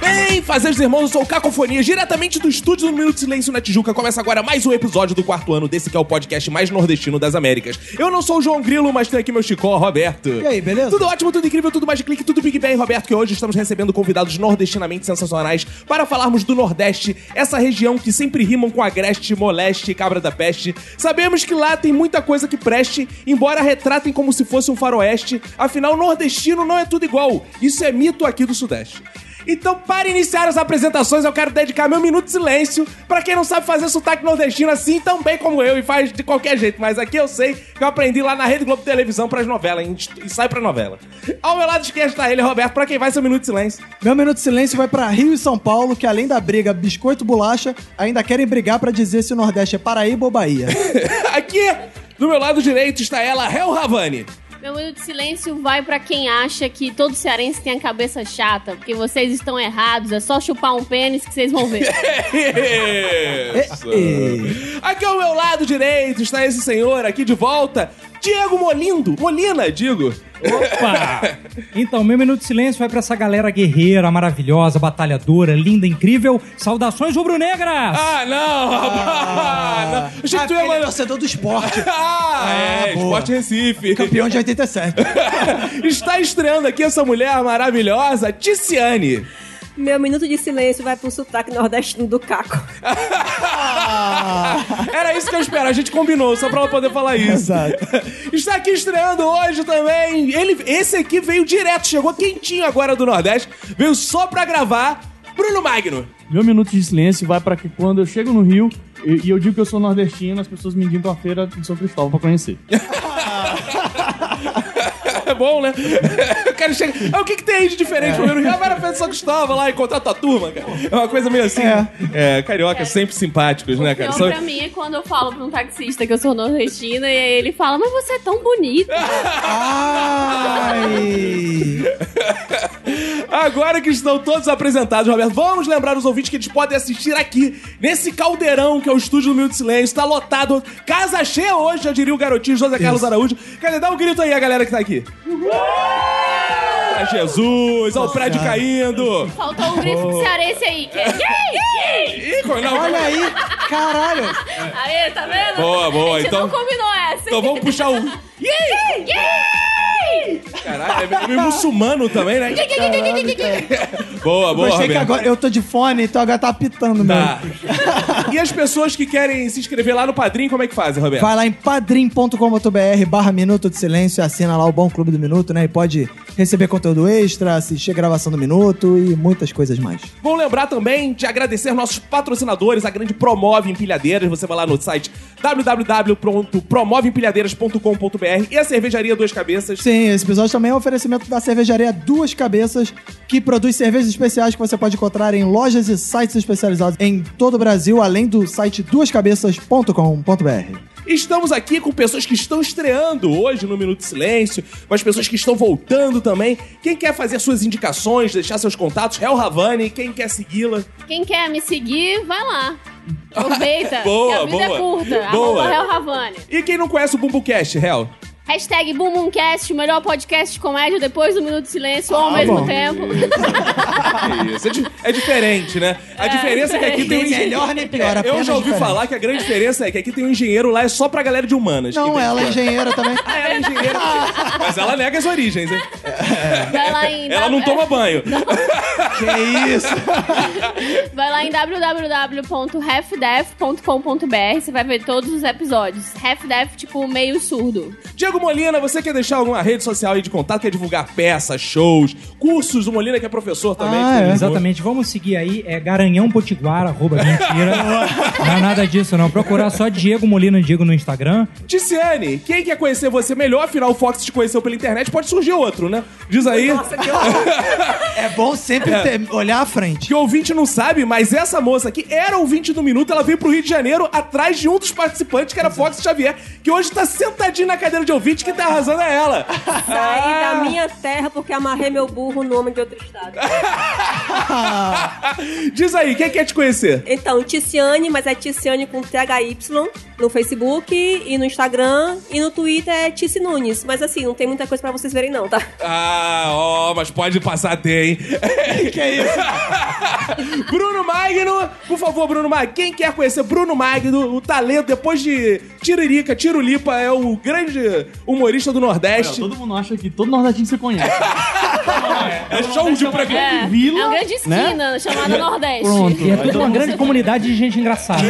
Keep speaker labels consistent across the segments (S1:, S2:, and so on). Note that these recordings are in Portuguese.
S1: Bem, fazendo irmãos, eu sou o Cacofonia, diretamente do estúdio do Minuto de Silêncio na Tijuca. Começa agora mais um episódio do quarto ano desse que é o podcast mais nordestino das Américas. Eu não sou o João Grilo, mas tenho aqui meu Chicó, Roberto. E
S2: aí, beleza?
S1: Tudo ótimo, tudo incrível, tudo mais de clique, tudo Big Bang, Roberto, que hoje estamos recebendo convidados nordestinamente sensacionais para falarmos do Nordeste, essa região que sempre rimam com agreste, moleste e cabra da peste. Sabemos que lá tem muita coisa que preste, embora retratem como se fosse um faroeste. Afinal, nordestino não é tudo igual. Isso é mito aqui do Sudeste. Então, para iniciar as apresentações, eu quero dedicar meu minuto de silêncio para quem não sabe fazer sotaque nordestino assim tão bem como eu e faz de qualquer jeito. Mas aqui eu sei que eu aprendi lá na Rede Globo Televisão para as novelas hein, e sai para novela. Ao meu lado esquerdo está ele, Roberto, para quem vai seu minuto de silêncio.
S2: Meu minuto de silêncio vai pra Rio e São Paulo, que além da briga biscoito bolacha, ainda querem brigar pra dizer se o Nordeste é Paraíba ou Bahia.
S1: Aqui, do meu lado direito, está ela, Hel Ravani.
S3: Meu minuto de silêncio vai pra quem acha que todo cearense tem a cabeça chata, porque vocês estão errados, é só chupar um pênis que vocês vão ver.
S1: É. Isso. Aqui ao meu lado direito está esse senhor aqui de volta, Diego Molindo. Molina, digo.
S4: Opa! Então, meu minuto de silêncio vai pra essa galera guerreira, maravilhosa, batalhadora, linda, incrível. Saudações rubro-negras!
S1: Ah, não, rapaz! não. Gente, tu é
S2: Ele é
S1: mano-
S2: torcedor do esporte,
S1: Ah, é,
S2: boa.
S1: Esporte Recife.
S2: campeão de 87.
S1: Está estreando aqui essa mulher maravilhosa, Ticiane.
S5: Meu minuto de silêncio vai pro sotaque nordestino do Caco.
S1: Era isso que eu esperava, a gente combinou, só pra ela poder falar isso.
S2: Exato.
S1: Está aqui estreando hoje também. Ele, esse aqui veio direto, chegou quentinho agora do Nordeste, veio só pra gravar. Bruno Magno.
S6: Meu minuto de silêncio vai pra que quando eu chego no Rio e, e eu digo que eu sou nordestino, as pessoas me indicam a feira de São Cristóvão pra conhecer.
S1: É bom, né? O cara chega. Ah, o que, que tem aí de
S2: É.
S1: diferente pro Bruno? Ah, vai na festa de São Cristóvão lá encontrar tua turma, cara. É uma coisa meio assim. É, carioca, sempre simpáticos, né,
S3: O
S1: cara?
S3: pior
S1: Só-
S3: pra mim é quando eu falo pra um taxista que eu sou nordestina e aí ele fala, mas você é tão bonito.
S2: Ah! Ai!
S1: Agora que estão todos apresentados, Roberto, vamos lembrar os ouvintes que eles podem assistir aqui, nesse caldeirão que é o estúdio do Minuto de Silêncio, tá lotado, casa cheia hoje, já diria o garotinho José Carlos Araújo. Cadê? Dá um grito aí a galera que tá aqui. Ah, Jesus, olha o prédio
S2: é.
S1: caindo.
S3: Faltou um grito de cearense aí, que é yay, yay!
S1: Ih, não,
S2: Oh. Olha aí, caralho!
S3: Aí, tá vendo?
S1: Boa, boa,
S3: A gente
S1: então-
S3: não combinou essa.
S1: Então vamos puxar o...
S3: Yay, yay!
S1: Caralho, é meio muçulmano também, né? Boa, boa,
S2: Gostei que
S1: Roberto.
S2: agora eu tô de fone, então agora tá apitando,
S1: Tá.
S2: meu.
S1: E as pessoas que querem se inscrever lá no Padrim, como é que fazem, Roberto?
S2: Vai lá em padrim.com.br barra Minuto de Silêncio e assina lá o Bom Clube do Minuto, né? E pode receber conteúdo extra, assistir a gravação do Minuto e muitas coisas mais.
S1: Vão lembrar também de agradecer nossos patrocinadores, a Grande Promove Empilhadeiras. Você vai lá no site www.promoveempilhadeiras.com.br e a Cervejaria Duas Cabeças.
S2: Sim, esse episódio também é um oferecimento da cervejaria Duas Cabeças, que produz cervejas especiais que você pode encontrar em lojas e sites especializados em todo o Brasil, além do site duascabeças.com.br.
S1: Estamos aqui com pessoas que estão estreando hoje no Minuto de Silêncio, mas pessoas que estão voltando também. Quem quer fazer suas indicações, deixar seus contatos, é o Ravani. Quem quer segui-la?
S3: Quem quer me seguir, vai lá. Aproveita,
S1: Boa,
S3: que a vida
S1: boa.
S3: é curta.
S1: Boa.
S3: Arroba Hel Ravani.
S1: E quem não conhece o Bumbucast, Hel?
S3: Hashtag BoomBoomCast, o melhor podcast de comédia depois do Minuto de Silêncio ou ao
S1: Ah,
S3: mesmo
S2: Tá
S3: tempo.
S1: Que isso, é, di- é diferente, né? A diferença é que aqui tem um
S2: Nem
S1: engenheiro.
S2: melhor, nem pior,
S1: Eu
S2: apenas
S1: já ouvi
S2: diferente.
S1: falar que a grande diferença é que aqui tem um engenheiro lá, é só pra galera de humanas. que
S2: Não,
S1: tem-
S2: ela é engenheira também.
S1: Ah, ela é engenheira. Mas ela nega as origens, hein?
S3: Vai lá em,
S1: Ela é- não toma banho.
S2: que isso?
S3: vai lá em www.halfdeaf.com.br, você vai ver todos os episódios. Halfdeaf, tipo, meio surdo.
S1: Diego Tiago Molina, você quer deixar alguma rede social aí de contato? Quer divulgar peças, shows, cursos? O Molina que é professor também.
S2: Ah,
S1: que tem
S2: é.
S1: um-
S4: Exatamente, vamos seguir aí, é Garanhão Potiguar, arroba mentira. não é nada disso, não. Procurar só Diego Molina Diego no Instagram.
S1: Ticiane, quem quer conhecer você melhor? Afinal, o Fox te conheceu pela internet, pode surgir outro, né? Diz aí.
S5: Nossa, que horror.
S2: É bom sempre ter- olhar à frente.
S1: Que o ouvinte não sabe, mas essa moça aqui era ouvinte do Minuto, ela veio pro Rio de Janeiro atrás de um dos participantes, que era Fox Xavier, que hoje tá sentadinho na cadeira de ouvinte, que tá arrasando é ela.
S5: Saí
S1: Ah.
S5: da minha terra porque amarrei meu burro no homem de outro estado.
S1: Diz aí, quem quer te conhecer?
S5: Então, Ticiane, mas é Ticiane com THY no Facebook e no Instagram e no Twitter é Tici Nunes. Mas assim, não tem muita coisa pra vocês verem não, tá?
S1: Ah, ó, mas pode passar até, hein? que é isso? Bruno Magno, por favor, Bruno Magno, quem quer conhecer Bruno Magno, o talento, depois de Tiririca, Tirulipa, é o grande humorista do
S6: Olha,
S1: Nordeste.
S6: todo mundo acha que todo nordestino se conhece.
S1: É show de preconceito.
S3: É,
S6: Vila,
S3: é uma grande
S2: né?
S3: esquina chamada Nordeste.
S6: Pronto.
S4: E é toda uma grande comunidade de gente engraçada.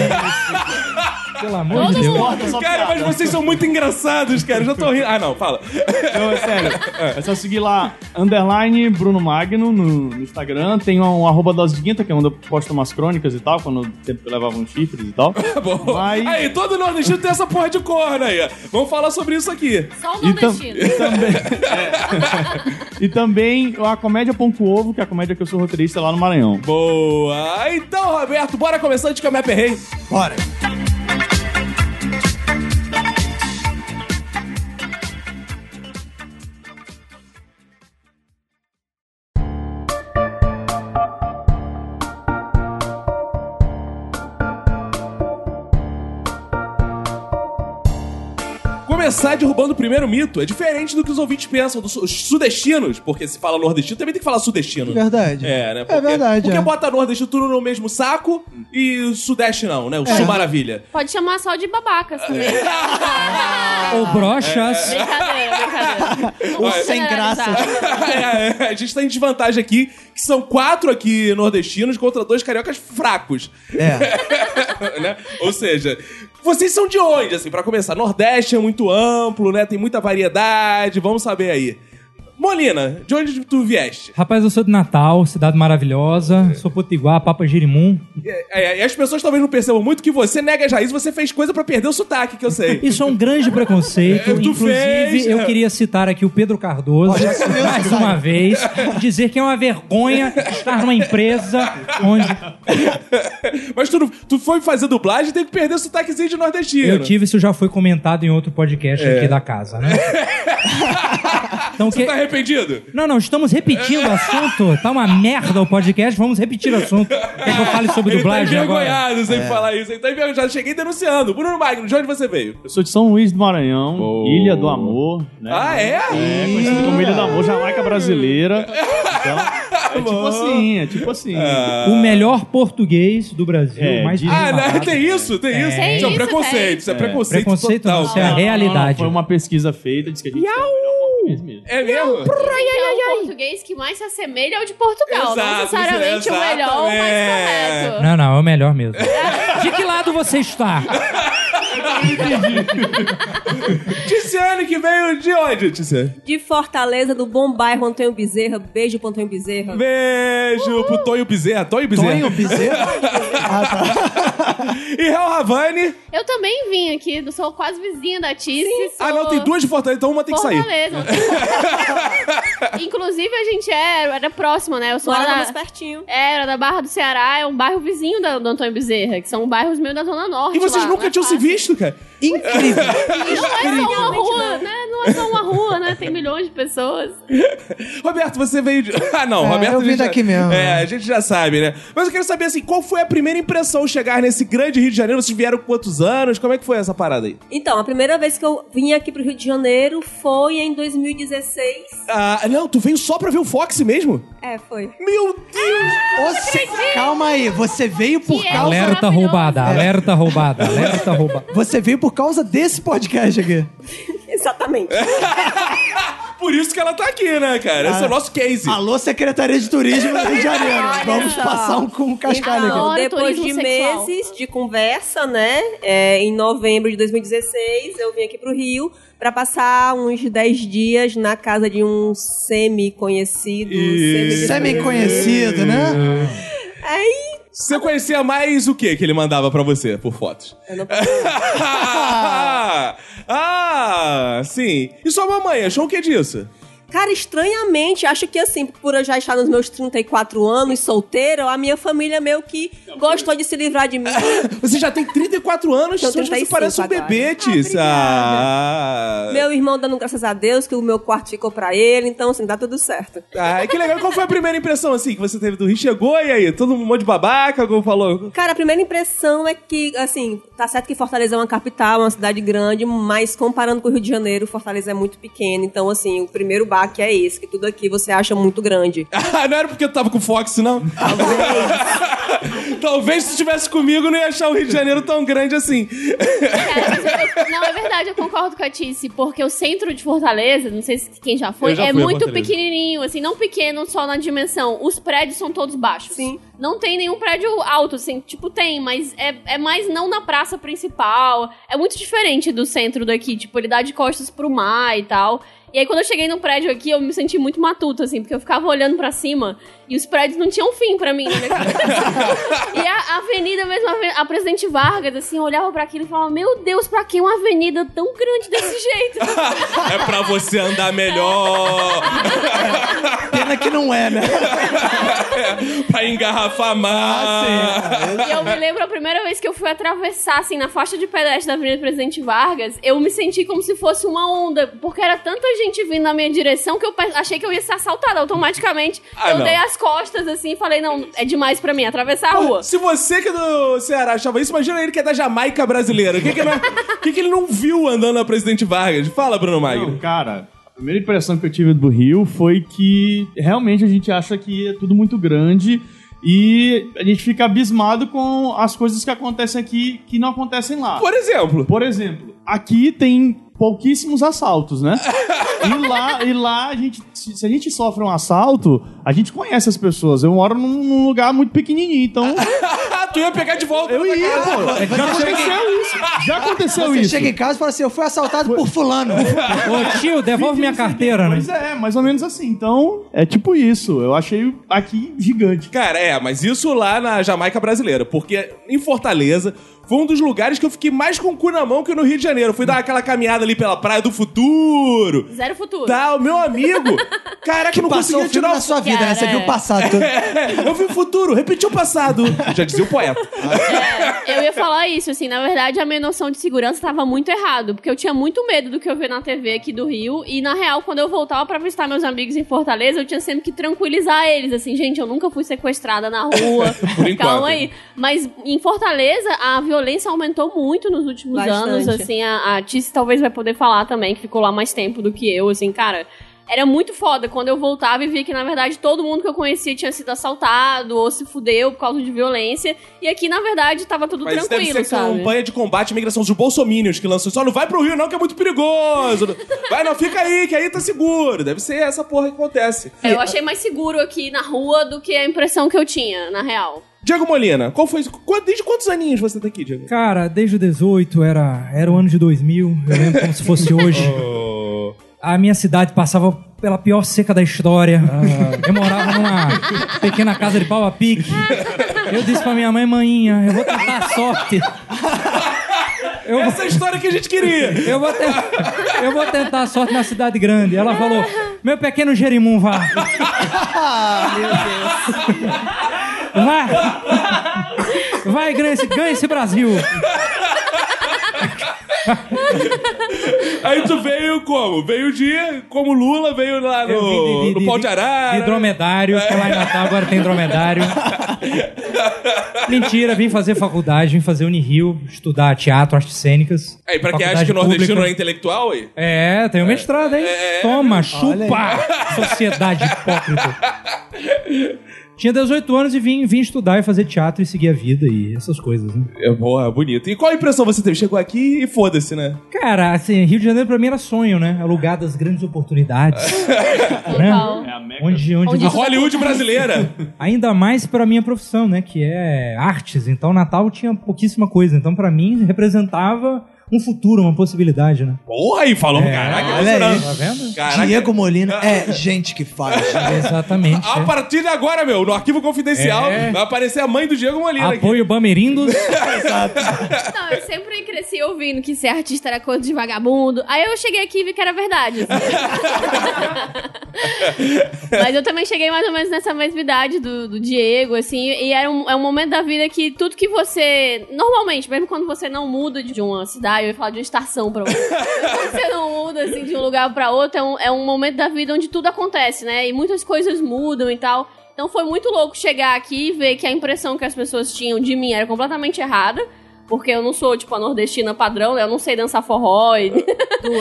S4: Pelo amor de
S3: Todo
S4: Deus.
S3: mundo.
S6: Corta sua
S1: Cara, mas
S6: piada.
S1: vocês são muito engraçados, cara. Eu já tô rindo. Ah, não, fala.
S6: Não, é sério. É só seguir lá, underline Bruno Magno no, no Instagram. Tem um, arroba dose de guinta, que é onde eu posto umas crônicas e tal, quando o tempo que eu levava uns chifres e tal.
S1: Tá bom.
S6: Vai.
S1: Aí, todo nordestino tem essa porra de né? corna aí. Vamos falar sobre isso aqui.
S3: Só o
S6: E tam-
S3: nordestino.
S6: E também a comédia Ponco Ovo, que é a comédia que eu sou roteirista lá no Maranhão.
S1: Boa! Então, Roberto, bora começar antes que eu me aperrei.
S2: Bora.
S1: Começar derrubando o primeiro mito é diferente do que os ouvintes pensam, dos os sudestinos, porque se fala nordestino, também tem que falar sudestino. né?
S2: Verdade.
S1: É, né?
S2: é verdade.
S1: Porque
S2: é.
S1: bota nordestino tudo no mesmo saco e o sudeste não,
S2: É.
S1: né? O sul maravilha.
S3: Pode chamar só de assim. babacas também.
S1: É.
S4: Ou brochas.
S3: brincadeira, brincadeira.
S2: O
S3: Vamos
S2: sem graça.
S3: generalizar.
S1: É, é, a gente tá em desvantagem aqui, que são quatro aqui nordestinos contra dois cariocas fracos.
S2: É.
S1: né? Ou seja, vocês são de onde, assim, pra começar? Nordeste é muito amplo, né? Tem muita variedade, vamos saber aí. Molina, de onde tu vieste?
S4: Rapaz, eu sou de Natal, cidade maravilhosa. Sou potiguar, papa girimum.
S1: É, é, e as pessoas talvez não percebam muito que você nega as raízes, você fez coisa pra perder o sotaque, que eu sei.
S4: Isso é um grande preconceito.
S1: É, tu
S4: Inclusive,
S1: fez,
S4: eu
S1: é.
S4: queria citar aqui o Pedro Cardoso,
S2: Ó, já subiu,
S4: mais
S2: sai.
S4: uma vez, e dizer que é uma vergonha estar numa empresa onde
S1: Mas tu, não- tu foi fazer dublagem, tem que perder o sotaquezinho de nordestino.
S4: eu tive, isso já foi comentado em outro podcast
S1: É.
S4: aqui da casa, né? Então,
S1: Você
S4: que...
S1: tá arrependido?
S4: Não, não, estamos repetindo o assunto. Tá uma merda o podcast, vamos repetir o assunto. Quer que eu fale sobre
S1: Ele tá
S4: dublagem agora? É.
S1: envergonhado sem falar isso. Ele tá envergonhado. Cheguei denunciando. Bruno Magno, de onde você veio?
S6: Eu sou de São Luís do Maranhão,
S1: Boa.
S6: Ilha do Amor, né?
S1: Ah, é?
S6: É, conhecido como Ilha do Amor, Jamaica brasileira. Então, é tipo assim, é tipo assim.
S4: O melhor português do Brasil,
S6: É,
S4: mais
S6: diz-
S1: Ah, né?
S4: desembaraçado.
S1: tem isso, tem isso.
S3: Tem
S1: Isso é um
S3: isso,
S1: preconceito.
S3: tem.
S1: Isso é preconceito,
S4: Preconceito não,
S1: total.
S4: isso é
S1: cara.
S4: a realidade.
S6: Foi uma pesquisa feita, diz que a gente é o melhor português mesmo.
S1: É mesmo?
S3: Que é o português que mais se assemelha ao de Portugal.
S1: Exato, é.
S3: não necessariamente o melhor, o mais
S1: exatamente.
S3: correto.
S4: Não, não, é o melhor mesmo. De que lado você está?
S1: Ticiane que veio de onde, Ticiane?
S5: De Fortaleza, do bom bairro Antônio Bezerra. Beijo pro Antônio Bezerra.
S1: Beijo pro Tonho Bezerra. Tonho Bezerra.
S2: Tonho Bezerra? ah, tá.
S1: E Hel Ravani.
S3: Eu também vim aqui, eu sou quase vizinha da Tice.
S1: Ah, não, tem duas de Fortaleza, então uma tem que sair.
S3: Fortaleza. Inclusive, a gente é, era próximo, né? Eu sou lá
S5: Morava mais
S3: da,
S5: pertinho.
S3: é, era da Barra do Ceará, é um bairro vizinho da, do Antônio Bezerra, que são bairros meio da Zona Norte.
S1: E vocês
S3: lá, não
S1: nunca
S3: é
S1: tinham se
S3: fácil.
S1: visto, cara?
S2: Incrível.
S3: Não é só uma rua, né? Não é só uma rua, né? Tem milhões de pessoas.
S1: Roberto, você veio de. Ah, não,
S2: É,
S1: Roberto.
S2: eu
S1: a
S2: vim
S1: gente já-
S2: daqui mesmo.
S1: É, a gente já sabe, né? Mas eu quero saber, assim, qual foi a primeira impressão ao chegar nesse grande Rio de Janeiro? Vocês vieram com quantos anos? Como é que foi essa parada aí?
S5: Então, a primeira vez que eu vim aqui pro Rio de Janeiro foi em 2016.
S1: Ah, não, tu veio só pra ver o Fox mesmo?
S5: É, foi.
S1: Meu Deus!
S2: Você- calma aí, você veio por
S3: Que é
S2: causa.
S4: Alerta
S3: maravilhoso.
S4: roubada, alerta roubada, alerta roubada.
S2: Você veio por causa desse podcast aqui.
S5: Exatamente.
S1: Por isso que ela tá aqui, né, cara? Esse é o nosso case.
S2: Ah. Alô, Secretaria de Turismo do Rio de Janeiro.
S5: Olha
S2: Vamos
S5: só.
S2: passar um com cascalho
S3: Então,
S2: aqui.
S3: Adoro
S5: Depois de
S3: turismo sexual.
S5: meses de conversa, né? é, em novembro de 2016, eu vim aqui pro Rio pra passar uns 10 dias na casa de um semi-conhecido.
S1: E-
S2: Semi-conhecido, né?
S1: Você conhecia mais o que que ele mandava pra você por fotos?
S5: Eu não-
S1: ah, sim. E sua mamãe, achou o que disso?
S5: Cara, estranhamente, acho que assim, por eu já estar nos meus 34 anos, solteiro, a minha família meio que gostou de se livrar de mim. Então,
S1: Você já tem 34 anos,
S5: Tenho
S1: hoje você
S5: 35
S1: parece um
S5: agora.
S1: bebê, Tiz. Ah,
S5: Meu irmão dando graças a Deus que o meu quarto ficou pra ele, então assim, dá tudo certo.
S1: Ai, Ah, que legal. Qual foi a primeira impressão, assim, que você teve do Rio? Chegou e aí? Todo mundo um monte de babaca, como falou.
S5: Cara, a primeira impressão é que, assim, tá certo que Fortaleza é uma capital, uma cidade grande, mas comparando com o Rio de Janeiro, Fortaleza é muito pequeno. Então, assim, o primeiro baque é esse, que tudo aqui você acha muito grande.
S1: Ah, não era porque eu tava com o Fox, não? Talvez. Talvez se estivesse comigo, eu não ia achar o Rio de Janeiro tão grande assim.
S3: Cara, mas eu- eu- não, é verdade, eu concordo com a Tice, porque o centro de Fortaleza, não sei se quem já foi,
S1: Eu já
S3: é
S1: fui a
S3: muito
S1: Fortaleza.
S3: pequenininho, assim, não pequeno só na dimensão. Os prédios são todos baixos.
S5: Sim.
S3: Não tem nenhum prédio alto, assim, tipo tem, mas é, é mais não na praça principal. É muito diferente do centro daqui, tipo, ele dá de costas pro mar e tal. E aí, quando eu cheguei no prédio aqui, eu me senti muito matuta, assim, porque eu ficava olhando pra cima e os prédios não tinham fim pra mim. Né? E a a avenida mesmo, a ave- a Presidente Vargas, assim, eu olhava pra aquilo e falava, meu Deus, pra que uma avenida tão grande desse jeito?
S1: é pra você andar melhor,
S2: Pena que não é, né?
S1: É, pra engarrafar mais.
S3: Ah, e eu me lembro a primeira vez que eu fui atravessar, assim, na faixa de pedestre da Avenida Presidente Vargas, eu me senti como se fosse uma onda, porque era tanta gente vindo na minha direção que eu pe- achei que eu ia ser assaltada automaticamente.
S1: Ah,
S3: eu
S1: não.
S3: dei as costas, assim, e falei, não, é demais pra mim atravessar a rua.
S1: Se você que é do Ceará achava isso, imagina ele que é da Jamaica brasileira. O que, que, não- o que que ele não viu andando na Presidente Vargas? Fala, Bruno Magno.
S6: Não, cara, a primeira impressão que eu tive do Rio foi que realmente a gente acha que é tudo muito grande e a gente fica abismado com as coisas que acontecem aqui que não acontecem lá.
S1: Por exemplo.
S6: Por exemplo, aqui tem pouquíssimos assaltos, né? e lá, e lá a gente, se se a gente sofre um assalto, a gente conhece as pessoas. Eu moro num, num lugar muito pequenininho, então
S1: Ah, tu ia pegar de volta.
S6: eu ia,
S2: É
S6: pô. Já aconteceu isso. Já aconteceu
S2: Você
S6: isso.
S2: chega em casa e fala assim, eu fui assaltado por fulano.
S4: Ô tio, devolve minha carteira, né?
S6: Pois é, mais ou menos assim. Então, é tipo isso. Eu achei aqui gigante.
S1: Cara, é, mas isso lá na Jamaica brasileira, porque em Fortaleza foi um dos lugares que eu fiquei mais com o cu na mão que no Rio de Janeiro. Eu Fui dar aquela caminhada ali pela Praia do Futuro.
S3: Zero futuro.
S1: Tal, meu amigo. Caraca, eu não
S2: Passou o filme
S1: conseguia tirar
S2: da
S1: o É,
S2: sua vida, né? Você
S3: Cara,
S2: viu o
S3: é.
S2: passado. todo.
S1: Eu vi o futuro, repeti o passado. Já dizia o poeta.
S3: Eu ia falar isso, assim, na verdade a minha noção de segurança tava muito errado, porque eu tinha muito medo do que eu via na TV aqui do Rio, e na real, quando eu voltava pra visitar meus amigos em Fortaleza, eu tinha sempre que tranquilizar eles, assim, gente, eu nunca fui sequestrada na rua,
S1: enquanto.
S3: calma aí. Mas em Fortaleza, a violência aumentou muito nos últimos
S5: Bastante.
S3: anos, assim, a, a Tice talvez vai poder falar também, que ficou lá mais tempo do que eu, assim, cara... Era muito foda quando eu voltava e via que, na verdade, todo mundo que eu conhecia tinha sido assaltado ou se fudeu por causa de violência. E aqui, na verdade, tava tudo
S1: Mas isso
S3: tranquilo,
S1: deve ser
S3: sabe?
S1: campanha de combate à migração dos bolsomínios que lançou. Só não vai pro Rio não, que é muito perigoso. Vai não, fica aí, que aí tá seguro. Deve ser essa porra que acontece.
S3: É, eu achei mais seguro aqui na rua do que a impressão que eu tinha, na real.
S1: Diego Molina, qual foi... qu- Desde quantos aninhos você tá aqui, Diego?
S4: Cara, desde o 18 era, era o ano de 2000, eu lembro como se fosse hoje. A minha cidade passava pela pior seca da história.
S1: Ah.
S4: Eu morava numa pequena casa de pau a pique. Eu disse pra minha mãe, maninha, eu vou tentar a sorte. Eu,
S1: Essa é a história que a gente queria.
S4: eu, vou tentar, eu vou tentar a sorte na cidade grande. Ela falou, meu pequeno Jerimum, vá.
S5: Ah,
S4: Vai! Vai, ganha esse, ganha esse Brasil!
S1: Aí tu veio como? Veio de. Como Lula, veio lá
S4: Eu vim
S1: no, no pau
S4: É,
S1: É, de
S4: de
S1: arara.
S4: hidromedário, que lá em Natal agora tem hidromedário. Mentira, vim fazer faculdade, vim fazer Unirio, estudar teatro, artes cênicas.
S1: Aí, É, pra quem acha
S4: Faculdade
S1: que o nordestino é
S4: pública.
S1: intelectual, aí. É,
S4: É, tem um mestrado, hein? Toma,
S2: Olha
S4: chupa! Sociedade hipócrita. Tinha 18 anos e vim, vim estudar e fazer teatro e seguir a vida e essas coisas, né?
S1: É boa, é bonito. E qual a impressão você teve? Chegou aqui e foda-se, né?
S4: Cara, assim, Rio de Janeiro pra mim era sonho, né? É o lugar das grandes oportunidades. Né?
S3: Total.
S6: É a Meca.
S4: onde, onde, tá
S3: Onde
S1: A Hollywood brasileira.
S4: Ainda mais pra minha profissão, né? Que é artes. Então, Natal tinha pouquíssima coisa. Então, pra mim, representava um futuro, uma possibilidade, né?
S1: Porra, aí falou. Caraca,
S2: olha aí.
S4: Tá
S1: emocionante.
S4: vendo?
S1: Caraca.
S2: Diego Molina é gente que faz.
S4: Exatamente.
S1: A
S4: é.
S1: partir de agora, meu, no arquivo confidencial,
S4: É.
S1: vai aparecer a mãe do Diego Molina aqui.
S4: Apoio Bamerindos.
S3: Não, eu sempre cresci ouvindo que ser artista era coisa de vagabundo. Aí eu cheguei aqui e vi que era verdade. assim. Mas eu também cheguei mais ou menos nessa mesma idade do, do Diego, assim. E era um, é um momento da vida que tudo que você. Normalmente, mesmo quando você não muda de uma cidade, eu ia falar de uma estação pra você. quando você não muda, assim, de um lugar pra outro, é um, é um momento da vida onde tudo acontece, né? E muitas coisas mudam e tal. Então foi muito louco chegar aqui e ver que a impressão que as pessoas tinham de mim era completamente errada. Porque eu não sou, tipo, a nordestina padrão, né? Eu não sei dançar forró. E...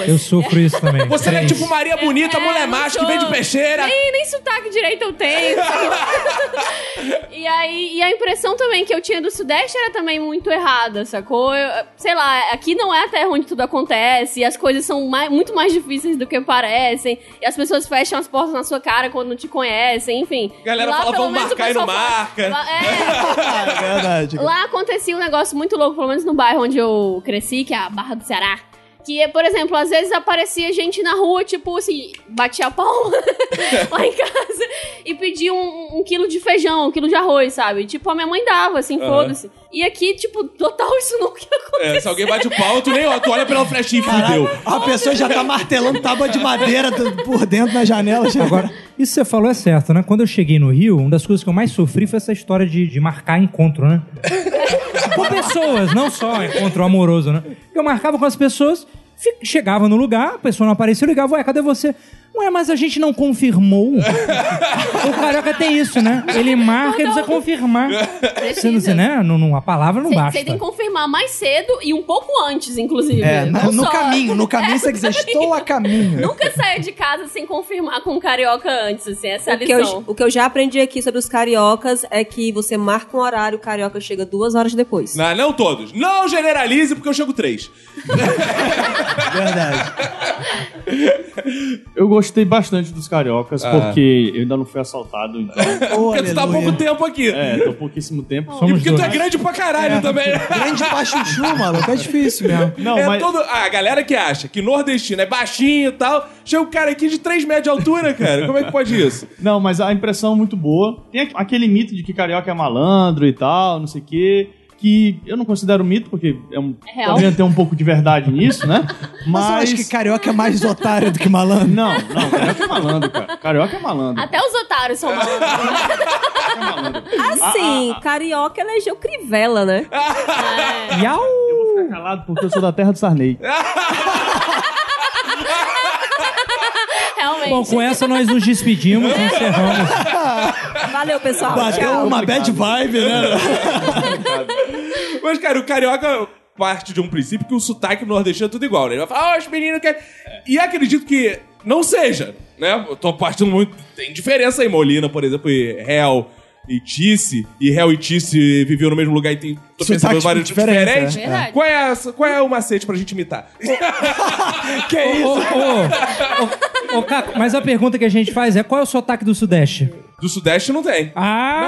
S4: Eu sofro isso também.
S1: Você é
S4: Três.
S1: tipo Maria Bonita,
S3: É,
S1: mulher
S3: não
S1: macho, que
S3: sou.
S1: vem de peixeira.
S3: Nem, nem sotaque direito eu tenho. e aí, e a impressão também que eu tinha do Sudeste era também muito errada, sacou? Eu- sei lá, aqui não é a terra onde tudo acontece, e as coisas são mai- muito mais difíceis do que parecem, e as pessoas fecham as portas na sua cara quando não te conhecem, enfim.
S1: Galera
S3: E lá,
S1: fala,
S3: pelo
S1: "Vamos
S3: menos, o
S1: marcar e não
S3: pessoal fala-
S1: marca."
S3: Lá- É,
S2: Verdade.
S3: Lá acontecia um negócio muito louco, pelo menos no bairro onde eu cresci, que é a Barra do Ceará. Que, por exemplo, às vezes aparecia gente na rua, tipo assim, batia pão lá em casa e pedia um, um quilo de feijão, um quilo de arroz, sabe? Tipo, a minha mãe dava, assim,
S1: Aham.
S3: foda-se. E aqui, tipo, total isso nunca aconteceu.
S1: É, se alguém bate o pau, tu nem ó, tu olha pela frestinha e fudeu.
S2: A pessoa já tá martelando tábua de madeira do- por dentro na janela. Já.
S4: Agora, isso que você falou é certo, né? Quando eu cheguei no Rio, uma das coisas que eu mais sofri foi essa história de, de marcar encontro, né? com pessoas, não só encontro amoroso, né? Eu marcava com as pessoas, fi- chegava no lugar, a pessoa não aparecia, eu ligava, ué, cadê você? Ué, mas a gente não confirmou. o carioca tem isso, né? Ele marca e precisa confirmar. Você não,
S3: Precisa.
S4: né? Não, não- a palavra não
S3: Você
S4: basta.
S3: você tem que confirmar mais cedo e um pouco antes, inclusive.
S2: É,
S3: Não
S2: no, no
S3: só- É.
S2: caminho, no caminho você dizer, estou a caminho.
S3: Nunca saia de casa sem confirmar com um carioca antes, assim, essa é a
S5: O que, eu,
S3: lição.
S5: o que eu já aprendi aqui sobre os cariocas é que você marca um horário, o carioca chega duas horas depois.
S1: Não, não todos. Não generalize, porque eu chego três.
S2: Verdade.
S6: Eu gostei bastante dos cariocas,
S1: Ah.
S6: porque eu ainda não fui assaltado, então.
S2: Oh,
S1: porque tu tá há
S2: aleluia.
S1: pouco tempo aqui.
S6: é, tô há pouquíssimo tempo.
S1: E
S4: Somos
S1: porque tu é
S4: dois.
S1: grande pra caralho também.
S2: Grande pra chuchu, maluco. É difícil mesmo.
S6: Não,
S1: é
S6: mas.
S1: todo... ah, a galera que acha que nordestino é baixinho e tal, chega um cara aqui de 3 metros de altura, cara. Como é que pode isso?
S6: Não, mas a impressão é muito boa. Tem aqu- aquele mito de que carioca é malandro e tal, não sei o quê. Que eu não considero mito, porque é um,
S3: É real.
S6: poderia ter um pouco de verdade nisso, né?
S2: Mas eu
S6: Mas.
S2: acho que carioca é mais otário do que malandro.
S6: Não, não, carioca é malandro, cara. Carioca é malandro.
S3: Até os otários são malandros.
S6: Carioca é malandro.
S5: Assim, carioca elegeu Crivella, né?
S4: Iau!
S6: Eu vou ficar calado porque eu sou da terra do Sarney.
S1: Ah,
S3: Realmente.
S4: Bom, com essa nós nos despedimos, encerramos.
S5: Valeu, pessoal.
S2: Bateu
S5: Tchau.
S2: uma bad vibe, né?
S1: Mas, cara, o carioca parte de um princípio que o sotaque nordestino é tudo igual, né? Ele vai falar, ah, os meninos querem... E acredito que não seja, né? Eu tô partindo muito... Tem diferença aí, Molina, por exemplo, e Hel e Tice. E Hel e Tice viviam no mesmo lugar e tem... Tô pensando
S2: Sotaques
S1: vários
S2: diferentes,
S1: diferentes.
S3: é. Verdade.
S1: Qual, tipo é a- qual é o macete pra gente imitar?
S2: Que
S4: Ô,
S2: isso?
S4: ô, ô, ô, Caco, mas a pergunta que a gente faz é qual é o sotaque do Sudeste?
S1: Do Sudeste não tem.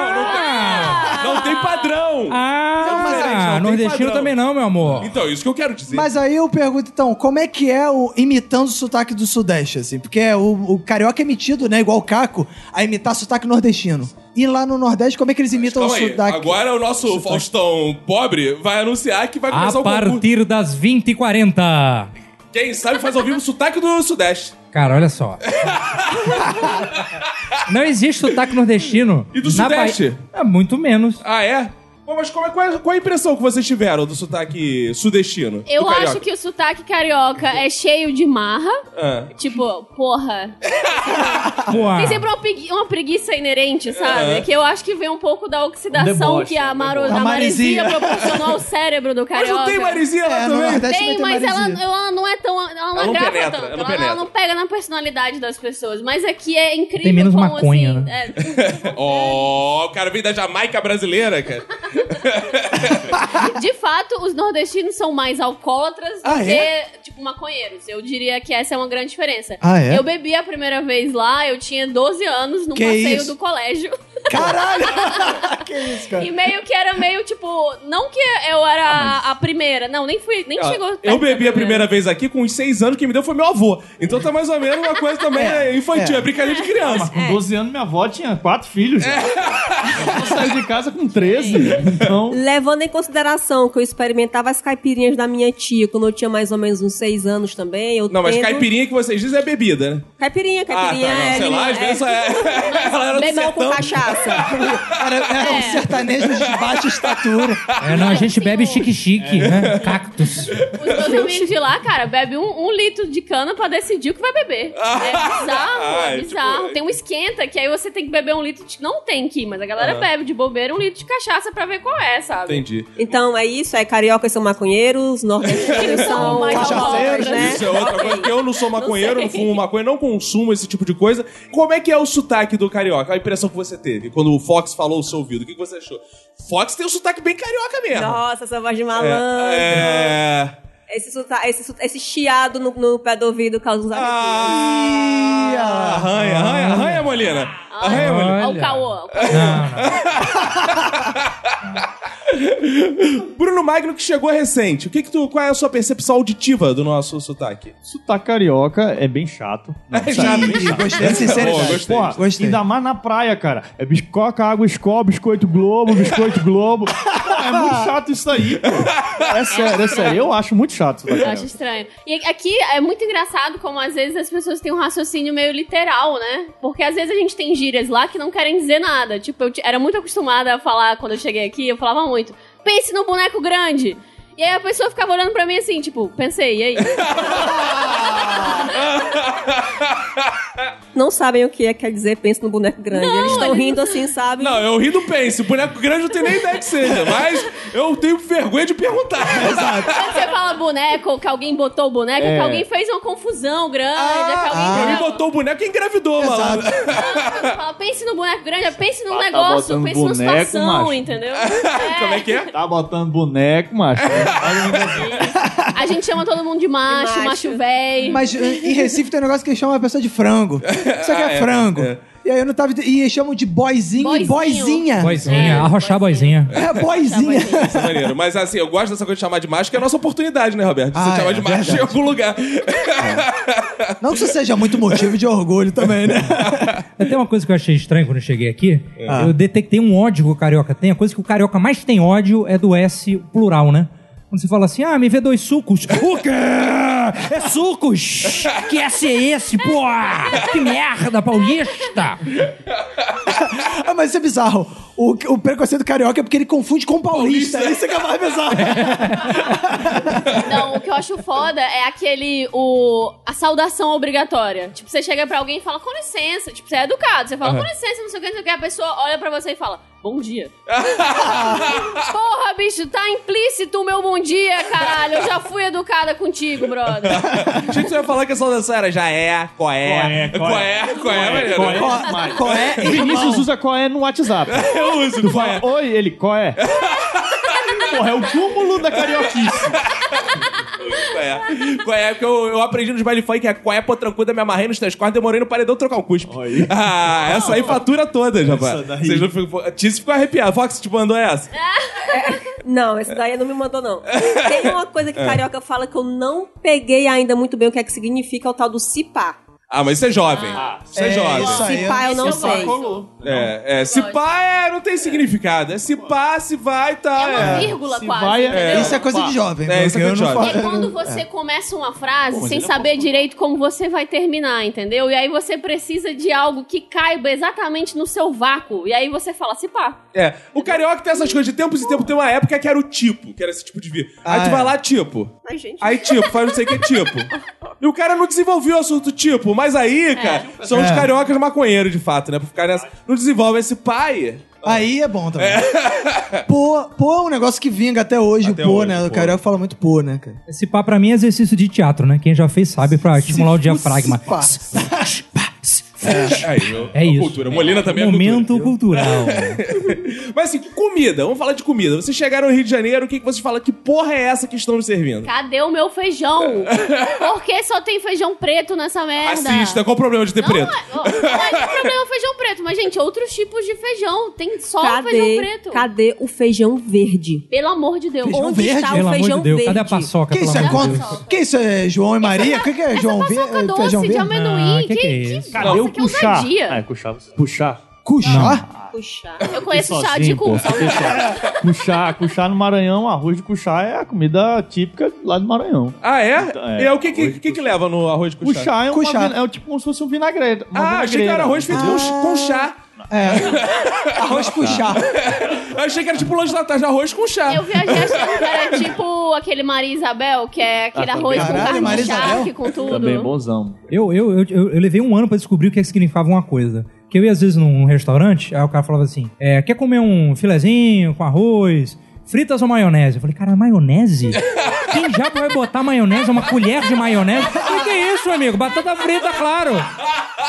S4: Ah!
S1: Não tem padrão!
S4: Ah!
S1: Mas aí, não tem
S4: nordestino
S1: padrão.
S4: também não, meu amor.
S1: Então, isso que eu quero dizer.
S2: Mas aí eu pergunto, então, como é que é o imitando o sotaque do Sudeste, assim? Porque o, o carioca é metido, né? Igual o Caco, a imitar sotaque nordestino. E lá no Nordeste, como é que eles imitam
S1: Calma
S2: o
S1: Então, aí.
S2: sotaque? Ah,
S1: Agora o nosso Faustão pobre vai anunciar que vai começar
S4: A
S1: o concurso.
S4: partir das 20h40.
S1: Quem sabe faz ao vivo o sotaque do Sudeste.
S4: Cara, olha só. Não existe sotaque nordestino.
S1: E do
S4: na
S1: Sudeste?
S4: Bahia- Ah, muito menos.
S1: Ah, é? Bom, mas qual, é- qual é- qual é a impressão que vocês tiveram do sotaque sudestino?
S3: Eu
S1: Do carioca?
S3: acho que o sotaque carioca é cheio de marra.
S1: Ah.
S3: Tipo, porra. Tem sempre uma, pregui- uma preguiça inerente, sabe? Que eu acho que vem um pouco da oxidação
S7: deboche,
S3: que a, maro...
S2: deboche.
S3: a
S2: A
S3: maresia
S2: maresia.
S3: proporcionou ao cérebro do
S1: Mas
S3: carioca.
S1: não tem marizinha lá
S2: É, no
S1: também?
S2: Nordeste vai
S3: Tem,
S2: ter
S3: mas ela,
S2: maresia.
S3: ela não é tão. Ela não
S1: Ela não
S3: agrava
S1: penetra,
S3: tanto.
S1: ela
S3: Ela,
S1: não
S3: ela
S1: penetra.
S3: não pega na personalidade das pessoas. Mas aqui é incrível.
S4: Tem menos
S3: como,
S4: maconha,
S3: assim, é,
S1: Ó, o cara veio da Jamaica brasileira, cara.
S3: de fato, os nordestinos são mais alcoólatras do
S2: Ah,
S3: que,
S2: é?
S3: tipo, maconheiros. Eu diria que essa é uma grande diferença.
S2: Ah, é?
S3: Eu bebi a primeira vez lá, eu tinha 12 anos, num
S2: Que
S3: passeio
S2: isso?
S3: do colégio.
S2: Caralho! que isso, cara? Ah,
S3: E meio que era meio tipo. Não que eu era a primeira. Não, nem fui. Nem
S1: Ó,
S3: chegou. perto
S1: Ah, Eu
S3: da
S1: bebi a primeira vez aqui com uns seis anos, quem me deu foi meu avô. Então tá mais ou menos uma coisa também
S2: É,
S1: infantil, é.
S2: é.
S1: brincadeira de criança. É.
S6: Com 12 anos, minha avó tinha quatro filhos. já. Eu saí de casa com 13. Então,
S5: Levando em consideração que eu experimentava as caipirinhas da minha tia quando eu tinha mais ou menos uns seis anos também. Eu
S1: Não, mas
S5: tendo-
S1: caipirinha que vocês dizem é bebida, né?
S5: Caipirinha, caipirinha.
S1: ah, tá, não,
S5: é,
S1: sei lá,
S5: menina,
S1: às vezes
S5: é.
S1: é... ela era do
S5: Bebão com
S1: sertão.
S5: cachaça. É.
S2: Era, era um sertanejo de baixa estatura.
S4: É, não, a gente bebe chique-chique, né? Cactus.
S3: Os meus amigos de lá, cara, bebe um, um litro de cana pra decidir o que vai beber. É bizarro,
S1: Ah,
S3: é
S1: tipo,
S3: bizarro.
S1: é.
S3: Tem um esquenta que aí você tem que beber um litro de. Não tem aqui, mas a galera bebe de bobeira um litro de cachaça pra ver qual é, sabe?
S1: Entendi.
S5: Então é isso, é cariocas são maconheiros, nordestinos são
S3: mais alcoólatras,
S5: cachaceiros, né?
S1: Isso é outra
S5: Ok.
S1: coisa, que eu não sou maconheiro, não,
S3: sei.
S1: fumo maconha, não consumo esse tipo de coisa. Como é que é o sotaque do carioca? A impressão que você teve quando o Fox falou o seu ouvido, o que que você achou? Fox tem um sotaque bem carioca mesmo.
S5: Nossa, essa voz de malandro.
S1: É... é...
S5: Esse, suta- esse, suta- esse chiado no, no pé do ouvido causa uns arrepios.
S1: Ah, arranha, arranha, arranha, Molina. Arranha, Molina.
S3: Olha o
S4: Olha.
S3: caô. ó o caô.
S1: Bruno Magno que chegou recente. O que que tu, qual é a sua percepção auditiva do nosso sotaque?
S6: sotaque carioca é bem chato. Não,
S1: É
S6: sério,
S1: chato.
S6: bem chato.
S2: Gostei da
S1: Boa,
S2: sinceridade.
S1: gostei.
S6: Porra,
S2: Gostei.
S6: ainda mais na praia, cara. É bis- coca, água, escola, biscoito globo, biscoito globo. Pô, é muito chato isso aí, pô. É sério, é sério. Eu acho muito chato.
S3: Eu acho estranho. E aqui é muito engraçado como às vezes as pessoas têm um raciocínio meio literal, né? Porque às vezes a gente tem gírias lá que não querem dizer nada. Tipo, eu ti- era muito acostumada a falar quando eu cheguei aqui, eu falava muito. Pense no boneco grande. E aí a pessoa ficava olhando pra mim assim, tipo, pensei, e aí?
S5: Não sabem o que é, quer dizer, pensa no boneco grande. eles estão
S3: eles-
S5: rindo assim, sabe?
S1: Não, eu ri do pense. Boneco grande eu não tenho nem ideia que seja, mas eu tenho vergonha de perguntar.
S3: Quando você fala boneco, que alguém botou o boneco,
S6: É.
S3: que alguém fez uma confusão grande,
S6: Ah.
S3: que alguém...
S1: Pra mim
S2: Ah.
S3: entendeu?
S1: botou o boneco e engravidou, malandro.
S3: Quando fala, pense no boneco grande, é pense num
S6: Tá
S3: negócio,
S6: botando
S3: pense numa
S6: boneco,
S3: situação,
S6: macho.
S3: entendeu?
S1: Como é que é?
S6: Tá botando boneco, macho.
S3: A gente chama todo mundo de macho,
S5: macho.
S3: macho véi.
S2: Mas eh, em Recife tem um negócio que eles chamam a pessoa de frango. Isso aqui
S1: Ah,
S2: é,
S1: é,
S2: frango.
S1: é.
S2: E aí eu não tava. ent- E eles chamam de boizinho e
S3: Boizinho.
S2: boizinha.
S4: Boizinha,
S3: É,
S4: arrochar a boizinha.
S2: É, boizinha.
S1: Isso é maneiro. Mas assim, eu gosto dessa coisa de chamar de macho, que é a nossa oportunidade, né, Roberto? De você
S2: Ah,
S1: chamar
S2: é,
S1: de macho em
S2: verdade.
S1: algum lugar.
S2: Não que isso seja muito motivo de orgulho também, né? É.
S4: Tem uma coisa que eu achei estranha quando eu cheguei aqui. Eu detectei um ódio que o carioca tem. A coisa que o carioca mais tem ódio é do S plural, né? Quando você fala assim, ah, me vê dois sucos. O quê? É sucos! Que S é esse, pô? Que merda, paulista!
S2: Ah, mas isso é bizarro. O, o preconceito carioca é porque ele confunde com paulista. Isso é que é mais bizarro.
S3: Não, Então, o que eu acho foda é aquele. O, a saudação obrigatória. Tipo, você chega pra alguém e fala, com licença. Tipo, você é educado. Você fala, com licença, não sei o que, não sei o que. A pessoa olha pra você e fala, bom dia. Porra, bicho, tá implícito o meu bom dia, caralho. Eu já fui educada contigo,
S2: É.
S3: brother.
S1: Achei que você ia falar que essa dança era já é, qual é, qual é, qual é, maneiro.
S6: Qual é?
S2: Qual, qual é?
S6: Vinícius usa qual é no WhatsApp.
S1: Eu uso, qual é.
S6: Oi, ele, qual é? Porra, é o cúmulo da carioquice.
S1: Qual é? Qual é? Porque eu, eu aprendi nos baile funk que é qual é, pô, tranquilo, me amarrei nos três quartos, demorei no paredão trocar o cuspe. Ah, essa aí fatura toda, rapaz.
S6: daí.
S1: Vocês não ficam... Tice ficou arrepiado. Fox te mandou essa?
S5: É. Não, esse daí não me mandou, não. Tem uma coisa que carioca fala que eu não peguei ainda muito bem o que é que significa é o tal do cipá.
S1: Ah, mas você é jovem. Você é,
S2: É,
S1: jovem.
S2: isso aí.
S5: Se pá, eu não
S3: Isso eu
S5: sei.
S1: É, é, se
S3: Lógico.
S1: pá é, não tem significado. É se pá, se vai, tá.
S3: É uma
S1: É,
S3: vírgula
S6: Se
S3: quase.
S6: vai, é-
S3: entendeu?
S2: Isso é coisa de jovem.
S1: É, isso é
S2: porque
S1: coisa de
S2: eu não
S1: jovem.
S3: É
S2: falo-
S3: quando você começa uma frase sem saber direito como você vai terminar, entendeu? E aí você precisa de algo que caiba exatamente no seu vácuo. E aí você fala, se pá.
S1: é. O carioca tem essas coisas de tempos em tempos. Tem uma época que era o tipo, que era esse tipo de vírgula. Aí
S2: Ah,
S1: tu vai
S2: é.
S1: lá, tipo.
S5: Ai, gente.
S1: Aí, tipo, faz não sei o que tipo. E o cara não desenvolveu o assunto tipo, mas aí, cara, são os
S2: É.
S1: cariocas maconheiros, de fato, né? Pra ficar nessa. Não desenvolve esse pai.
S2: Aí é bom também. Pô, pô é um negócio que vinga até hoje,
S1: Até
S2: o pô,
S1: hoje,
S2: né?
S1: pô.
S2: O carioca fala muito pô, né, cara?
S4: Esse pá pra mim é exercício de teatro, né? Quem já fez sabe, pra estimular o diafragma.
S2: Pá.
S1: É, aí, meu,
S4: É
S1: a
S4: isso.
S1: Cultura. Molina também é
S4: Momento
S1: cultura.
S4: cultural.
S1: Mas assim, comida. Vamos falar de comida. Vocês chegaram no Rio de Janeiro, o que, que vocês falam? Que porra é essa que estão me servindo?
S3: Cadê o meu feijão? Por que só tem feijão preto nessa merda?
S1: Assista, qual o problema de ter
S3: É Não,
S1: preto?
S3: é- ó, mas o problema é o feijão preto. Mas, gente, outros tipos de feijão. Tem só o feijão
S5: Cadê,
S3: preto.
S5: cadê o feijão verde?
S3: Pelo amor de Deus.
S2: Feijão
S5: Onde
S2: Um verde?
S3: tá um
S5: está
S4: Pelo
S5: o
S4: amor de
S5: feijão
S4: Deus.
S5: verde?
S4: Cadê a paçoca?
S2: Que
S4: pelo
S2: isso é
S4: amor de
S2: contra?
S4: Deus?
S2: Que isso é João e Maria? O que, que é João
S3: Essa
S2: Verde?
S3: paçoca doce
S2: Feijão
S3: de
S2: verde?
S3: amendoim.
S4: Ah, que
S3: que, um
S4: que é
S3: que-
S4: isso?
S3: Nossa, que ousadia.
S6: Ah, é puxar. Puxar.
S2: Cuchá?
S5: Puxa.
S3: Eu conheço chá de
S6: sozinho,
S3: cu.
S6: pô.
S3: só um-
S6: Cuxá, cuxá no Maranhão, arroz de cuxá é a comida típica lá do Maranhão.
S1: Ah, é?
S6: É,
S1: E é o que, que,
S6: arroz de
S1: que, que leva no arroz de cuchá?
S6: Cuxá é, uma
S2: Cuxá.
S6: vina- é tipo como se fosse um vinagrete. uma
S1: Ah, achei que
S6: vinagreira.
S1: era arroz feito com, ch- com chá.
S3: é
S2: Arroz com chá.
S1: Eu achei que era tipo lanche da tarde, arroz com chá.
S3: Eu viajei achando que era tipo aquele Maria Isabel, que é aquele
S6: Ah,
S3: arroz com
S2: caralho,
S3: carne
S2: Maria
S3: de charque,
S2: Isabel?
S3: com tudo.
S6: Também bonzão.
S4: Eu, eu, eu, eu- eu levei um ano pra descobrir o que, é que significava uma coisa. Que eu ia às vezes num restaurante, aí o cara falava assim: é, quer comer um filezinho com arroz, fritas ou maionese? Eu falei, cara, maionese? Quem já vai botar maionese? Uma colher de maionese? O que é isso, amigo? Batata frita, claro!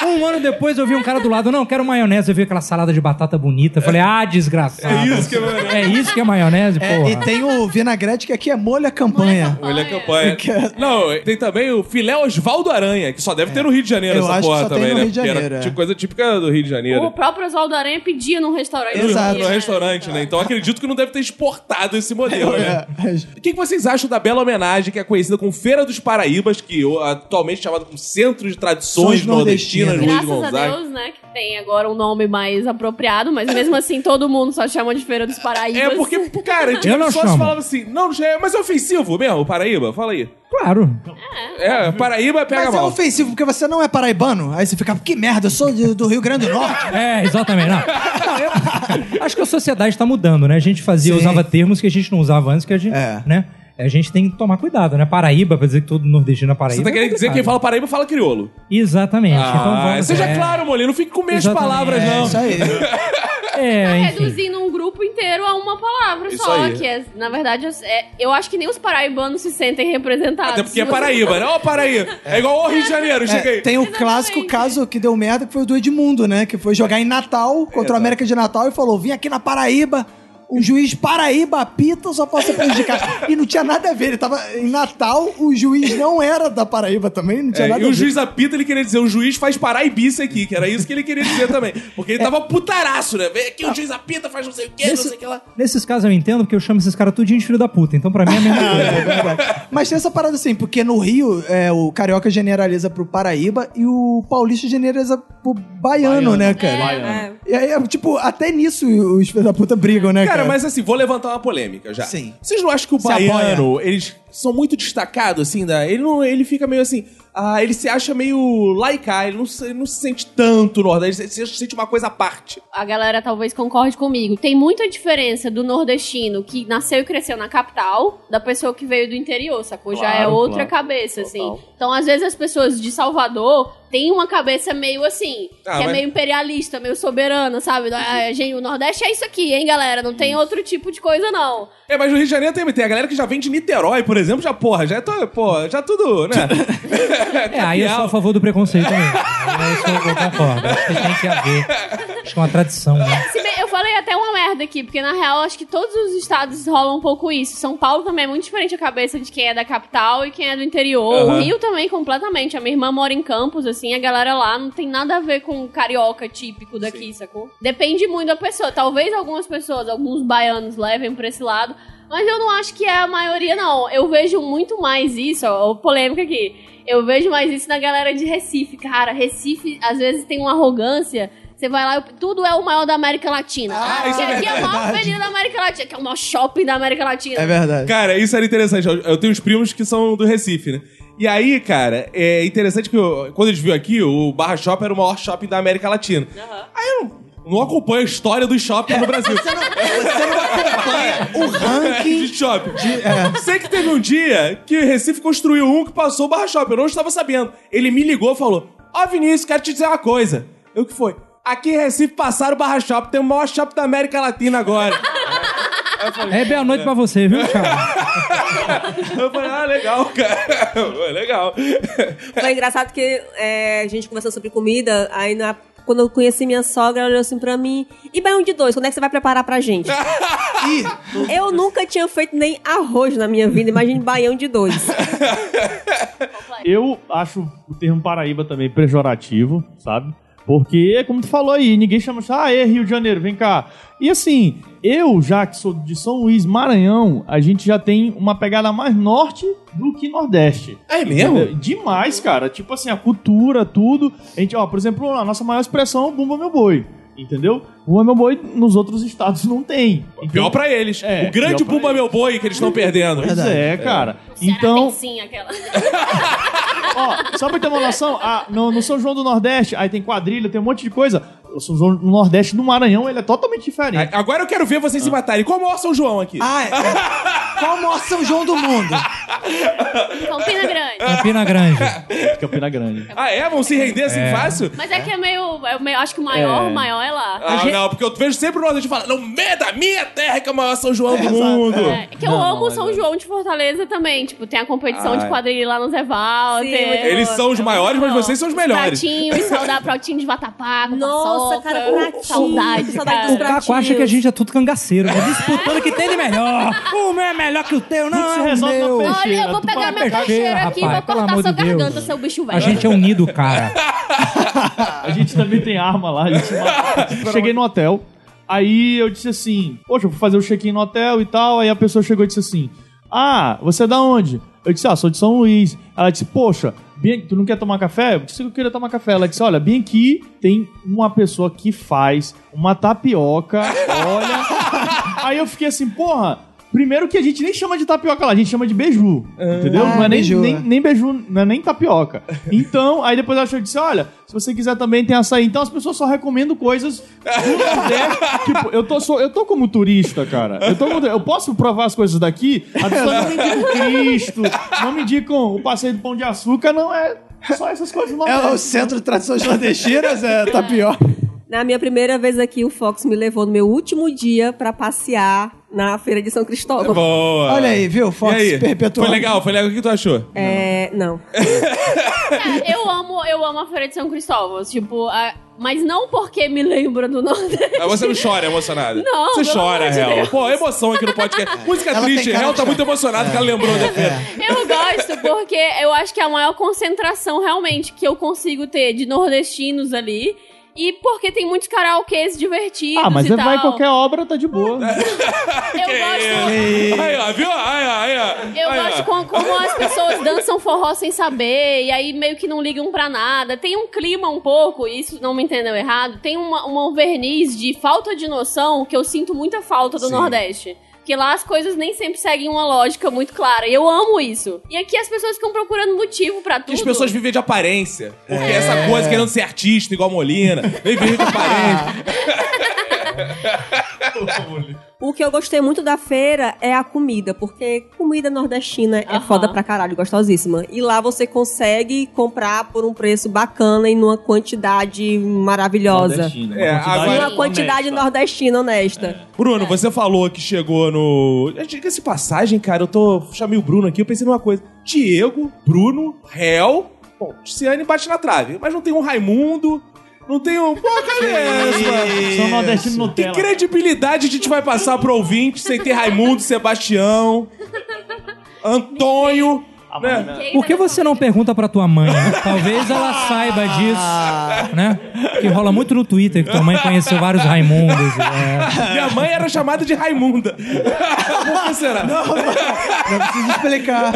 S4: Um ano depois eu vi um cara do lado, não, quero maionese. Eu vi aquela salada de batata bonita. Eu falei, ah, desgraçado.
S1: É isso que é maionese.
S4: É isso que é maionese,
S2: É,
S4: porra.
S2: e tem o vinagrete que aqui é molha campanha.
S1: Olha a campanha.
S2: Porque-
S1: Não, tem também o filé Osvaldo Aranha, que só deve ter no Rio de Janeiro
S2: É. Eu
S1: essa
S2: acho que
S1: porra
S2: só tem
S1: também,
S2: no
S1: né?
S2: Rio de
S1: Porque
S2: Janeiro, é.
S1: era tipo coisa típica do Rio de Janeiro.
S3: O próprio Oswaldo Aranha pedia num restaurante.
S1: No-
S2: Exato.
S1: No restaurante, né? Então acredito que não deve ter exportado esse modelo, né?
S2: É.
S1: O que que vocês acham da bela homenagem que é conhecida como Feira dos Paraíbas, que o- atualmente é chamada como Centro de Tradições
S2: Sons
S1: Nordestinas,
S2: nordestinas.
S1: Luiz
S3: Graças a
S1: Gonzaga?
S3: Deus, né? Que tem agora um nome mais apropriado, mas mesmo assim todo mundo só chama de Feira dos Paraíbas.
S1: É porque, cara,
S4: Eu não
S1: antigamente só se
S4: chamo.
S1: falava assim, não, já é- mas é ofensivo mesmo, Paraíba? Fala aí.
S4: Claro.
S1: É, Paraíba pega
S2: Mas é
S1: mal.
S2: ofensivo, porque você não é paraibano. Aí você fica, que merda, eu sou de- do Rio Grande do Norte.
S4: É, exatamente. Não. Não, eu- acho que a sociedade está mudando, né? A gente fazia,
S2: Sim.
S4: usava termos que a gente não usava antes, que a gente,
S2: É.
S4: né? A gente tem que tomar cuidado, né? Paraíba, pra dizer que todo nordestino é Paraíba.
S1: Você tá querendo
S4: é
S1: dizer que quem
S4: complicado.
S1: fala Paraíba fala crioulo.
S4: Exatamente. então
S1: Ah,
S4: vamos,
S1: seja
S4: é,
S1: claro, Molino, não fique com meias
S4: Exatamente.
S1: palavras,
S2: É
S1: não.
S2: isso aí.
S4: É, enfim.
S3: Reduzindo um grupo inteiro a uma palavra
S1: Isso
S3: só,
S1: aí.
S3: que é- na verdade é- eu acho que nem os paraibanos se sentem representados.
S1: Até porque é Paraíba, né? Ó, Paraíba. É igual ao Rio de Janeiro,
S2: É,
S1: chega aí.
S2: tem o clássico caso que deu merda, que foi o do Edmundo, né? Que foi jogar em Natal, contra o América de Natal, e falou: vim aqui na Paraíba. Um juiz paraíba apita, só posso prejudicar. e não tinha nada a ver. Ele tava em Natal, o juiz não era da Paraíba também, não tinha
S1: É,
S2: nada
S1: e
S2: a
S1: o
S2: ver.
S1: juiz apita, ele queria dizer, o juiz faz paraibice aqui, que era isso que ele queria dizer também. Porque
S2: É.
S1: ele tava putaraço, né? Vem aqui, o juiz apita, faz não sei o quê, não
S4: Nesse-
S1: sei o que lá.
S4: Nesses casos eu entendo, porque eu chamo esses caras tudinho de filho da puta. Então pra mim é a mesma coisa.
S2: Mas tem essa parada assim, porque no Rio, é, o carioca generaliza pro Paraíba e o paulista generaliza pro baiano,
S6: Baiano,
S2: né, cara?
S6: baiano.
S5: É.
S2: E aí, é, tipo, até nisso os filhos da puta brigam,
S4: É,
S2: né, cara?
S1: Cara, mas assim, vou levantar uma polêmica já.
S2: Sim.
S1: Vocês não acham que o
S2: Se
S1: baiano, eles são muito destacados, assim, da... ele, não, ele fica meio assim... Ah, ele se acha meio laicar, ele não, se- ele não se sente tanto nordeste, ele se se sente uma coisa à parte.
S3: a galera talvez concorde comigo. Tem muita diferença do nordestino que nasceu e cresceu na capital da pessoa que veio do interior, sacou? Já é
S6: Claro,
S3: outra
S6: claro.
S3: cabeça,
S6: Total.
S3: assim. Então, às vezes, as pessoas de Salvador têm uma cabeça meio assim,
S1: Ah,
S3: que é
S1: mas-
S3: meio imperialista, meio soberana, sabe? Ah, gente, o Nordeste é isso aqui, hein, galera? Não tem outro tipo de coisa, não.
S1: É, mas no Rio de Janeiro tem, tem a galera que já vem de Niterói, por exemplo, já, porra, já é, to, porra, já tudo, né?
S4: É, aí eu sou a favor do preconceito também. Aí eu, sou, eu concordo. Acho que tem que haver. Acho que é uma tradição, né?
S3: Se bem- eu falei até uma merda aqui, porque na real acho que todos os estados rolam um pouco isso. São Paulo também é muito diferente a cabeça de quem é da capital e quem é do interior. O Rio também, completamente. A minha irmã mora em Campos, assim, a galera lá não tem nada a ver com o carioca típico daqui, sacou? Depende muito da pessoa. Talvez algumas pessoas, alguns baianos levem pra esse lado. Mas eu não acho que é a maioria, não. Eu vejo muito mais isso, ó, ó, polêmica aqui. Eu vejo mais isso na galera de Recife, cara. Recife, às vezes, tem uma arrogância. Você vai lá, e tudo é o maior da América Latina.
S2: Ah, isso
S3: que
S2: é
S3: aqui é a maior
S2: verdade.
S3: avenida da América Latina, que é o maior shopping da América Latina.
S2: É verdade.
S1: Cara, isso era interessante. Eu- Eu tenho uns primos que são do Recife, né? E aí, cara, é interessante que eu- quando eles viram aqui, o Barra Shopping era o maior shopping da América Latina. Aí eu não, não acompanho a história dos shoppings no
S3: tá-
S1: Brasil.
S2: Você não acompanha o ranking
S1: é, de shopping. Sei que teve um dia que o Recife construiu um que passou o Barra Shopping. Eu não estava sabendo. Ele me ligou e falou: Ó, Vinícius, quero te dizer uma coisa. Eu que foi? Aqui em Recife passaram o Barra Shopping, tem o maior shopping da América Latina agora.
S4: É bela noite pra você, viu, cara?
S1: eu falei, ah, legal, cara. legal.
S5: Foi engraçado que é, a gente conversou sobre comida, aí na- quando eu conheci minha sogra, ela olhou assim pra mim, e baião de dois, quando é que você vai preparar pra gente? eu nunca tinha feito nem arroz na minha vida, imagine baião de dois.
S6: Eu acho o termo Paraíba também pejorativo, sabe? Porque, como tu falou aí, ninguém chama, ah, é Rio de Janeiro, vem cá. E assim, eu já que sou de São Luís, Maranhão, a gente já tem uma pegada mais norte do que nordeste.
S1: É mesmo?
S6: Entendeu? Demais, cara. Tipo assim, a cultura, tudo. A gente, ó, por exemplo, a nossa maior expressão é o Bumba Meu Boi. Entendeu? Bumba Meu Boi nos outros estados não tem.
S1: Pior pra eles.
S6: É,
S1: o grande
S6: pior pra
S1: Pumba Meu Boi que eles estão perdendo.
S6: Pois é, cara.
S3: Ceará tem
S6: Então,
S3: sim aquela.
S6: ó, só pra ter uma noção, a- no, no São João do Nordeste, aí tem quadrilha, tem um monte de coisa. O São João do Nordeste, no Maranhão, ele é totalmente diferente. Ah.
S1: A- Agora eu quero ver vocês se matarem. Qual é o maior São João aqui?
S2: Ah, é. Qual o maior São João do mundo?
S3: Campina Grande.
S4: Campina Grande.
S6: Campina Grande.
S1: Ah, é? Vão se render assim fácil?
S3: Mas é que é meio, é meio- Acho que o maior, o maior é lá.
S1: Ah, não, porque eu vejo sempre o Nordeste falando, não, me da minha terra que é o maior São João do mundo.
S3: É, que eu amo São João de Fortaleza também. Tipo, tem a competição
S4: Ah, é.
S3: de quadrilha lá no Zé Val.
S5: Sim, é
S3: tem-
S5: muito
S1: Eles são os maiores, mas vocês são os melhores.
S3: Pratinhos, saudar pratinho de Vatapá, com
S5: Nossa,
S3: paçoca.
S5: cara, pratinho.
S3: Saudade,
S5: Saudade
S3: cara.
S5: dos
S4: O Caco acha que a gente é tudo cangaceiro, né? disputando o que tem de melhor. O meu é melhor que o teu, não
S6: Tudo se
S4: é o
S6: resolve na
S4: meu.
S6: peixeira.
S3: Olha, eu vou
S6: Tu
S3: pegar
S4: fala
S3: minha
S4: peixeira,
S3: peixeira aqui e vou
S4: rapaz, pelo
S3: cortar
S4: amor
S3: sua
S4: de Deus.
S3: garganta, seu bicho velho.
S4: A gente é unido, cara.
S6: A gente também tem arma lá. a gente mata. Cheguei no hotel, aí eu disse assim: Poxa, eu vou fazer o check-in no hotel e tal. Aí a pessoa chegou e disse assim: Ah, você é da onde? Eu disse: Ah, sou de São Luís. Ela disse: Poxa, bem- tu não quer tomar café? Eu disse que eu queria tomar café. Ela disse: Olha, bem aqui tem uma pessoa que faz uma tapioca. Olha. aí eu fiquei assim: Porra. Primeiro que a gente nem chama de tapioca lá, a gente chama de beiju, entendeu?
S2: Ah,
S6: não é nem,
S2: beiju,
S6: nem,
S2: é.
S6: nem beiju, não é nem tapioca. Então, aí depois ela chegou e disse: olha, se você quiser também tem açaí. Então as pessoas só recomendam coisas do Nordeste. tipo, eu tô, só- eu tô como turista, cara. Eu, tô como- eu posso provar as coisas daqui? As pessoas não me indicam Cristo, não me indicam o passeio do Pão de Açúcar, não é só essas coisas
S2: É o
S6: nordestas.
S2: centro de tradições nordestinas, é tapioca.
S5: Na minha primeira vez aqui, o Fox me levou no meu último dia pra passear na Feira de São
S6: É
S5: Cristóvão.
S1: É Boa.
S2: Olha aí, viu?
S1: E
S2: Fox
S1: aí?
S2: perpetuando.
S1: Foi legal, foi legal. O que tu achou?
S5: É, não.
S3: Cara, eu amo, eu amo a Feira de São Cristóvão. Tipo, a- mas não porque me lembra do Nordeste.
S1: Mas Ah, você não chora emocionada?
S3: Não,
S1: Você
S3: pelo
S1: chora,
S3: amor de
S1: Real.
S3: Deus.
S1: Pô, emoção aqui no podcast. Música
S2: É. Ela tem
S1: triste,
S2: cara de É.
S1: Real tá
S2: chorar.
S1: muito emocionado que ela lembrou da feira.
S3: Eu gosto porque eu acho que é a maior concentração realmente que eu consigo ter de nordestinos ali. E porque tem muitos karaokês divertidos
S6: Ah, mas
S3: e
S6: você
S3: tal. É.
S6: vai em qualquer obra, tá de boa.
S3: Eu gosto,
S1: É. Aí, ó, viu? Aí, ó, aí,
S6: um.
S1: ó.
S3: Eu
S1: aí, ó.
S3: gosto com- como as pessoas dançam forró sem saber, e aí meio que não ligam pra nada. Tem um clima um pouco, e isso não me entendeu errado, tem uma, uma- um verniz de falta de noção que eu sinto muita falta do Nordeste. Porque lá as coisas nem sempre seguem uma lógica muito clara. E eu amo isso. E aqui as pessoas ficam procurando motivo pra
S1: E
S3: tudo.
S1: as pessoas vivem de aparência. Porque
S2: É.
S1: essa coisa querendo ser artista igual Molina. Vem viver de aparência.
S5: O que eu gostei muito da feira é a comida, porque comida nordestina é
S3: Aham.
S5: foda pra caralho, gostosíssima. E lá você consegue comprar por um preço bacana e numa quantidade maravilhosa.
S1: É,
S5: E
S1: agora-
S5: uma quantidade nordestina honesta.
S4: É.
S1: Bruno, você falou que chegou no. Ah, Diga-se passagem, cara, eu tô. Chamei o Bruno aqui, eu pensei numa coisa. Diego, Bruno, Réu. Bom, Ticiane bate na trave. Mas não tem um Raimundo. Não tem um. Pô, cadê essa?
S6: São nordestinos
S1: Que
S6: Nutella.
S1: credibilidade a gente vai passar pro ouvinte sem ter Raimundo, Sebastião, Antônio. né?
S4: Por que você não pergunta pra tua mãe? né? Talvez ela saiba
S3: Ah.
S4: disso, né? Que rola muito no Twitter que tua mãe conheceu vários Raimundos. é.
S1: Minha mãe era chamada de Raimunda. Por que será?
S2: Não preciso explicar.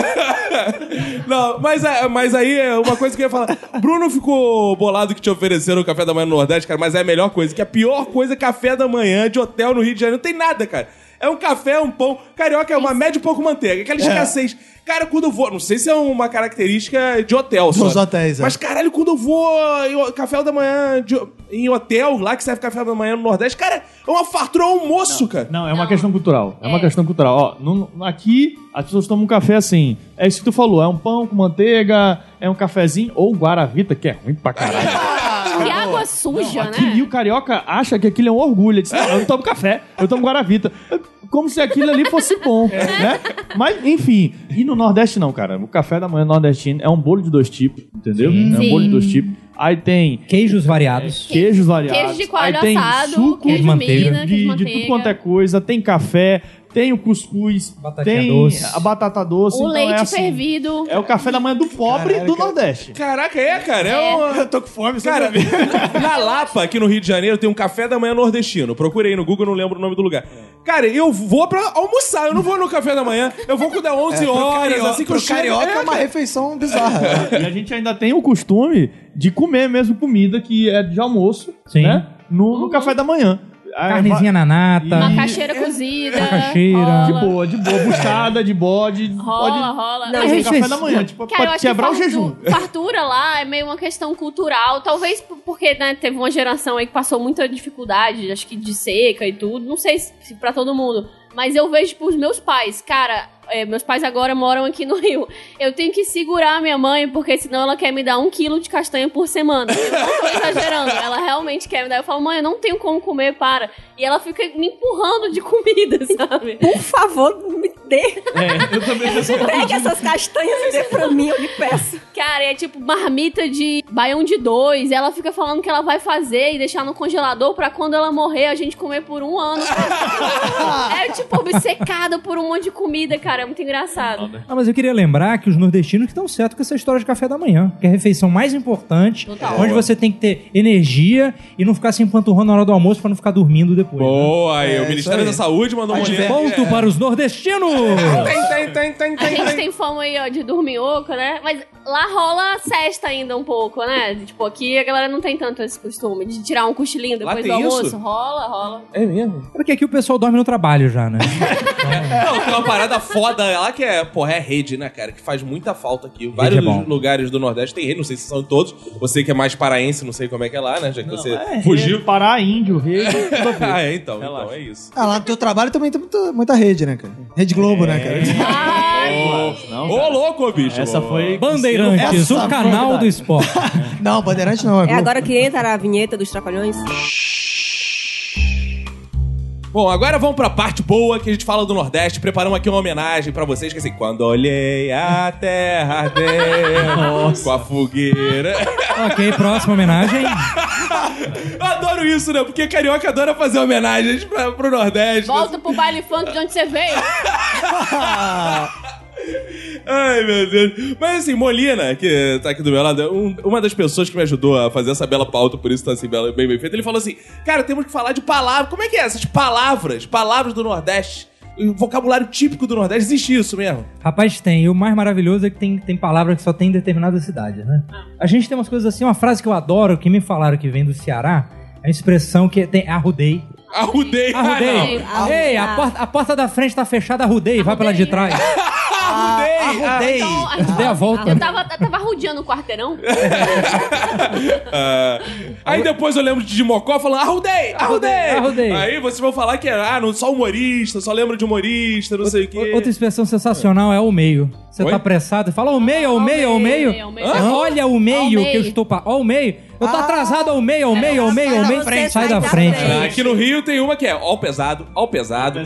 S1: Não, mas, é- mas aí é uma coisa que eu ia falar. Bruno ficou bolado que te ofereceram o café da manhã no Nordeste, cara, mas é a melhor coisa. Que a pior coisa é café da manhã de hotel no Rio de Janeiro. Não tem nada, cara. É um café, um pão. Carioca é uma média e pouco manteiga.
S2: É.
S1: Aquela escassez. Cara, quando eu vou. Não sei se é uma característica de hotel, só.
S2: Dos hotéis, é.
S1: Mas, caralho, quando eu vou em ho- café da manhã de- em hotel, lá que serve café da manhã no Nordeste, cara, é uma fartura ao almoço, cara.
S6: Não, é uma questão cultural. É, uma questão cultural. Ó, no- aqui as pessoas tomam um café assim. É isso que tu falou. É um pão com manteiga, é um cafezinho ou guaravita, que é ruim pra caralho.
S3: E
S1: Ah,
S3: água suja,
S6: Aqui e
S3: né?
S6: o carioca acha que aquilo é um orgulho. Ele diz, não, eu tomo café, eu tomo guaravita. Como se aquilo ali fosse bom,
S3: É.
S6: né? Mas, enfim. E no Nordeste não, cara. O café da manhã nordestino é um bolo de dois tipos, entendeu? É um
S3: Sim.
S6: bolo de dois tipos. Aí tem É,
S4: Queijos variados.
S6: queijos variados.
S3: Queijo de coalho
S6: aí tem
S3: assado,
S6: suco
S3: queijo
S4: de manteiga.
S3: mina, queijo
S6: de, de tudo
S3: manteiga.
S6: quanto é coisa. Tem café, tem o cuscuz,
S4: Batatinha
S6: tem
S4: doce.
S6: a batata doce.
S3: O
S6: então
S3: leite
S6: é assim,
S3: fervido.
S6: É o café da manhã do pobre do Nordeste.
S1: Caraca, é, cara. É, uma.
S2: Eu tô com fome, você
S1: Cara, na Lapa, aqui no Rio de Janeiro, tem um café da manhã nordestino. Procurei no Google, não lembro o nome do lugar. Cara, eu vou pra almoçar, eu não vou no café da manhã. Eu vou quando é 11 horas, assim que eu
S2: pro
S1: chego.
S2: carioca é uma
S1: cara.
S2: refeição bizarra.
S6: E a gente ainda tem o costume de comer mesmo comida que é de almoço,
S4: Sim.
S6: né? No,
S3: Uhum.
S6: no café da manhã. Aí
S4: Carnezinha na nata.
S6: E- É,
S3: Macaxeira cozida.
S4: Macaxeira.
S6: vai- De
S3: Rola,
S6: boa, de boa, buchada, de bode.
S3: rola.
S6: pode...
S3: rola.
S6: Não,
S3: Mas
S6: no
S4: gente,
S6: café
S4: isso-
S6: da manhã, tipo,
S3: Cara, eu
S6: pode
S3: acho que
S6: quebrar o
S3: fartu-
S6: jejum.
S3: Fartura lá é meio uma questão cultural. Talvez p- porque né, teve uma geração aí que passou muita dificuldade, acho que de seca e tudo. Não sei se se pra todo mundo. Mas eu vejo pros meus pais, cara. é, meus pais agora moram aqui no Rio. Eu tenho que segurar a minha mãe, porque senão ela quer me dar um quilo de castanha por semana. Eu não tô exagerando. Ela realmente quer me dar. Eu falo, mãe, eu não tenho como comer, para. E ela fica me empurrando de comida, sabe?
S5: Por favor, me dê.
S6: É, eu também sou só-
S5: Pegue essas castanhas e dê pra mim, eu lhe peço.
S3: Cara, é tipo marmita de baião de dois. Ela fica falando que ela vai fazer e deixar no congelador pra quando ela morrer a gente comer por um ano. é tipo obcecada por um monte de comida, cara. É muito engraçado.
S1: né?
S4: Ah, mas eu queria lembrar que os nordestinos que estão certos com essa história de café da manhã, que é a refeição mais importante,
S3: Total.
S4: onde você tem que ter energia e não ficar se empanturrando na hora do almoço pra não ficar dormindo depois. né?
S1: Boa, É aí, o Ministério da Saúde mandou um
S2: Mas
S1: olhar.
S4: Ponto para os nordestinos!
S1: Tem, tem, tem, tem,
S3: A
S1: tem,
S3: gente
S1: tem.
S3: tem fama aí, ó, de dorminhoco, né? Mas lá rola cesta ainda um pouco, né? Tipo, aqui a galera não tem tanto esse costume de tirar um cochilinho
S1: Lá
S3: depois do
S1: tem
S3: almoço.
S1: isso?
S3: Rola, rola.
S1: É mesmo?
S4: É porque aqui o pessoal dorme no trabalho já, né?
S1: Não, tem uma parada foda lá que é, porra, é rede, né, cara? Que faz muita falta aqui. Vários
S4: é bom.
S1: lugares do Nordeste tem rede, não sei se são todos. Você que é mais paraense, não sei como é que é lá, né? Já que você fugiu.
S6: Pará, Ah, índio, rei. tudo a ver.
S1: Ah, é, então, então, é isso.
S2: Ah, lá no teu trabalho também tem muita, muita rede, né, cara? Rede Globo,
S4: É,
S2: né, cara?
S3: Ai,
S6: Não,
S1: Ô, louco, bicho.
S6: Essa foi.
S4: Bandeirantes,
S2: Essa
S4: o canal
S2: foi-
S4: do esporte.
S2: Não, Bandeirante não, é
S5: É
S2: Globo.
S5: agora que entra a vinheta dos trapalhões.
S1: Bom, agora vamos pra parte boa que a gente fala do Nordeste. Preparamos aqui uma homenagem pra vocês, que assim, quando olhei a terra arder com a fogueira.
S4: ok, próxima homenagem.
S1: Eu adoro isso, né? Porque carioca adora fazer homenagens pra, pro Nordeste. né?
S3: volta pro Tipo, baile funk de onde você veio.
S1: Ai, meu Deus. Mas assim, Molina, que tá aqui do meu lado, um- uma das pessoas que me ajudou a fazer essa bela pauta, por isso tá assim, bela, bem, bem feita, ele falou assim: Cara, temos que falar de palavras. Como é que é? Essas palavras, palavras do Nordeste. O vocabulário típico do Nordeste, existe isso mesmo.
S4: Rapaz, tem. E o mais maravilhoso é que tem, tem palavras que só tem em determinada cidade, né? A gente tem umas coisas assim, uma frase que eu adoro, que me falaram que vem do Ceará, é a expressão que tem arrudei.
S1: Arrudei.
S4: Arrudei!
S5: Ah, não.
S4: Ei, a porta, a porta da frente tá fechada, arrudei, vai pela de trás.
S1: Arrudei.
S2: Arrudei.
S3: Então,
S4: Dei a volta.
S3: Eu tava, eu tava rodeando o quarteirão.
S1: Ah, aí depois eu lembro de Mocó falando arrudei, arrudei,
S4: Arrudei.
S1: Aí vocês vão falar que é ah, não, só humorista, só lembro de humorista, não sei o quê.
S4: O- Outra expressão sensacional é o meio. Você
S1: Oi?
S4: tá apressado e fala o meio, o meio, o meio.
S3: ao meio.
S4: Você Olha o meio que eu
S3: meio.
S4: estou pa... Ó o meio. Eu tô atrasado ao meio, ao meio, ao meio, ao
S5: da
S4: meio.
S5: frente,
S4: Sai
S5: sai
S4: da
S5: da
S4: frente. né?
S5: frente.
S1: É, Aqui no Rio tem uma que é ó pesado, ó pesado.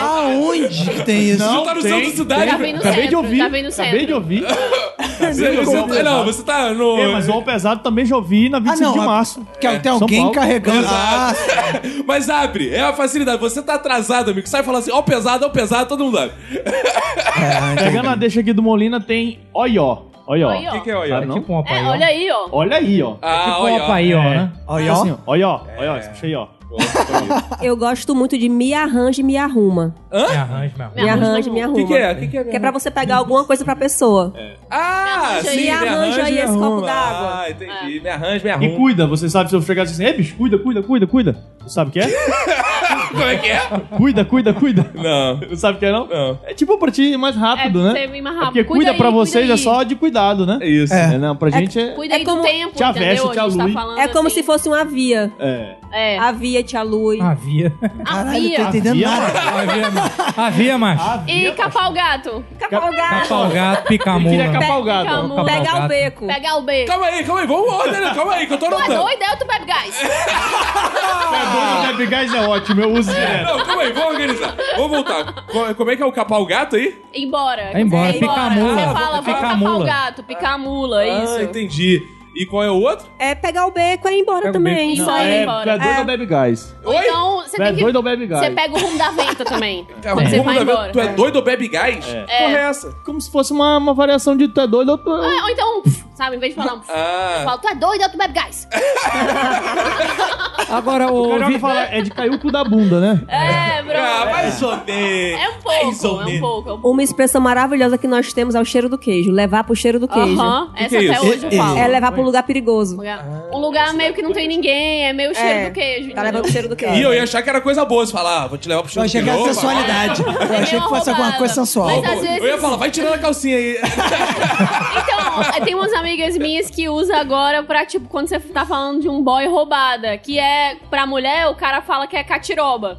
S2: Aonde tem isso?
S3: É.
S1: Não tá no centro da Tá cidade,
S3: Já vem no
S6: Acabei
S3: centro,
S6: de ouvir.
S3: já vem no
S6: Acabei
S3: Tá centro.
S6: de ouvir.
S1: Você-
S6: Amigo,
S1: você
S6: o
S1: tá- não, você tá no.
S6: É, mas o All Pesado também já ouvi na
S2: Ah,
S6: 25
S2: não.
S6: de
S2: a-
S6: março.
S2: Que tem
S6: São
S2: alguém
S6: Paulo.
S2: carregando. Ah,
S1: Exato. Mas abre, é a facilidade. Você tá atrasado, amigo. Sai e fala assim, ó, o pesado, ó, o pesado, todo mundo abre.
S6: Pegando Tá a deixa aqui do Molina, tem Oió. Oió.
S3: Oió.
S1: O que, que é o
S6: Sabe,
S1: Oió?
S6: não?
S4: Tipo um
S3: É,
S4: apaió.
S3: olha aí, ó.
S6: Olha aí, ó.
S1: Ah, É.
S4: Tipo um
S1: olha.
S4: apaió,
S6: É.
S4: né?
S2: olha,
S6: Assim, ó. Oió. Oió, isso aí, ó.
S5: Eu gosto muito de Me Arranja e Me Arruma.
S4: Me arranja, me arranja.
S5: Me Arranja e Me
S1: O
S5: Arruma.
S1: que, que é? O que, que é?
S5: Que é pra você pegar alguma coisa pra pessoa.
S1: Ah,
S3: arranja
S1: sim,
S3: aí,
S1: me
S5: arranja aí
S1: me
S5: esse copo
S1: arruma.
S5: d'água. É.
S1: Ah, entendi. Me arranja, me
S6: E
S1: arruma.
S6: cuida, você sabe se eu chegar assim, ei, bicho, cuida, cuida, cuida, cuida. Tu sabe o que é?
S1: Como é que é?
S6: cuida, cuida, cuida.
S1: Não.
S6: Não sabe o que é, não?
S1: Não.
S6: É tipo pra ti, é mais rápido,
S3: é,
S6: né?
S3: Você vem mais
S6: É
S3: rápido.
S6: porque cuida,
S3: aí,
S6: pra vocês
S3: aí.
S6: é só de cuidado, né?
S1: É isso.
S6: É, não, pra gente é...
S3: Cuida aí
S5: É como-
S3: do tempo,
S6: Tia
S3: entendeu?
S6: Veste,
S3: A
S6: tia
S3: gente tá
S6: Lui.
S3: falando
S5: É como
S3: assim.
S5: se fosse uma via.
S6: é.
S3: É,
S5: A via, tia Lui.
S6: Ah,
S4: Havia.
S2: caralho, não tô
S3: havia.
S2: entendendo
S6: Havia-
S2: nada. Ah,
S4: Havia, macho. Havia, macho.
S3: E capar o gato.
S5: Cavalgar.
S4: Capalgado,
S6: Ele queria
S4: picamula.
S6: capalgado.
S3: Calma.
S6: ó.
S5: Pegar o beco.
S3: Pegar o B.
S1: Calma aí, calma aí. Vamos ordem, calma aí, que eu tô
S3: Tu é
S1: anotando.
S3: doido, é ou tu bebe gás?
S6: Pegar o gás é ótimo, eu uso direto.
S1: Não, calma aí, vamos organizar. Vamos voltar. Co- Como é que é o capar o gato aí?
S3: Embora.
S4: É embora,
S3: É,
S4: picar a mula.
S3: Você fala, vamos
S4: Picar a
S3: capar o
S4: mula.
S3: gato, picar a mula, É isso.
S1: Ah, entendi. E qual é o outro?
S5: É pegar o beco e ir embora
S4: Pega o
S5: também.
S4: beco.
S3: Isso
S5: Só
S3: aí,
S5: é-
S3: embora.
S6: é doido ou bebe gás?
S3: Ou
S1: Oi?
S3: então, você
S6: Tu é
S3: tem que...
S6: doido ou bebe
S3: Você
S6: gás?
S3: pega o rumo da venta também.
S1: É,
S3: Quando você
S1: vamos
S3: vai
S1: dar-
S3: embora.
S1: Tu é doido ou bebe gás? Que porra é essa?
S6: Como se fosse uma, uma variação de tu é doido ou tu...
S3: Ah, Ou então, um pf, sabe, em vez de falar um pf,
S1: Ah.
S3: eu falo, tu é doido, ou tu bebe gás.
S4: Agora,
S6: O
S4: o
S6: cara
S4: Vi-
S6: fala, é de cair o cu da bunda, né?
S3: É, bro.
S1: Ah,
S3: É,
S1: mais ou menos.
S3: um pouco,
S1: ou
S3: é um
S1: menos.
S3: pouco, é um pouco.
S5: Uma expressão maravilhosa que nós temos é o cheiro do queijo. Levar pro cheiro do queijo.
S3: Aham,
S1: que
S3: essa
S1: é
S3: até
S1: isso?
S3: hoje eu falo.
S5: É levar pro lugar perigoso.
S3: Um lugar meio que não tem ninguém, é meio cheiro
S5: É,
S3: do queijo.
S5: Tá levando o
S3: entendeu?
S5: cheiro do queijo.
S1: E eu ia achar que era coisa boa. Você falar, ah, vou te levar pro
S2: Eu
S1: show.
S2: achei
S1: de
S2: que era
S1: novo,
S2: sensualidade. Eu
S3: É
S2: achei que
S3: meio
S2: fosse alguma
S3: roubado.
S2: coisa sensual.
S3: Mas às
S1: vai.
S3: vezes-
S1: Eu ia falar, vai tirando a calcinha aí.
S3: Então, tem umas amigas minhas que usa agora pra, tipo, quando você tá falando de um boy roubada, que é, pra mulher, o cara fala que é catiroba.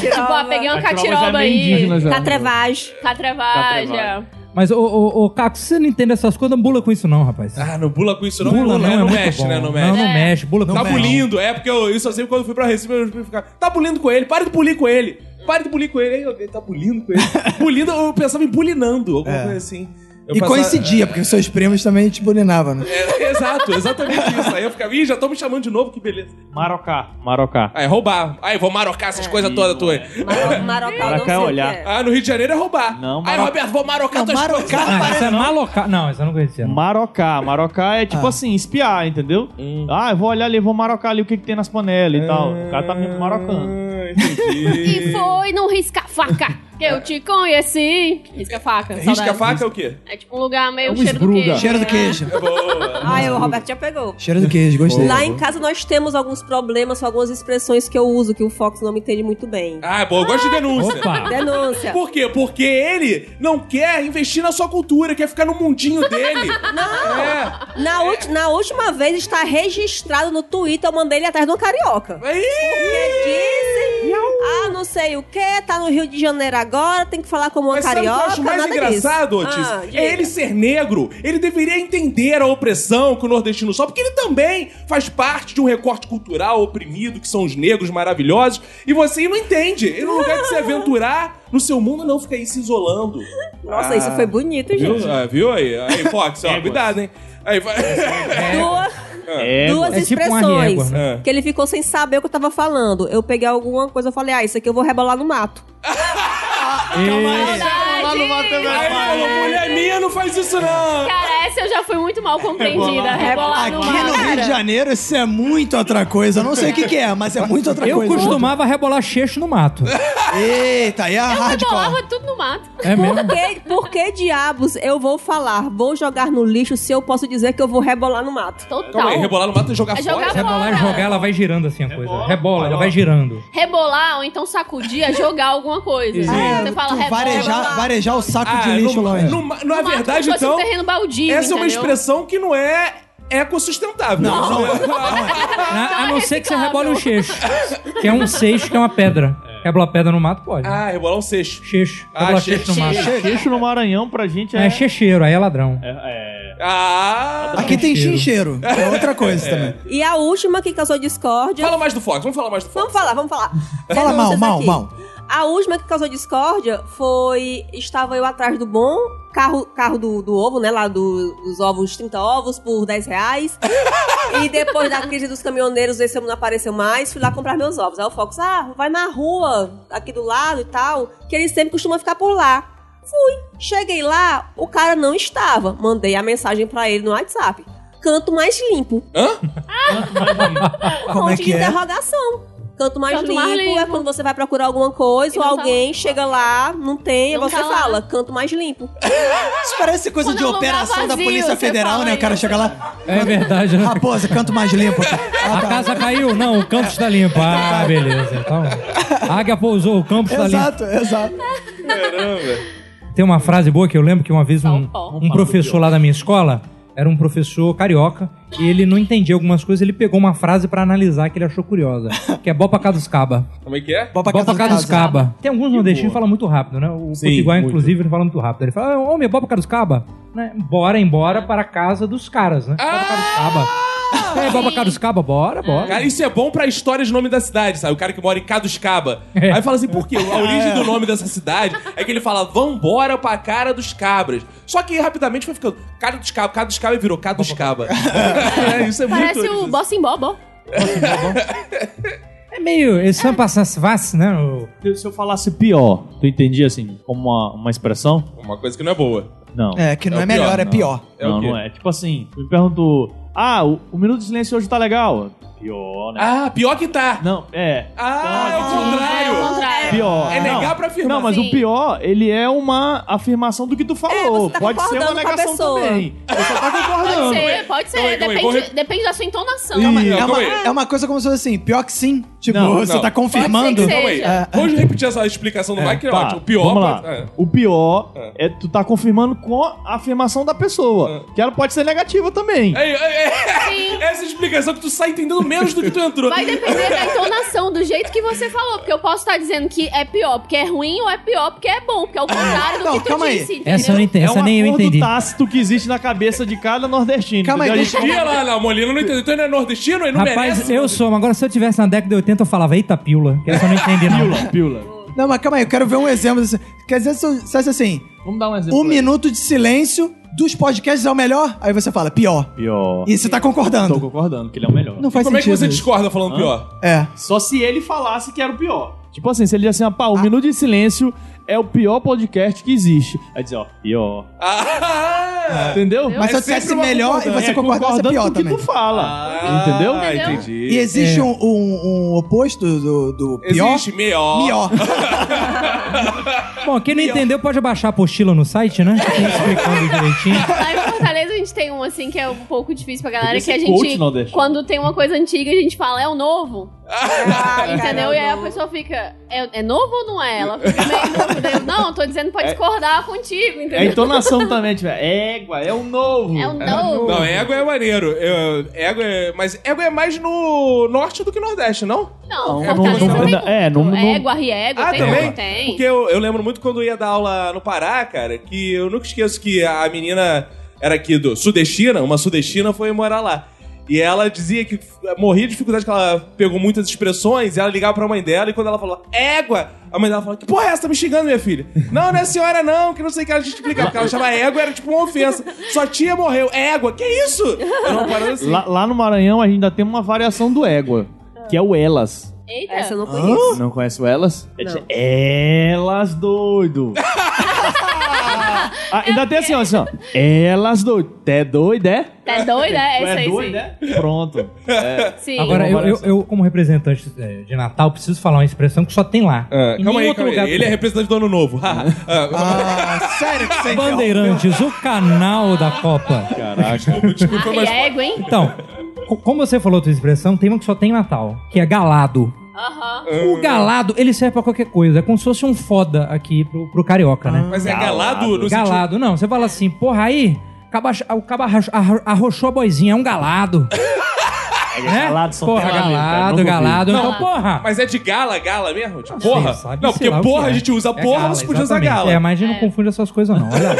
S3: Tipo, ah, peguei
S6: Catiroba já
S3: uma
S6: é
S3: catiroba
S6: meio indígena
S3: aí.
S6: já.
S5: Catrevagem.
S3: Ah, Catrevagem.
S4: Mas, ô, ô, ô, Caco, se você não entende essas coisas, não bula com isso não, rapaz.
S1: Ah, não bula com isso não.
S4: Bula não,
S1: né?
S4: é
S1: não
S4: muito
S1: mexe,
S4: bom.
S1: né? Não
S4: Não,
S1: mexe.
S4: não mexe. Bula com
S1: Tá
S4: isso não.
S1: bulindo. É porque eu, isso eu sempre quando fui pra Recife, eu ficava, tá bulindo com ele, para de bulir com ele. Para de bulir com ele. Aí eu, tá bulindo com ele. bulindo, eu pensava em bulinando, alguma
S2: É.
S1: coisa assim. Eu
S2: E
S1: pensava-
S2: coincidia, porque seus primos também te bulinavam, né?
S1: É, exato, exatamente isso. Aí eu ficava, ih, já estão me chamando de novo, que beleza.
S6: Marocá. Marocá.
S1: Aí roubar. Aí vou marocar essas coisas todas tuas. aí.
S5: Maro- Marocá,
S6: Marocá
S5: não
S6: é
S5: sei o que
S6: olhar.
S5: é.
S1: Ah, no Rio de Janeiro é roubar.
S6: Não,
S1: Aí,
S6: maro-
S1: Roberto, vou marocar tuas coisas.
S2: Marocar
S4: Ah,
S2: parece...
S4: isso é maloca... Não, isso eu não conhecia. não. Ah.
S6: Marocá. Marocá é tipo assim, espiar, entendeu?
S4: Hum.
S6: Ah, eu vou olhar ali, vou marocar ali o que, que tem nas panelas e tal. O cara tá me marocando.
S1: Ah, entendi.
S3: E foi num risca-faca que eu te conheci. Risca-faca.
S1: Risca a
S3: saudade.
S1: faca é o quê?
S3: É tipo um lugar meio
S4: É um
S3: cheiro
S4: esbruga.
S3: do queijo.
S2: Cheiro do
S3: né?
S2: queijo.
S1: É
S5: Ah, o Roberto já pegou.
S2: Cheiro do queijo, gostei.
S5: Lá em casa nós temos alguns problemas com algumas expressões que eu uso que o Fox não me entende muito bem.
S1: Ah, bom, eu gosto de denúncia.
S4: Opa!
S5: Denúncia.
S1: Por quê? Porque ele não quer investir na sua cultura, quer ficar no mundinho dele.
S5: Não!
S1: É.
S5: Na, ulti- na última vez está registrado no Twitter, eu mandei ele atrás de uma carioca.
S1: Aí,
S5: Porque disse, ah, não sei o que, tá no Rio de Janeiro agora, tem que falar como uma
S1: mas sabe o que eu
S5: carioca,
S1: acho mais
S5: nada
S1: engraçado,
S5: disso.
S1: Otis?
S5: Ah, diga.
S1: é ele ser negro. Ele deveria entender a opressão que o nordestino sofre, porque ele também faz parte de um recorte cultural oprimido, que são os negros maravilhosos. E você não entende. E no lugar de se aventurar no seu mundo, não fica aí se isolando.
S5: Nossa,
S1: Ah,
S5: isso foi bonito, gente.
S1: Viu? Ah, viu aí? Aí, Fox, ó,
S6: É,
S1: cuidado, hein? Aí, vai...
S5: Duas,
S6: É,
S5: duas
S4: É tipo uma
S5: expressões
S4: régua,
S1: né?
S5: que ele ficou sem saber o que eu tava falando. Eu peguei alguma coisa, eu falei, ah, isso aqui eu vou rebolar no mato.
S3: é
S1: Aí ele falou, mulher minha, não faz isso não.
S3: Cara, essa eu já fui muito mal compreendida. Rebolar
S2: Aqui
S3: no
S2: no
S3: mar.
S2: Rio de Janeiro, isso é muito outra coisa. Eu não sei o que, que é, mas é muito outra
S4: Eu
S2: coisa.
S4: costumava rebolar cheixo no mato.
S2: Eita, aí é
S1: Ah,
S2: a
S3: Eu
S2: hardcore.
S3: rebolava tudo no mato.
S4: É mesmo?
S5: Por que, por que diabos eu vou falar, vou jogar no lixo se eu posso dizer que eu vou rebolar no mato?
S3: Total.
S1: Calma aí, rebolar no mato e jogar
S3: É
S1: fora.
S3: jogar
S4: Rebolar
S3: fora.
S4: e jogar, ela vai girando assim a coisa. Rebola, ela vai girando.
S3: Rebolar ou então sacudir é jogar alguma coisa. né?
S2: É,
S3: Você fala
S2: tu
S3: rebola.
S2: varejar, varejar o saco
S1: Ah,
S2: de lixo
S1: no-
S2: lá.
S1: no- na
S3: No mato,
S1: verdade,
S3: como se fosse
S1: então,
S3: um terreno baldio,
S1: essa é uma
S3: entendeu?
S1: expressão que não é ecossustentável. Não, não.
S2: é.
S4: Na- a
S3: é
S4: não ser que você
S3: reciclável.
S4: rebole o cheixo. Que é um seixo, que é uma pedra. Rebolar pedra no mato, pode.
S1: Ah, rebolar um seixo.
S4: Cheixo.
S1: Ah,
S4: Rebolar
S1: cheixo.
S4: cheixo no mato.
S6: Queixo no Maranhão pra gente é...
S4: É checheiro, aí é ladrão.
S6: é-
S1: Ah...
S2: Aqui tem chincheiro. É outra coisa também.
S5: E a última que causou discórdia.
S1: Fala mais do Fox, vamos falar mais do Fox.
S5: Vamos falar, vamos falar.
S2: Fala mal,
S5: Denúncias
S2: mal,
S5: aqui.
S2: mal.
S5: A última que causou discórdia foi. Estava eu atrás do bom carro, carro do, do ovo, né? Lá do- dos ovos, 30 ovos por 10 reais. e depois da crise dos caminhoneiros, esse homem não apareceu mais. Fui lá comprar meus ovos. Aí o Fox, ah, vai na rua, aqui do lado e tal, que ele sempre costuma ficar por lá. Fui. Cheguei lá, o cara não estava. Mandei a mensagem pra ele no WhatsApp. Canto mais limpo. Com um
S2: Como é
S5: monte de
S2: que é?
S5: interrogação. Canto mais,
S3: Canto
S5: limpo,
S3: mais limpo.
S5: é quando você vai procurar alguma coisa
S3: E
S5: ou
S3: não tá
S5: alguém
S3: lá.
S5: chega lá, não tem,
S3: Não
S5: aí você
S3: tá lá.
S5: fala, canto mais limpo.
S2: Isso parece coisa
S3: Quando
S2: de
S3: é um lugar
S2: operação da
S3: vazio,
S2: Polícia
S3: você
S2: Federal,
S3: fala
S2: né? O cara
S3: isso.
S2: chega lá.
S4: É verdade, né?
S2: Raposa, canto mais limpo.
S4: A
S2: Ah, tá.
S4: casa caiu? Não, o campo está limpo. Ah, beleza. Então, a águia pousou, o campo está limpo.
S2: Exato, é. exato.
S4: Tem uma frase boa que eu lembro que uma vez um,
S3: Pau, pau.
S4: um professor lá da minha escola era um professor carioca e ele não entendia algumas coisas, ele pegou uma frase pra analisar que ele achou curiosa, que é bom pra cá dos caba.
S1: Como é que é?
S2: Bom pra
S4: Bopa cá dos caba. Tem alguns nordestinos que falam muito rápido, né? O
S1: Sim,
S4: Potiguar,
S1: muito.
S4: inclusive, ele fala muito rápido. Ele fala, "Ah, homem, bopa cá dos caba. Né? Bora, embora para a casa dos caras,
S1: Ah!
S4: né? Bopa cá dos caba. É, bopa cá dos caba, bora, bora.
S1: Cara, isso é bom pra história de nome da cidade, sabe? O cara que mora em Caduscaba.
S6: É.
S1: Aí fala assim, por quê? A origem do nome dessa cidade é que ele fala, vambora pra cara dos cabras. Só que rapidamente foi ficando, cara dos cabras, cara dos cabras e virou Caduscaba. é, isso é
S3: Parece
S1: muito...
S3: o Bossing Bobo.
S4: É meio... Esse é passasse vasse, né? O-
S6: Se eu falasse pior, tu entendia assim, como uma, uma expressão?
S1: Uma coisa que não é boa.
S6: Não.
S2: É, que não
S1: É
S2: é,
S1: o pior,
S2: melhor, é
S6: não.
S2: pior.
S1: É
S6: não,
S1: o quê?
S6: não é. Tipo assim, tu me perguntou, ah, o, o minuto de silêncio hoje tá legal. Pior, né?
S1: Ah, pior que tá.
S6: Não, é.
S1: Ah, é o
S3: É o
S1: contrário.
S3: contrário.
S6: Pior.
S1: É
S6: não.
S1: negar pra afirmar.
S6: Não, mas
S3: Sim.
S6: o pior, ele é uma afirmação do que tu falou.
S5: você tá
S6: Pode ser uma
S5: concordando com a
S6: negação
S5: pessoa.
S6: também. Você só tá
S1: Ah,
S6: concordando.
S3: Pode ser, pode
S1: Calma aí,
S3: ser.
S1: calma aí,
S3: Depende,
S1: vou re-
S3: depende da sua entonação.
S1: então, Calma aí,
S2: é,
S1: calma
S2: uma,
S1: aí.
S2: é uma coisa como se fosse assim, pior que sim. Tipo,
S6: Não,
S2: você
S1: não.
S2: tá confirmando.
S3: Pode ser que
S1: Calma aí.
S3: seja.
S1: Vamos repetir essa explicação do Mike, que é
S6: Tá,
S1: ótimo. O pior...
S6: vamos lá.
S1: É.
S6: O pior
S1: É. É.
S6: é. tu tá confirmando com a afirmação da pessoa. Que ela pode ser negativa também.
S1: Ei, ei, ei,
S3: Sim.
S1: Essa explicação que É, tu sai entendendo menos do que tu entrou.
S3: Vai depender da entonação, do jeito que você falou. Porque eu posso estar dizendo que é pior porque é ruim ou é pior porque é bom. Porque é o contrário do
S2: Não,
S3: que tu
S2: calma aí.
S3: disse. entendeu?
S4: Essa, eu não entendi,
S6: é
S4: essa
S6: um
S4: nem eu
S6: acordo
S4: entendi.
S6: tácito que existe na cabeça de cada nordestino.
S2: Calma aí,
S6: entendeu?
S2: deixa-
S1: Ih, olha lá, não, Molina não entendeu. Então ele não é nordestino, ele não
S4: Rapaz,
S1: merece.
S4: eu sou, mas agora se eu tivesse na década de 80 eu falava, eita pílula, que essa eu não entendi não.
S6: Piula, piula.
S2: Não, mas calma aí, eu quero ver um exemplo. desse- Quer dizer, se eu dissesse assim,
S6: Vamos dar um exemplo.
S2: um minuto de silêncio dos podcasts é o melhor? Aí você fala, pior.
S6: Pior.
S2: E você tá
S6: Tô
S2: concordando.
S6: concordando que ele é o melhor.
S2: Não faz
S1: Como é que
S2: sentido.
S1: você
S2: isso.
S1: discorda falando pior?
S2: É.
S6: Só se ele falasse que era o pior. Tipo assim, se ele dissesse assim, ah, pá, o Minuto de Silêncio é o pior podcast que existe. Aí dizer, ó, pior.
S1: Ah!
S6: Entendeu?
S2: Mas se eu dissesse melhor e você concordasse, é
S6: concordando
S2: pior
S6: com o que
S2: também.
S6: tu fala. entendeu?
S1: Ah,
S3: Entendeu?
S2: E
S1: entendi.
S4: É.
S2: existe um, um- um oposto do, do pior?
S1: Existe melhor.
S2: Pior.
S4: Bom, quem não entendeu pode baixar a apostila no site, né? Tem explicando direitinho.
S3: Lá em Fortaleza a gente tem um assim que é um pouco difícil pra galera,
S6: Podia
S3: que a
S6: ser
S3: gente.
S6: coach, não deixa.
S3: Quando tem uma coisa antiga, a gente fala, é o novo. entendeu? E aí a
S5: não.
S3: pessoa fica, é, é novo ou não é? Ela fica meio em dúvida. Eu, Não, tô dizendo pra discordar contigo,
S6: É a
S1: então,
S3: entendeu?
S6: entonação também, tipo, égua, é o novo.
S3: É o novo.
S1: Não, égua é maneiro. Eu- Égua é... Mas égua é mais no norte do que nordeste, não?
S3: Não,
S6: é
S3: Fortaleza
S6: no-
S3: tem
S6: no-
S3: muito.
S6: é, no- no-
S3: Égua, riego,
S1: Ah,
S3: tem muito, tem.
S1: Porque eu, eu lembro muito quando eu ia dar aula no Pará, cara, que eu nunca esqueço que a menina era aqui do Sudestina, uma Sudestina foi morar lá. E ela dizia que morria de dificuldade, que ela pegou muitas expressões, e ela ligava pra mãe dela, e quando ela falou égua, a mãe dela falou, que porra é essa? Tá me xingando, minha filha. não, não é senhora não, que não sei o que ela te explicar, porque ela chamava égua, era tipo uma ofensa. Sua tia morreu, égua, que isso? Era uma parada assim.
S6: Lá, lá no Maranhão a gente ainda tem uma variação do égua, que é o elas.
S3: Eita.
S5: Essa eu não conheço.
S6: Não conhece o elas? É
S5: Não.
S6: de elas doido. Ah, ainda tem assim, ó, assim, ó. Elas doido. Até doido, é?
S3: Tá doida? É
S6: é
S3: essa aí,
S6: doido,
S3: sim.
S6: é? Pronto.
S3: Sim.
S4: Agora, eu, eu, eu, como representante é, de Natal, preciso falar uma expressão que só tem lá.
S1: Ah,
S4: Em nenhum
S1: calma aí,
S4: outro
S1: calma aí.
S4: lugar
S1: Ele é representante do ano novo. Ah,
S2: Ah, sério que
S4: é
S2: você
S4: Bandeirantes, o canal da Copa.
S6: Caraca.
S1: desculpa,
S3: Ah,
S1: mas
S3: riego, hein?
S4: Então, co- como você falou outra expressão, tem uma que só tem em Natal, que é galado.
S3: Aham.
S4: O galado, ele serve pra qualquer coisa. É como se fosse um foda aqui pro, pro carioca, né?
S1: Mas é galado no sentido-
S4: Galado, não. Você fala assim, porra, aí, caba- o caba arro- arro- arrochou a boizinha, é um galado. né?
S7: Galado, São
S4: porra,
S7: Paulo,
S4: galado,
S7: amigo,
S4: galado.
S1: Não,
S4: então, porra.
S1: Mas é de gala, gala mesmo? Tipo,
S4: Sei,
S1: porra?
S4: sabe,
S1: não,
S4: sei
S1: porque
S4: lá o que
S1: porra
S4: é.
S1: a gente usa
S4: É
S1: porra,
S4: gala,
S1: você podia usar
S4: exatamente.
S1: gala.
S4: É, mas a gente
S3: É.
S4: não confunde essas coisas, não. Olha lá.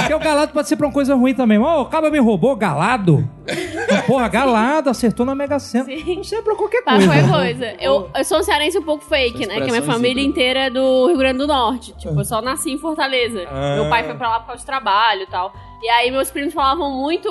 S4: Porque o galado pode ser pra uma coisa ruim também. Ó, o caba me roubou, galado. Então, porra, galado, acertou na Mega Sena.
S3: Sim.
S4: Não sei pra qualquer
S3: Tá,
S4: coisa.
S3: qualquer coisa. Eu, eu sou um cearense um pouco fake, né? Que a minha família inteira é do Rio Grande do Norte.
S4: Ah.
S3: Tipo, eu só nasci em Fortaleza. Meu pai foi pra lá por causa de trabalho e tal. E aí meus primos falavam muito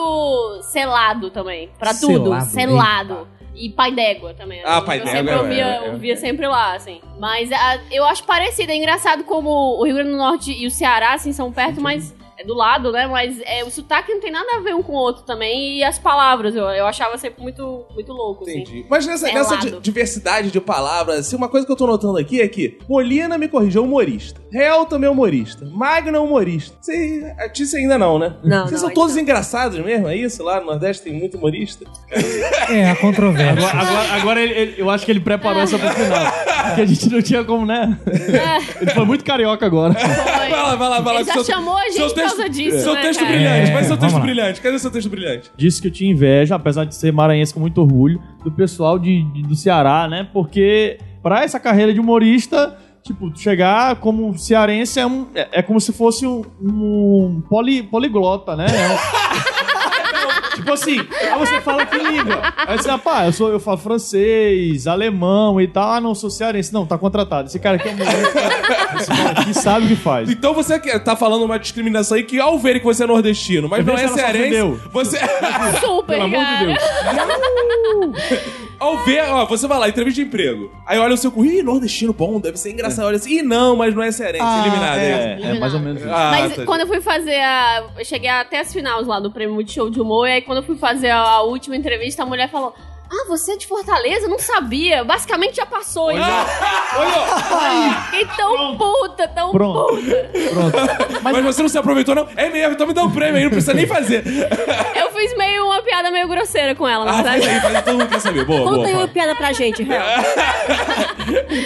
S3: selado também. Pra tudo.
S4: Selado,
S3: Selado. E pai d'égua também.
S1: Ah,
S3: assim,
S1: pai
S3: eu
S1: d'égua,
S3: sempre
S1: é,
S3: ouvia,
S1: é, é.
S3: ouvia um sempre lá, assim. Mas ah, eu acho parecido. É engraçado como o Rio Grande do Norte e o Ceará, assim, são perto, mas... É do lado, né? Mas é, o sotaque não tem nada a ver um com o outro também. E as palavras, eu, eu achava sempre muito, muito louco, assim.
S1: Entendi. Mas nessa, nessa
S3: Pelado.
S1: di- diversidade de palavras, assim, uma coisa que eu tô notando aqui é que Molina me corrigiu, humorista. Real também é humorista. Magno é humorista. Cê, a Tícia ainda não, né?
S5: Não,
S1: Vocês
S5: não,
S1: são
S5: ainda
S1: todos
S5: não.
S1: engraçados mesmo, é isso? Lá no Nordeste tem muito humorista.
S4: É, a controvérsia.
S6: Agora, agora- agora ele- ele- eu acho que ele preparou essa pro final. Porque a gente não tinha como, né?
S5: É.
S6: Ele foi muito carioca agora.
S1: Ah.
S3: Foi.
S1: Vai lá, vai lá, vai lá.
S3: Ele já
S1: seu-
S3: chamou a gente
S1: seu
S3: por causa disso,
S1: Seu
S3: né,
S1: texto
S3: cara?
S1: brilhante,
S4: É,
S1: vai seu
S4: vamos
S1: texto
S4: lá.
S1: brilhante. Cadê seu texto brilhante?
S6: Disse que eu tinha inveja, apesar de ser maranhense com muito orgulho, do pessoal de, de- do Ceará, né? Porque pra essa carreira de humorista, tipo, tu chegar como cearense é, um, é, é como se fosse um, um poli- poliglota, né? É um- tipo assim, aí você fala que língua. Aí você, ah, pá, eu, sou, eu falo francês, alemão e tal. Ah, não, sou cearense. Não, tá contratado. Esse cara aqui é humorista. Esse cara aqui sabe o que faz.
S1: Então você que- tá falando uma discriminação aí que ao ver que você é nordestino, mas
S6: Eu
S1: não
S6: vejo
S1: é
S6: que ela só
S1: cearense,
S6: ofendeu.
S1: você...
S3: Super,
S6: Pelo amor
S3: cara.
S6: de Deus.
S1: Ao ver, ó, você vai lá, entrevista de emprego. Aí olha o seu currículo, ih, nordestino bom, deve ser engraçado. Olha assim, ih, não, mas não é cearense,
S2: Ah,
S1: eliminado.
S2: é.
S1: isso?
S6: É, é mais ou menos isso.
S1: Ah,
S3: Mas
S1: tá.
S3: quando eu fui fazer a. Eu cheguei até as finais lá do prêmio Multishow de Humor, e aí quando eu fui fazer a, a última entrevista, a mulher falou: Ah, você é de Fortaleza? Eu Não sabia. Basicamente já passou. Então. Fiquei tão puta, tão
S6: Pronto.
S3: é um puta.
S1: Mas, você não se aproveitou, não? É mesmo, então me dá um prêmio aí, não precisa nem fazer.
S3: Eu fiz meio uma piada meio grosseira com ela, na
S1: Ah,
S3: verdade.
S1: faz aí, faz aí, todo mundo quer saber. Boa, boa.
S5: Conta aí
S3: um
S5: uma
S1: Fala. É.
S5: piada pra gente, real.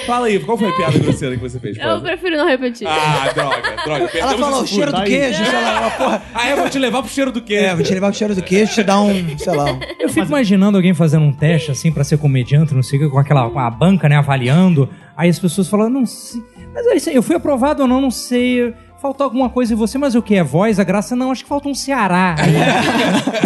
S1: Fala aí, qual foi a piada grosseira que você fez?
S3: Eu
S1: Fala.
S3: prefiro não repetir.
S1: Ah, droga, droga.
S2: Ela
S1: perdemos Tá
S2: falou,
S1: esse
S2: o cheiro
S1: furo.
S2: do queijo, sei lá, uma porra.
S1: Ah, é, vou te levar pro cheiro do
S2: É, vou
S1: queijo.
S2: te levar pro cheiro do queijo, te dar um, sei lá, um-
S4: Eu fico imaginando alguém fazendo um teste assim pra ser comediante, não sei o que, com aquela com a banca, né, avaliando. Aí as pessoas falam, não sei. Mas é isso aí, eu fui aprovado ou não, não sei. Faltou alguma coisa em você, mas o que? É voz? A graça? Não, acho que falta um Ceará.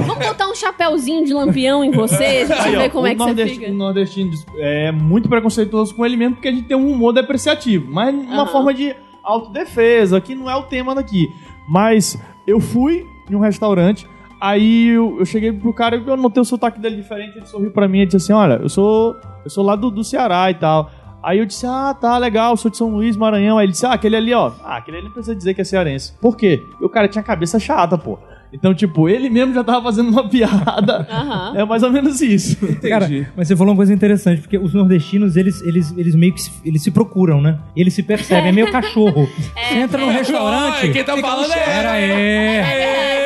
S3: Vamos botar um chapéuzinho de lampião em você, pra
S6: Aí,
S3: gente
S6: ó,
S3: ver como
S6: o
S3: é que você
S6: nordesti-
S3: fica.
S6: o nordestino é muito preconceituoso com ele mesmo, porque a gente tem um humor depreciativo, mas uma
S3: Aham.
S6: forma de autodefesa, que não é o tema daqui. Mas eu fui em um restaurante, aí eu, eu cheguei pro cara, eu notei o sotaque dele diferente, ele sorriu pra mim e disse assim, olha, eu sou, eu sou lá do, do Ceará e tal. Aí eu disse, ah, tá, legal, sou de São Luís, Maranhão. Aí ele disse, ah, aquele ali, ó. Ah, aquele ali não precisa dizer que é cearense. Por quê? Porque o cara tinha cabeça chata, pô. Então, tipo, ele mesmo já tava fazendo uma piada.
S3: Aham.
S6: É mais ou menos isso.
S4: Cara, mas você falou uma coisa interessante, porque os nordestinos, eles, eles, eles meio que se, eles se procuram, né? Eles se percebem, é meio cachorro. Você entra no
S1: Ai,
S4: restaurante.
S1: Quem tá falando
S4: Pera
S1: é.
S4: aí.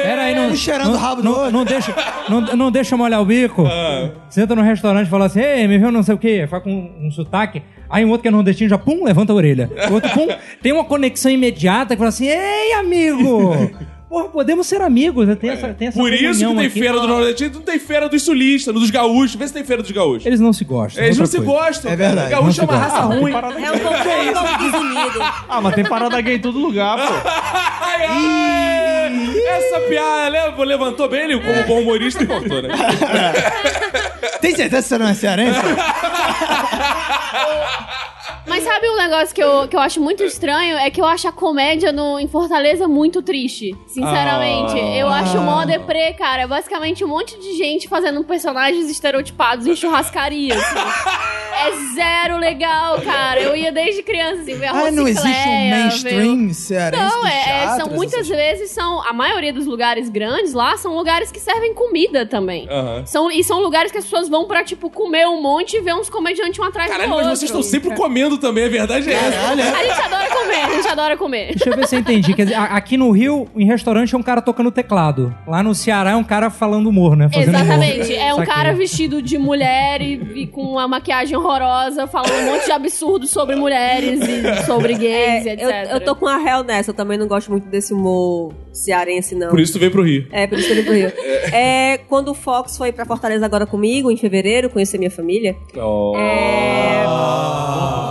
S4: Pera aí, não.
S2: Um cheirando
S4: não-
S2: o rabo do
S4: não,
S2: outro.
S4: não deixa, não, não deixa molhar o bico.
S1: Ah.
S4: Você entra no restaurante e fala assim: ei, me viu não sei o quê, faz com um sotaque. Aí um outro que é nordestino já pum, levanta a orelha. O outro pum, tem uma conexão imediata que fala assim: ei, amigo! Porra, podemos ser amigos, né? tem essa, tem essa
S1: É. Por isso que
S4: comunhão
S1: tem
S4: aqui.
S1: feira do nordestino, não tem feira dos sulistas, dos gaúchos. Vê se tem feira dos gaúchos.
S4: Eles não se gostam.
S1: Eles não
S4: outra
S1: se
S4: coisa.
S1: gostam.
S2: É
S1: cara.
S2: verdade,
S4: não
S1: Gaúcho
S4: se
S1: é uma
S4: gostam.
S1: raça ruim.
S5: É um povo desunido.
S6: Ah, mas tem parada gay em todo lugar, pô.
S1: Ai, ai! Essa piada le- levantou bem ele como bom humorista e contou, né?
S2: Tem certeza que você não é cearense?
S3: Mas sabe um negócio que eu, que eu acho muito estranho? É que eu acho a comédia no, em Fortaleza muito triste. Sinceramente.
S2: Ah.
S3: Eu acho o mó deprê, cara. É basicamente um monte de gente fazendo personagens estereotipados em churrascaria. assim. é zero legal, cara. Eu ia desde criança, assim, ver a
S2: Ah, não existe um
S3: Rocicléia, ver o-
S2: mainstream cearense assim.
S3: não,
S2: do
S3: é, é,
S2: teatro,
S3: são
S2: essas
S3: muitas vezes são a maioria dos lugares grandes lá são lugares que servem comida também.
S1: Aham.
S3: São, e são lugares que as pessoas vão pra, tipo, comer um monte e ver uns comediantes um atrás
S1: Caralho,
S3: do
S1: mas
S3: outro. né?
S1: vocês estão sempre comendo também, a verdade é essa.
S2: Caralho, é.
S3: A gente adora comer. gente adora comer.
S4: Deixa eu ver tá se eu entendi. Quer dizer, a- aqui no Rio, em restaurante, é um cara tocando teclado. Lá no Ceará é um cara falando humor, né? Fazendo humor.
S3: Exatamente. É um
S4: Saquei.
S3: cara vestido de mulher e, e com uma maquiagem horrorosa, falando um monte de absurdo sobre mulheres e sobre gays, e
S5: É,
S3: etc.
S5: eu, eu tô com a réu nessa, eu também não gosto muito desse humor cearense, não.
S1: Por isso tu veio pro Rio.
S5: É, por isso que eu vim pro Rio. É, quando o Fox foi pra Fortaleza agora comigo, em fevereiro, conhecer minha família,
S2: Oh.
S5: é,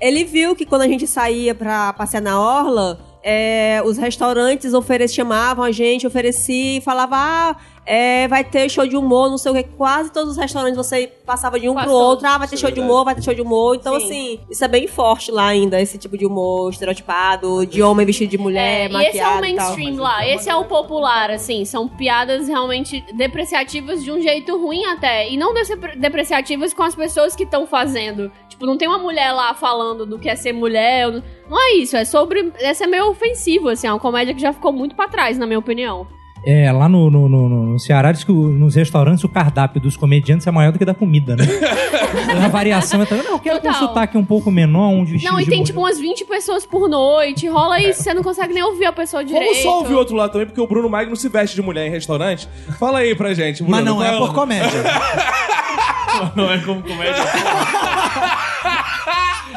S5: ele viu que quando a gente saía pra passear na Orla, é, os restaurantes ofere- chamavam a gente, oferecia e falava, ah, é, vai ter show de humor, não sei o que. Quase todos os restaurantes você passava de um
S3: Quase
S5: pro outro,
S3: todos.
S5: ah, vai ter show de humor, vai ter show de humor. Então,
S3: Sim.
S5: assim, isso é bem forte lá ainda, esse tipo de humor estereotipado, de homem vestido de mulher,
S3: É, e esse é o
S5: maquiado e tal. tá
S3: mainstream lá, esse é o popular, assim. São piadas realmente depreciativas de um jeito ruim até. E não dece- depreciativas com as pessoas que estão fazendo. Tipo, não tem uma mulher lá falando do que é ser mulher. ou- Não é isso, é sobre. Essa é meio ofensivo, assim. É uma comédia que já ficou muito pra trás, na minha opinião.
S4: É, lá no, no, no, no Ceará diz que o- nos restaurantes o cardápio dos comediantes é maior do que da comida, né? a variação é também. Não, eu quero com um
S3: Total.
S4: sotaque um pouco menor, um vestido
S3: Não, e
S4: de
S3: tem
S4: mulher.
S3: tipo umas 20 pessoas por noite. Rola isso, você não consegue nem ouvir a pessoa direito.
S1: Vamos só ouvir outro lado também, porque o Bruno Magno se veste de mulher em restaurante. Fala aí pra gente, Bruno.
S2: Mas não
S1: qual
S2: é por comédia.
S6: Não é como comédia.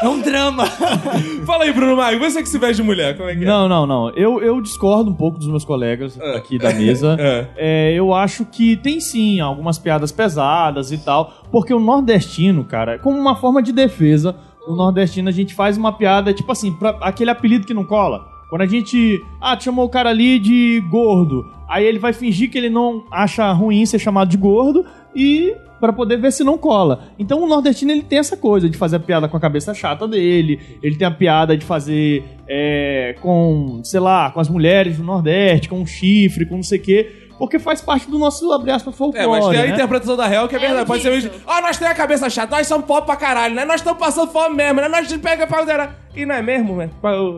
S2: É um drama.
S1: Fala aí, Bruno Magno, você que se veste de mulher, como é Ah. que é?
S6: Não, não, não. Eu, eu discordo um pouco dos meus colegas aqui da mesa.
S1: É.
S6: É, eu acho que tem sim algumas piadas pesadas e tal, porque o nordestino, cara, é como uma forma de defesa, o nordestino a gente faz uma piada, tipo assim, pra, aquele apelido que não cola. Quando a gente, ah, te chamou o cara ali de gordo, aí ele vai fingir que ele não acha ruim ser chamado de gordo e pra poder ver se não cola. Então o nordestino ele tem essa coisa de fazer a piada com a cabeça chata dele, ele tem a piada de fazer é, com, sei lá, com as mulheres do Nordeste, com o chifre, com não sei o quê, porque faz parte do nosso, abre aspas, folclore,
S1: É, mas tem a
S6: né?
S1: interpretação da real que é
S3: É
S1: verdade.
S3: o
S1: Pode ser mesmo.
S3: dito.
S1: Ó, nós temos a cabeça chata, nós somos pobre pra caralho, né? Nós estamos passando fome mesmo, né? Nós pega pra zerar. E não é mesmo, né?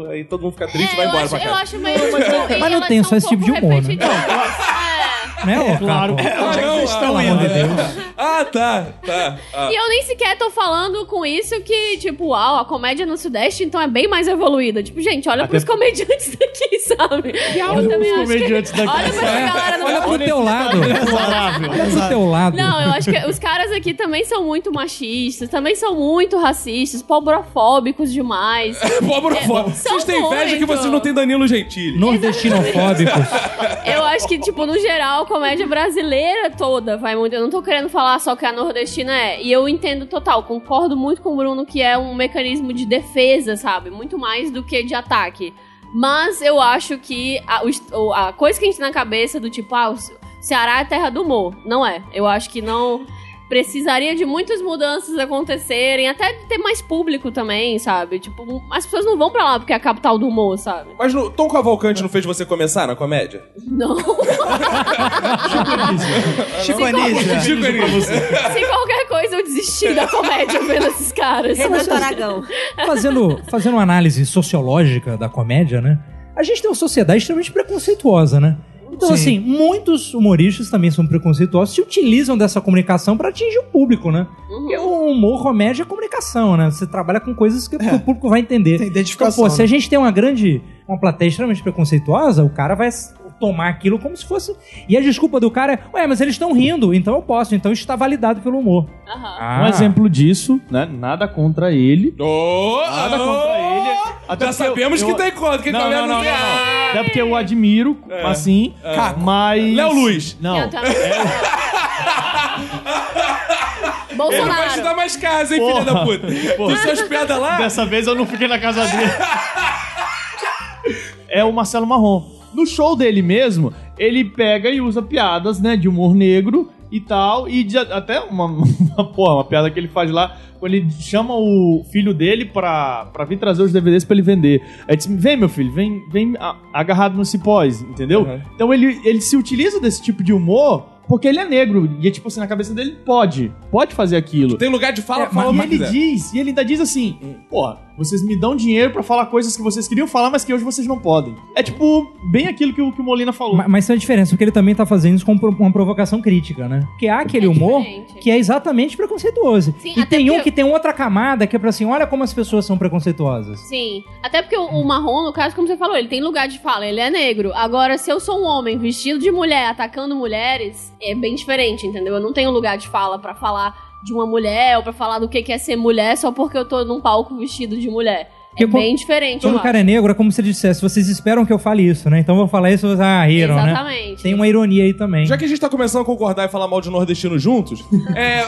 S1: Aí todo mundo fica triste e vai
S3: é, eu
S1: embora
S3: acho,
S1: pra
S3: eu
S1: casa.
S3: acho meio. tipo, e
S4: mas não
S3: elas
S4: tem
S3: são
S4: só
S3: um
S4: esse tipo de
S3: pouco
S4: humor, né?
S3: repetitivas. É.
S4: Né, ô,
S6: claro.
S4: cara?
S1: Ah, não, ah,
S4: Pelo amor de Deus.
S1: Ah, tá, tá. ah.
S3: E eu nem sequer tô falando com isso que, tipo, uau, a comédia no Sudeste então é bem mais evoluída. Tipo, gente, olha pros comediantes daqui, sabe? eu também acho que...
S6: comediantes daqui.
S3: Olha pra essa galera no
S4: Olha pro teu lado. Olha pro teu lado.
S3: Não, eu acho que os caras aqui também são muito machistas, também são muito racistas, pobrofóbicos demais. É,
S1: Pobre foda.
S3: são
S1: Vocês têm inveja que
S3: muito.
S1: vocês não têm Danilo Gentili.
S4: Nordestinofóbicos.
S3: Eu acho que, tipo, no geral, a comédia brasileira toda vai muito. Eu não tô querendo falar só que a nordestina é. E eu entendo total, concordo muito com o Bruno que é um mecanismo de defesa, sabe? Muito mais do que de ataque. Mas eu acho que a, o est- o- a coisa que a gente tem na cabeça do tipo, ah, o Ce- Ceará é terra do humor. Não é. Eu acho que não. Precisaria de muitas mudanças acontecerem, até de ter mais público também, sabe? Tipo, as pessoas não vão pra lá porque é a capital do humor, sabe?
S1: Mas no, Tom Cavalcante não fez você começar na comédia?
S3: Não.
S2: Chico Anísio.
S1: Digo pra
S6: É,
S1: você.
S3: Se qualquer coisa eu desisti da comédia vendo esses caras.
S5: Renato Aragão.
S4: fazendo, fazendo uma análise sociológica da comédia, né? A gente tem uma sociedade extremamente preconceituosa, né? Então,
S2: Sim.
S4: assim, muitos humoristas também são preconceituosos, se utilizam dessa comunicação pra atingir o público, né?
S2: Uhum.
S4: Porque o humor, comédia é comunicação, né? Você trabalha com coisas que o público vai entender.
S2: É. Tem
S4: Então,
S2: identificação,
S4: pô, se
S2: né?
S4: a gente tem uma grande, uma plateia extremamente preconceituosa, o cara vai s- tomar aquilo como se fosse... E a desculpa do cara é, ué, mas eles estão rindo, então eu posso, então isso está validado pelo humor.
S3: Aham.
S4: Ah.
S6: Um exemplo disso, né? Nada contra ele.
S1: Oh,
S6: Nada
S1: oh,
S6: contra então tá ele. Até
S1: Já
S6: porque eu-
S1: sabemos
S6: eu-
S1: que tem conta, que
S6: Não,
S1: tá
S6: não, não, não,
S1: vendo?
S6: não. Até porque eu admiro,
S1: É.
S6: assim,
S2: Caco.
S6: mas...
S1: Léo Luz.
S6: Não. É.
S3: Eu também.
S1: Ele não vai te
S3: Bolsonaro.
S1: dar mais casa, hein, filha
S6: Porra.
S1: da puta?
S6: Porra.
S1: Dos seus pedras lá?
S6: Dessa vez eu não fiquei na casa dele. é o Marcelo Marrom. No show dele mesmo, ele pega e usa piadas, né, de humor negro e tal, e de- até uma, uma, porra, uma piada que ele faz lá, quando ele chama o filho dele pra, pra vir trazer os DVDs pra ele vender. Aí disse, vem meu filho, vem, vem a- agarrado nos cipós, entendeu?
S1: Uhum.
S6: Então ele, ele se utiliza desse tipo de humor porque ele é negro, e é tipo assim, na cabeça dele, pode, pode fazer aquilo.
S1: Tem lugar de fala,
S4: É,
S1: fala o
S6: E
S1: que
S6: ele
S1: quiser.
S6: diz, e ele ainda diz assim, porra, Vocês me dão dinheiro pra falar coisas que vocês queriam falar, mas que hoje vocês não podem. É tipo, bem aquilo que o, que o Molina falou.
S4: Ma- Mas tem uma diferença, porque ele também tá fazendo isso com pro- uma provocação crítica, né? Porque há aquele
S3: É
S4: humor
S3: diferente.
S4: que é exatamente preconceituoso.
S3: Sim,
S4: e
S3: até
S4: tem um
S3: porque-
S4: que tem outra camada que é pra assim, olha como as pessoas são preconceituosas.
S3: Sim. Até porque o, o marrom, no caso, como você falou, ele tem lugar de fala, ele é negro. Agora, se eu sou um homem vestido de mulher, atacando mulheres, é bem diferente, entendeu? Eu não tenho lugar de fala pra falar de uma mulher ou pra falar do que que é ser mulher só porque eu tô num palco vestido de mulher. É
S4: Porque quando-
S3: bem diferente,
S4: Quando
S3: eu
S4: o cara
S3: acho.
S4: é negro, é como se ele dissesse, vocês esperam que eu fale isso, né? Então eu vou falar isso, vocês, ah, riram, né?
S3: Exatamente.
S4: Tem uma ironia aí também.
S1: Já que a gente tá começando a concordar e falar mal de nordestino juntos, é.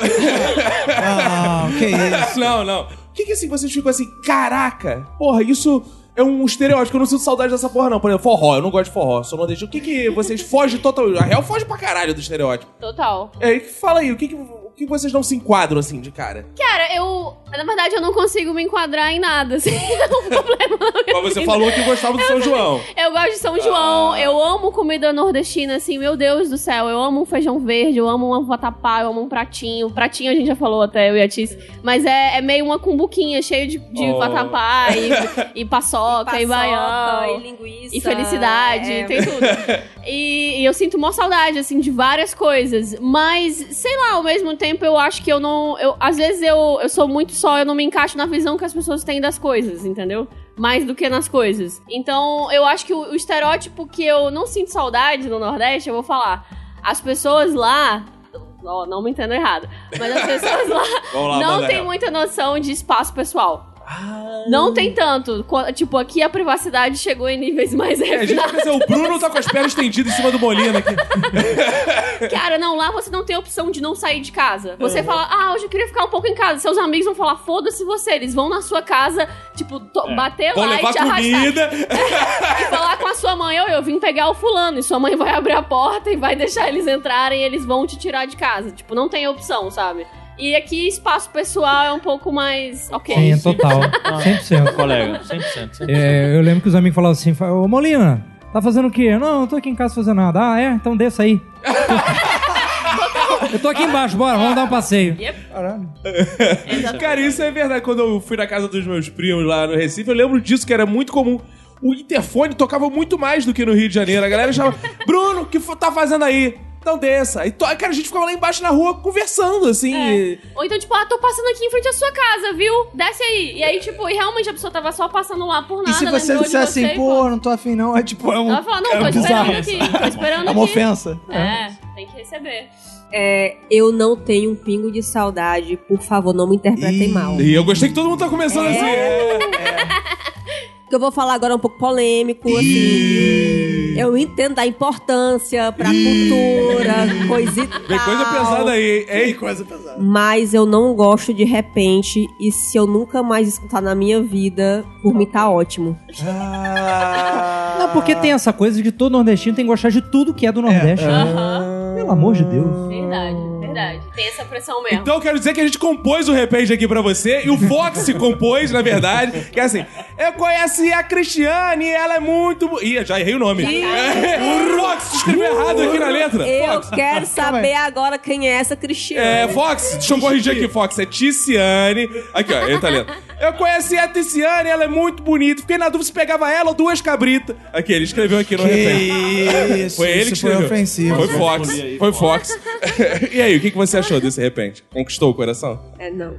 S2: Ah, que isso.
S1: não, não. O que que assim vocês ficam assim, caraca, porra, isso é um estereótipo, eu não sinto saudade dessa porra, não. Por exemplo, forró, eu não gosto de forró, sou nordestino. O que que vocês fogem total. A real foge pra caralho do estereótipo.
S3: Total.
S1: É, e fala aí, o que que. O que vocês não se enquadram assim de cara?
S3: Cara, eu. Na verdade, eu não consigo me enquadrar em nada, assim. É um problema na minha
S1: Mas você
S3: vida.
S1: falou que gostava do São João.
S3: Eu gosto de São João, eu amo comida nordestina, assim, meu Deus do céu. Eu amo um feijão verde, eu amo um vatapá, eu amo um pratinho. Pratinho a gente já falou até, eu e a Tice. Mas é, é meio uma cumbuquinha, cheio de, de
S1: Oh.
S3: vatapá e, e paçoca, e baião.
S5: e linguiça.
S3: E felicidade,
S5: é.
S3: tem tudo. E, e eu sinto maior saudade, assim, de várias coisas. Mas, sei lá, ao mesmo tempo eu acho que eu não. Eu, às vezes eu, eu sou muito só, eu não me encaixo na visão que as pessoas têm das coisas, entendeu? Mais do que nas coisas. Então, eu acho que o, o estereótipo que eu não sinto saudade no Nordeste, eu vou falar. As pessoas lá. Não, não me entendo errado. Mas as pessoas lá
S1: Vamos lá,
S3: não
S1: manda
S3: tem
S1: ela.
S3: muita noção de espaço pessoal. Não tem tanto. Co- Tipo, aqui a privacidade chegou em níveis mais
S1: A gente tá
S3: refinados.
S1: pensando, o Bruno tá com as pernas estendidas em cima do Molina aqui.
S3: Cara, não, lá você não tem opção de não sair de casa. Você
S1: Uhum.
S3: fala, ah, hoje eu queria ficar um pouco em casa. Seus amigos vão falar, foda-se você. Eles vão na sua casa, tipo, to- bater
S1: Vou
S3: lá e
S1: É. levar
S3: te arrastar.
S1: comida.
S3: E falar com a sua mãe, eu, eu vim pegar o fulano. E sua mãe vai abrir a porta e vai deixar eles entrarem e eles vão te tirar de casa. Tipo, não tem opção, sabe? E aqui espaço pessoal é um pouco mais. Ok.
S4: Sim, total. 100%.
S7: Colega, 100%. 100%.
S4: É, eu lembro que os amigos falavam assim, fa- ô Molina, tá fazendo o quê? Não, não tô aqui em casa fazendo nada. Ah, é? Então desça aí. eu tô aqui embaixo, bora, vamos dar um passeio.
S1: Cara, isso é verdade. Quando eu fui na casa dos meus primos lá no Recife, eu lembro disso, que era muito comum. O interfone tocava muito mais do que no Rio de Janeiro. A galera chamava, Bruno, o que fo- tá fazendo aí? Então desça. E to... cara, a gente ficava lá embaixo na rua conversando, assim. e-
S3: Ou então, tipo, ah, tô passando aqui em frente à sua casa, viu? Desce aí. E aí, tipo, e realmente a pessoa tava só passando lá por nada.
S2: E se você
S3: lembrou de
S2: disser
S3: você
S2: assim,
S3: e
S2: pô, não tô afim não, é tipo, é, um,
S3: Ela fala, não, tô
S2: é
S3: esperando
S2: bizarro.
S3: aqui, tô esperando
S2: É
S3: aqui.
S2: uma ofensa.
S3: É, tem que receber.
S5: É, eu não tenho um pingo de saudade. Por favor, não me interpretem
S2: Ih.
S5: mal.
S1: E eu gostei que todo mundo tá começando assim. é.
S5: O que eu vou falar agora é um pouco polêmico, assim. Eu entendo a importância pra cultura, coisa e tal.
S1: Tem coisa
S3: Ah,
S1: pesada aí, hein?
S2: Que coisa pesada.
S5: Mas eu não gosto de repente. E se eu nunca mais escutar na minha vida, por mim tá ótimo.
S4: Não, porque tem essa coisa de que todo nordestino tem que gostar de tudo que é do Nordeste. né?
S3: Aham,
S4: Pelo amor de Deus.
S3: verdade, verdade. Tem essa pressão mesmo.
S1: Então eu quero dizer que a gente compôs o repente aqui pra você e o Fox se compôs, na verdade. Que é assim, eu conheci a Cristiane, ela é muito. bo- Ih, já errei o nome. o Fox se escreveu errado aqui na letra.
S5: Eu
S1: Fox.
S5: quero saber agora quem é essa Cristiane.
S1: É, Fox, deixa eu corrigir aqui, Fox. É Ticiane. Aqui, ó, ele tá lendo. Eu conheci a Ticiane, ela é muito bonita. Fiquei na dúvida se pegava ela ou duas cabritas. Aqui, ele escreveu aqui no
S2: Que
S1: repente.
S2: isso,
S1: Foi ele
S2: isso
S1: que
S2: foi
S1: escreveu.
S2: ofensivo.
S1: Foi Fox. Foi Fox. e aí, o que que você achou desse repente? Conquistou o coração?
S5: É, não.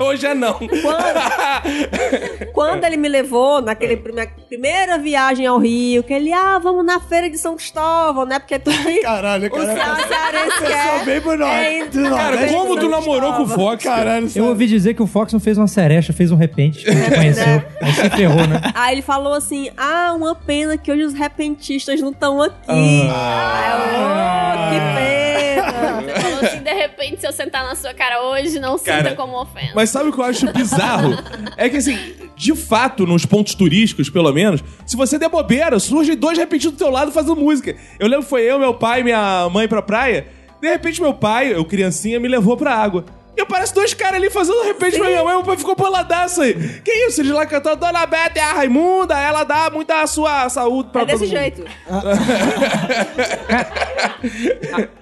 S1: Hoje é não. É.
S5: Quando ele me levou naquele prime- na primeira viagem ao Rio, que ele, ah, vamos na feira de São Cristóvão, né? Porque tu
S2: Caralho,
S5: o
S2: cara.
S5: cearense
S2: Só
S5: quer.
S2: bem pro norte.
S5: É,
S2: do
S1: então, Cara,
S2: Nordeste. né?
S1: como tu namorou com o Fox? Caralho.
S4: Eu ouvi dizer que o Fox não fez uma serecha, fez um repente, quando te
S1: É
S4: conheceu. Aí se ferrou, né?
S5: Aí ele falou assim: Ah, uma pena que hoje os repentistas não estão aqui. "Oh, Ah, eu, oh, que pena.
S3: Você falou assim, de repente, se eu sentar na sua cara hoje, não
S1: Cara,
S3: sinta como ofensa.
S1: Mas sabe o que eu acho bizarro? É que assim, de fato, nos pontos turísticos, pelo menos, se você der bobeira, surgem dois repetidos do teu lado fazendo música. Eu lembro que foi eu, meu pai e minha mãe pra praia. De repente, meu pai, eu criancinha, me levou pra água. E aparece dois caras ali fazendo repente pra minha mãe. Meu pai ficou boladaço aí. Que isso? Eles lá cantando Dona Bete é a Raimunda. Ela dá muita sua saúde pra
S5: É desse
S1: todo mundo.
S5: jeito.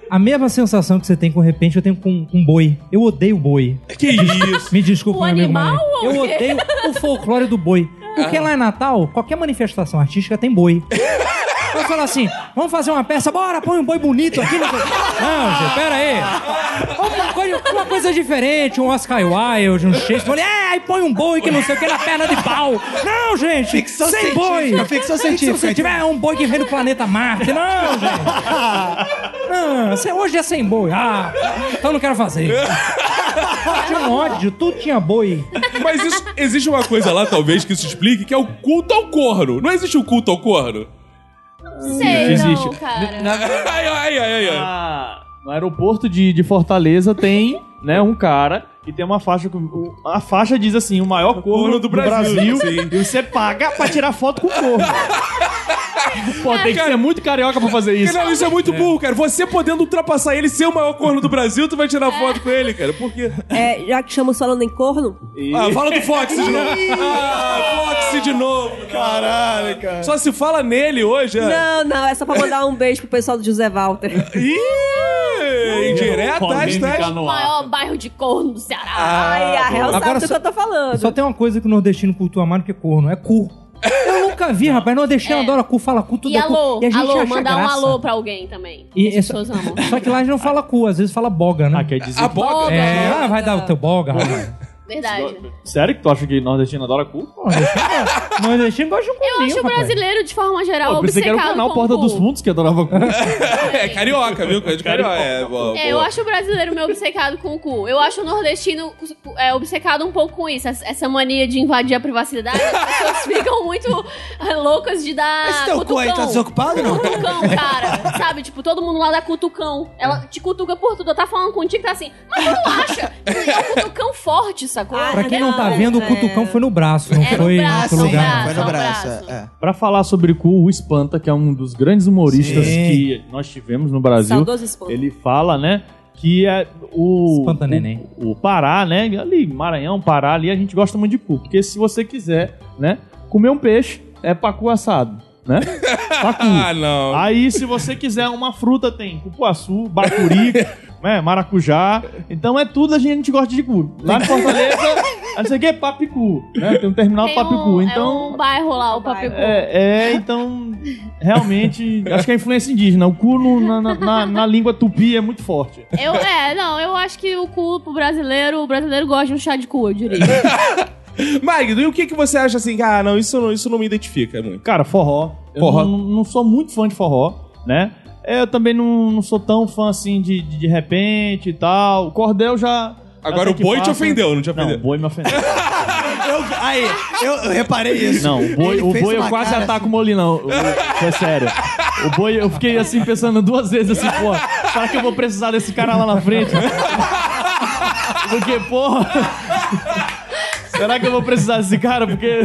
S4: A mesma sensação que você tem com repente, eu tenho com, com um boi. Eu odeio boi.
S1: Que isso?
S4: Me desculpa,
S3: O
S4: meu amigo
S3: animal
S4: Mané.
S3: ou
S4: Eu
S3: o quê?
S4: odeio o folclore do boi. Porque lá em Natal, qualquer manifestação artística tem boi. Eu falo assim, vamos fazer uma peça, bora, põe um boi bonito aqui. Não, sei- não gente, pera aí. Uma coisa, uma coisa diferente, um Oscar Wilde, um Shakespeare. É, aí põe um boi que não sei o que na perna de pau. Não, gente,
S2: Ficção
S4: sem
S2: científica,
S4: boi.
S2: ficção científica, então.
S4: Se tiver um boi que vem do planeta Marte, não, gente. Não, você- hoje é sem boi. Ah, então não quero fazer. Tinha um ódio, tudo tinha boi.
S1: Mas isso, existe uma coisa lá, talvez, que isso explique, que é o culto ao corno. Não existe o culto ao corno?
S3: Sei, não,
S6: Existe.
S3: cara.
S1: Ai, ai, ai, ai, ai.
S6: Ah, no aeroporto de, de Fortaleza tem, né, um cara que tem uma faixa. com- o- A faixa diz assim: o maior corno do, Brasil. e você paga pra tirar foto com o corno. Pô, tem que ser muito carioca pra fazer isso.
S1: Não, isso é muito burro, cara. Você podendo ultrapassar ele, ser o maior corno do Brasil, tu vai tirar foto com ele, cara. Por quê?
S5: É, já que estamos falando em corno,
S1: Ah, fala do Fox de novo. Ah, Fox de novo. Caralho, cara. Só se fala nele hoje, é.
S5: não, não, é só pra mandar um beijo pro pessoal do José Walter.
S1: Ih, indireta, hashtag.
S3: O maior bairro de corno do Ceará.
S2: Ah,
S5: Ai, a real
S4: Agora
S5: sabe do
S4: só-
S5: que eu tô falando.
S4: Só tem uma coisa que o nordestino cultua mais do que corno, é cu. Eu nunca vi, rapaz. Nordestino
S3: É.
S4: adora cu, fala cu, tudo
S3: E
S4: é cu.
S3: alô,
S4: e a gente
S3: alô,
S4: acha
S3: mandar um
S4: graça.
S3: alô pra alguém também.
S4: E-
S3: As
S4: é só-
S3: pessoas amam.
S4: Só que lá a gente não fala cu, às vezes fala boga, né?
S6: Ah, quer dizer.
S1: A boga.
S4: É, ah, vai dar o teu boga, rapaz.
S3: Verdade.
S6: Sério que tu acha que nordestino adora cu?
S4: Pô, nordestino- Nordestino gosta de um
S3: Eu
S4: cuzinho,
S3: acho o
S4: rapaz.
S3: brasileiro, de forma geral,
S6: eu pensei que era
S3: obcecado
S6: o canal
S3: com
S6: Porta
S3: cu.
S6: dos Fundos que adorava cu.
S1: É, carioca, viu? Coisa de carioca. É, boa,
S3: É, eu
S1: boa.
S3: acho o brasileiro meio obcecado com o cu. Eu acho o nordestino é, obcecado um pouco com isso. Essa- Essa mania de invadir a privacidade. As pessoas ficam muito é, loucas de dar.
S2: Esse teu cu aí tá desocupado, não?
S3: Cutucão, cara. Sabe? Tipo, todo mundo lá dá cutucão. Ela te cutuca por tudo. Eu tá falando contigo, tá assim. Mas tu não acha? É um cutucão forte, sacou?
S5: Ah,
S4: Pra quem não tá
S5: Não,
S4: vendo, o
S5: é.
S4: cutucão foi no braço, não
S3: É, no
S4: foi em
S3: braço,
S4: outro
S3: no
S4: lugar.
S3: braço.
S2: foi no
S3: é um
S2: braço.
S3: braço.
S2: é.
S6: Pra falar sobre cu, o Espanta, que é um dos grandes humoristas
S4: Sim.
S6: que nós tivemos no Brasil,
S5: Saudoso esposo.
S6: ele fala, né? Que é o.
S4: Espanta neném.
S6: O, o Pará, né? Ali, Maranhão, Pará, ali a gente gosta muito de cu. Porque se você quiser, né? Comer um peixe é pacu assado, né?
S1: Ah,
S6: Pacu.
S1: não.
S6: Aí, se você quiser uma fruta, tem cupuaçu, bacuri, né, maracujá. Então é tudo a gente gosta de cu. Lá em Fortaleza, a não sei o que é papicu, né? Tem um terminal
S3: Tem
S6: papicu.
S3: um,
S6: então,
S3: é um bairro lá, o Papicu.
S6: é, é, então, realmente, acho que é a influência indígena, o cu no- na, na- na- na língua tupi é muito forte.
S3: Eu, é, não, eu acho que o cu pro brasileiro, o brasileiro gosta de um chá de cu, eu diria.
S1: Magno, e o que, que você acha assim? Ah, não, isso não, isso não me identifica muito.
S6: Cara, forró. Eu
S1: Forró.
S6: Não, não sou muito fã de forró, né? Eu também não, não sou tão fã assim de, de, de repente e tal. O cordel já. já
S1: Agora
S6: sei
S1: o
S6: que
S1: boi te
S6: passa.
S1: ofendeu, não te
S6: Não, o
S1: ofendeu.
S6: boi me ofendeu.
S2: Eu- aí, eu, eu reparei isso.
S6: Não, o boi,
S2: Ele
S6: o
S2: fez
S6: boi eu
S2: uma
S6: quase
S2: cara assim.
S6: ataco o Molinão. O- Foi sério. O boi, eu fiquei assim pensando duas vezes assim, pô, será que eu vou precisar desse cara lá na frente? Porque, porra. Será que eu vou precisar desse cara? Porque.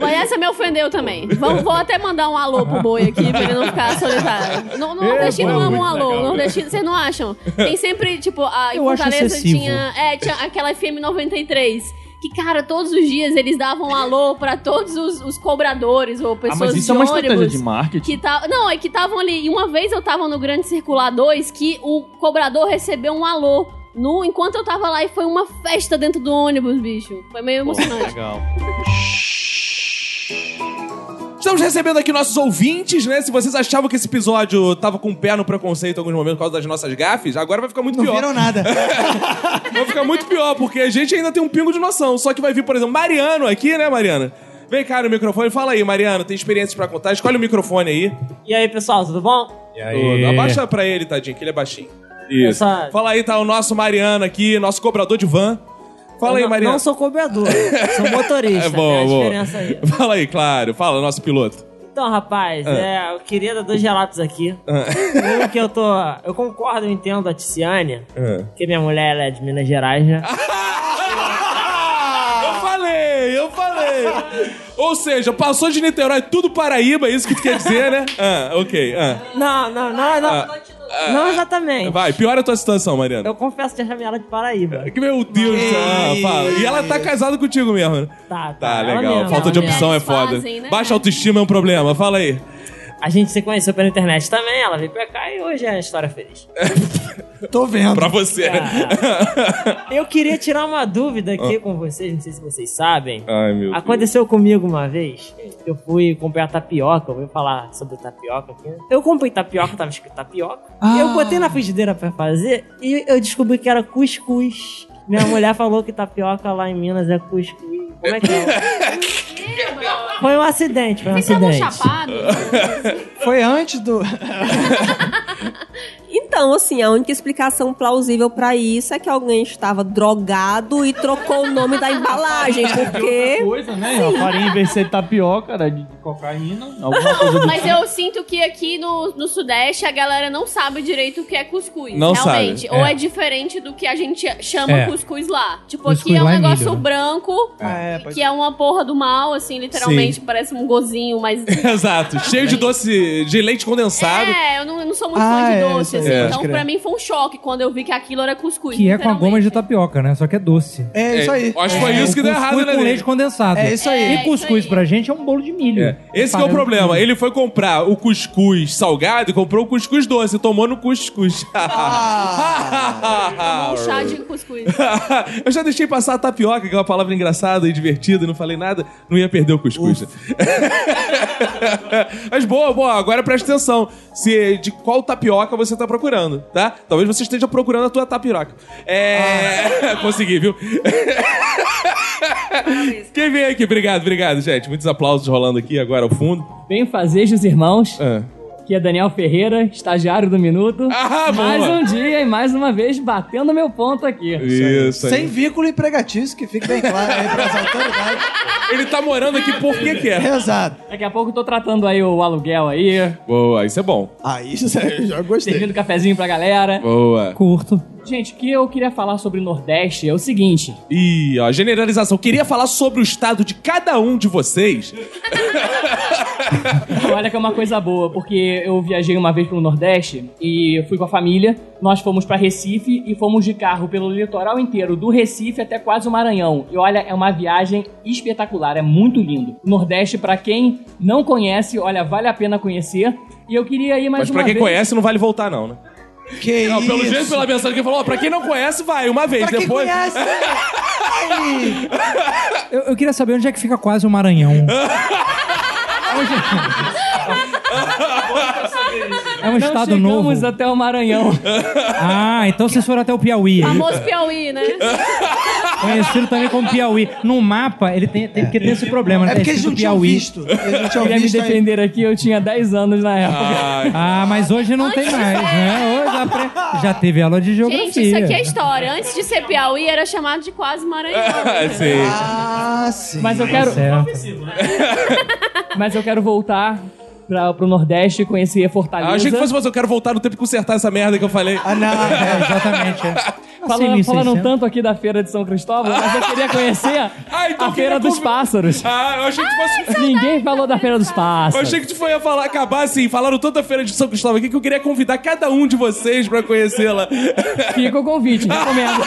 S3: Mas essa me ofendeu também. Vou, vou até mandar um alô pro boi aqui pra ele não ficar solitário. No, no nordestino
S6: boi,
S3: ama um
S6: É, muito
S3: alô.
S6: legal,
S3: No nordestino, vocês não acham? Tem sempre, tipo, a em
S4: Eu acho
S3: Fortaleza
S4: excessivo.
S3: tinha, é, tinha aquela FM 93. Que, cara, todos os dias eles davam um alô pra todos os, os cobradores
S6: Ah,
S3: ou pessoas de
S6: é
S3: ônibus.
S6: marketing.
S3: Que tá, não, é que estavam ali. E uma vez eu tava no Grande Circular 2 que o cobrador recebeu um alô. No, enquanto eu tava lá e foi uma festa dentro do ônibus, bicho. Foi meio emocionante.
S6: Legal.
S1: Estamos recebendo aqui nossos ouvintes, né? Se vocês achavam que esse episódio tava com o pé no preconceito em alguns momentos por causa das nossas gafes, agora vai ficar muito
S2: Não
S1: pior.
S2: viram nada.
S1: Vai ficar muito pior, porque a gente ainda tem um pingo de noção. Só que vai vir, por exemplo, Mariano aqui, né, Mariana? Vem cá no microfone, fala aí, Mariano, tem experiências pra contar? Escolhe o microfone aí.
S7: E aí, pessoal, tudo bom?
S1: Ô, Abaixa pra ele, tadinho, que ele é baixinho. Isso.
S7: Essa-
S1: Fala aí, tá o nosso Mariano aqui, nosso cobrador de van. Fala
S7: Eu
S1: aí,
S7: não-
S1: Mariano.
S7: Não sou cobrador, sou motorista.
S1: É bom,
S7: tem a
S1: bom.
S7: diferença aí.
S1: Fala aí, claro. Fala, nosso piloto.
S7: Então,
S1: Ah.
S7: rapaz, é, eu queria dar dois relatos aqui. Um que eu tô. Eu concordo, eu entendo a Tiziane,
S1: Ah.
S7: que minha mulher ela é de Minas Gerais, né?
S1: Eu falei, eu falei. Ou seja, passou é de Niterói, tudo Paraíba, isso que tu quer dizer, né? Ah, ok. ah.
S7: Não, não, não, não.
S1: Ah.
S7: Não exatamente.
S1: Vai, piora a tua situação, Mariana.
S7: Eu confesso que já chamei ela de Paraíba.
S1: Que Meu Deus, ah, fala. E ela tá casada contigo mesmo, né?
S7: Tá, tá.
S1: Tá,
S7: ela
S1: legal.
S7: mesma,
S1: Falta
S7: ela
S1: de
S7: mesma.
S1: opção é
S3: Eles
S1: foda.
S3: fazem, né?
S1: Baixa autoestima é um problema, fala aí.
S7: A gente se conheceu pela internet também, ela veio pra cá e hoje é a história feliz.
S2: Tô vendo.
S1: Pra você. né?
S7: Tá. Ah, eu queria tirar uma dúvida aqui com vocês, não sei se vocês sabem.
S1: Ai, Ah. meu Deus.
S7: Aconteceu comigo uma vez, eu fui comprar tapioca, eu vou falar sobre tapioca aqui. né? Eu comprei tapioca, tava escrito tapioca.
S2: Ah.
S7: Eu botei na frigideira pra fazer e eu descobri que era cuscuz. Minha mulher falou que tapioca lá em Minas é cuscuz. Como é que é? Foi um acidente, foi um
S3: Vocês estavam
S7: acidente.
S3: chapados?
S2: Foi antes do.
S5: Então, assim, a única explicação plausível pra isso é que alguém estava drogado e trocou o nome da embalagem, porque
S6: Coisa, né? A farinha, em vez de ser tapioca, era de de cocaína, alguma coisa do
S3: Mas
S6: tipo.
S3: eu sinto que aqui no, no Sudeste a galera não sabe direito o que é cuscuz.
S1: Não
S3: realmente.
S4: sabe,
S3: Ou
S4: é.
S3: é diferente do que a gente chama
S4: É.
S3: cuscuz lá. Tipo, aqui
S4: Cuscuz
S3: é um
S4: lá é milho,
S3: negócio
S4: né?
S3: branco,
S2: É, pode-
S3: que é uma porra do mal, assim, literalmente, parece um gozinho, mas.
S4: É,
S1: Exato, cheio
S7: Tá
S1: de doce, de leite condensado.
S3: É, eu não, eu não sou muito
S2: Ah,
S3: fã de
S2: é, isso
S3: doce,
S2: aí,
S3: assim.
S2: pode
S3: Então,
S2: crer.
S3: pra mim, foi um choque quando eu vi que aquilo era cuscuz.
S4: Que é com a goma de
S3: literalmente.
S4: tapioca, né? Só que é doce.
S2: É isso aí.
S1: É, Acho que foi
S4: É,
S1: isso que
S4: o
S1: deu
S4: cuscuz
S1: errado, né,
S4: com
S1: Lelê?
S4: leite condensado.
S2: É isso aí.
S3: É,
S4: E cuscuz
S3: isso aí.
S4: pra gente é um bolo de milho.
S1: É. Esse que é o problema. Ele foi comprar o cuscuz salgado e comprou o cuscuz doce. Tomou no cuscuz.
S3: Tomou Um chá de cuscuz.
S1: Eu já deixei passar a tapioca, que é uma palavra engraçada e divertida, e não falei nada, não ia perder o cuscuz. Mas boa, boa, agora presta atenção se, de qual tapioca você tá procurando, tá? Talvez você esteja procurando a tua tapioca. É.
S8: Ah.
S1: Consegui, viu? Quem veio aqui? Obrigado, obrigado, gente. Muitos aplausos rolando aqui agora ao fundo.
S8: Bem fazejos irmãos,
S1: Ah,
S8: que é Daniel Ferreira, estagiário do Minuto.
S1: Ah,
S8: mais
S1: boa.
S8: um dia e mais uma vez batendo meu ponto aqui.
S1: Isso. aí.
S2: Sem vínculo empregatício, que fica bem claro É, aí pras autoridades.
S1: Ele tá morando aqui porque quer.
S2: Exato.
S8: Daqui a pouco eu tô tratando aí o aluguel aí,
S1: Boa, isso é bom.
S2: Aí Ah, isso aí eu já gostei.
S8: servindo cafezinho pra galera.
S1: Boa.
S4: Curto.
S8: Gente, o que eu queria falar sobre o Nordeste é o seguinte.
S1: Ih, ó, generalização. Queria falar sobre o estado de cada um de vocês.
S8: Olha que é uma coisa boa, porque eu viajei uma vez pelo Nordeste e eu fui com a família. Nós fomos pra Recife e fomos de carro pelo litoral inteiro, do Recife até quase o Maranhão. E olha, é uma viagem espetacular, é muito lindo. O Nordeste, pra quem não conhece, olha, vale a pena conhecer. E eu queria ir mais
S1: Mas
S8: uma
S1: pra quem
S8: vez.
S1: conhece, não vale voltar, não, né?
S2: Que
S1: Não, pelo
S2: isso?
S1: jeito, pela mensagem que ele falou, ó, pra quem não conhece, vai uma vez.
S2: Pra quem
S1: Depois.
S2: conhece. Ai.
S4: Eu, eu queria saber onde é que fica quase o Maranhão. É um
S8: Não
S4: estado novo.
S8: chegamos até o Maranhão.
S4: Ah, então vocês foram até o Piauí.
S3: Famoso Piauí, né?
S4: Conhecido também como Piauí. No mapa, ele tem, tem, porque tem esse problema. né?
S2: É
S4: Tá
S2: porque eles
S4: escrito
S2: não tinham
S4: Piauí.
S2: visto. Eles não tinham
S8: Queria me
S2: visto ainda.
S8: defender aqui, eu tinha 10 anos na época.
S1: Ai,
S4: Ah, mas hoje não tem
S3: Antes
S4: mais,
S3: de-
S4: né? Hoje apre- já teve aula de geografia.
S3: Gente, isso aqui é história. Antes de ser Piauí, era chamado de quase Maranhão.
S2: é
S1: ah, sim.
S4: É,
S2: Ah, sim.
S8: Mas eu quero.
S4: Certo.
S8: Mas eu quero voltar pra, pro Nordeste e conhecer Fortaleza.
S1: Ah, achei que fosse você, eu quero voltar no tempo e consertar essa merda que eu falei.
S2: Ah, não.
S4: É, exatamente. É.
S8: Falando,
S4: Assim,
S8: falando
S4: 1600.
S8: tanto aqui da Feira de São Cristóvão, mas eu queria conhecer
S1: Ah, então
S8: a Feira
S1: queria
S8: dos
S1: conv-
S8: Pássaros.
S1: Ah, eu achei que fosse.
S8: Ninguém falou da Feira dos
S1: Eu
S8: Pássaros.
S1: achei que tu foi a falar, acabar assim, falaram tanta feira de São Cristóvão aqui que eu queria convidar cada um de vocês pra conhecê-la.
S8: Fica o convite, recomendo.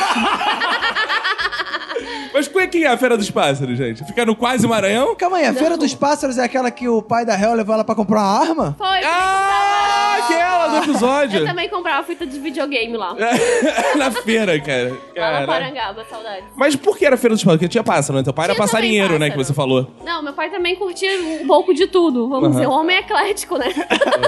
S1: Mas qual é que é a Feira dos Pássaros, gente? Fica no quase Maranhão?
S2: Calma aí, a Feira dos Pássaros é aquela que o pai da Hel levou ela pra comprar uma arma?
S3: Foi.
S1: Ah, aquela do episódio. É,
S3: Eu também comprava fita de videogame lá.
S1: Na feira, cara.
S3: Lá na
S1: Caraca.
S3: Parangaba, saudades.
S1: Mas por que era feira dos pássaros? Porque tinha pássaro, né? Teu pai era
S3: Tinha também
S1: passarinheiro, né? Que
S3: pássaro.
S1: você falou.
S3: Não, meu pai também curtia um pouco de tudo, vamos dizer. Um homem eclético, né?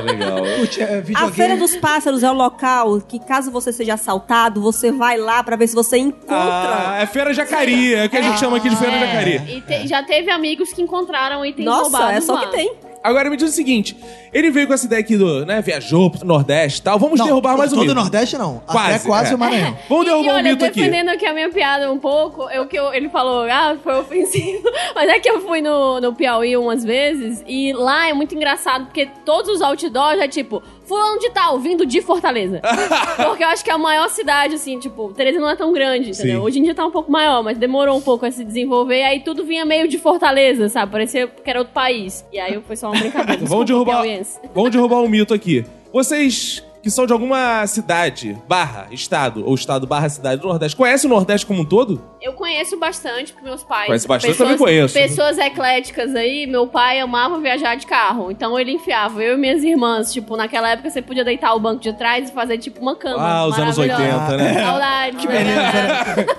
S1: legal.
S2: Curte, é,
S5: a
S2: videogame.
S5: Feira dos Pássaros é o local que, caso você seja assaltado, você vai lá pra ver se você encontra.
S1: Ah, é feira jacaria. É o que a gente chama aqui de feira jacaria.
S3: E te- já teve amigos que encontraram itens
S5: Nossa,
S3: roubados
S5: é só
S3: lá.
S5: que tem.
S1: Agora me diz o seguinte. Ele veio com essa ideia aqui do, né? Viajou pro Nordeste e tal. Vamos
S2: Não,
S1: derrubar mais um
S2: todo
S1: mito.
S2: o Nordeste, não.
S1: Quase,
S2: Até quase
S1: é.
S2: o Maranhão.
S1: Vamos
S3: E,
S1: derrubar um
S3: olha,
S1: mito aqui.
S3: defendendo aqui a minha piada um pouco, eu, que eu- ele falou, ah, foi ofensivo. Mas é que eu fui no, no Piauí umas vezes e lá é muito engraçado porque todos os outdoors é tipo, fulano de tal, vindo de Fortaleza. porque eu acho que é a maior cidade, assim, tipo, Tereza não é tão grande, entendeu?
S1: Sim.
S3: Hoje em dia tá um pouco maior, mas demorou um pouco a se desenvolver. Aí tudo vinha meio de Fortaleza, sabe? Parecia que era outro país. E aí foi só uma brincadeira.
S1: Vamos
S3: Desculpa,
S1: derrubar,
S3: piauiense.
S1: vamos derrubar um mito aqui. Vocês que são de alguma cidade, barra, estado, ou estado barra cidade do Nordeste. Conhece o Nordeste como um todo?
S3: Eu conheço bastante, porque meus pais.
S1: Conhece bastante,
S3: pessoas-
S1: também conheço.
S3: Pessoas ecléticas aí, meu pai amava viajar de carro. Então ele enfiava eu e minhas irmãs. Tipo, naquela época você podia deitar o banco de trás e fazer tipo uma cama.
S1: Ah, os anos
S3: maravilhosa.
S1: 80, né?
S3: Saudade. Que beleza,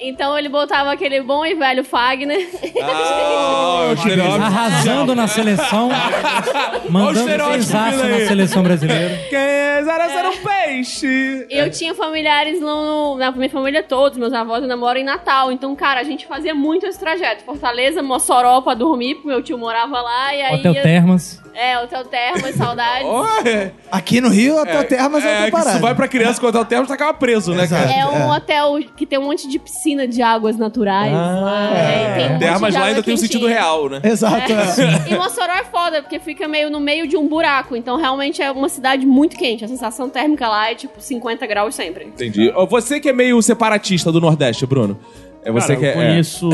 S3: Então ele botava aquele bom e velho Fagner.
S1: Ah, o estereótipo.
S4: Arrasando na seleção,
S1: Olha o
S4: mandando
S1: estereótipo
S4: sensaço
S1: vindo
S4: na
S1: aí.
S4: seleção brasileira.
S1: Quem zero zero peixe.
S3: É. Eu tinha familiares no, na minha família todos, meus avós ainda moram em Natal. Então, cara, a gente fazia muito esse trajeto. Fortaleza, Mossoró pra dormir, porque meu tio morava lá e aí.
S4: Hotel
S3: ia-
S4: Termas.
S3: É, Hotel Termas, saudades.
S1: Olha,
S2: É. Aqui no Rio, até
S1: é,
S2: o Termas é,
S1: é,
S2: outra
S1: que isso
S2: parada.
S1: vai pra criança quando o termo tá acaba preso, né, cara?
S3: É um hotel que tem um monte de piscina de águas naturais.
S9: Ah,
S3: lá, é, e tem um monte
S1: Termas
S3: de
S1: lá
S3: água
S1: ainda tem um sentido
S3: quentinha.
S1: real, né?
S2: Exato. é.
S3: E Mossoró é foda, porque fica meio no meio de um buraco. Então, realmente, é uma cidade muito quente. A sensação térmica lá é, tipo, 50 graus sempre.
S1: Entendi. Ó, Você que é meio separatista do Nordeste, Bruno. É você
S6: Cara,
S1: que é.
S6: eu conheço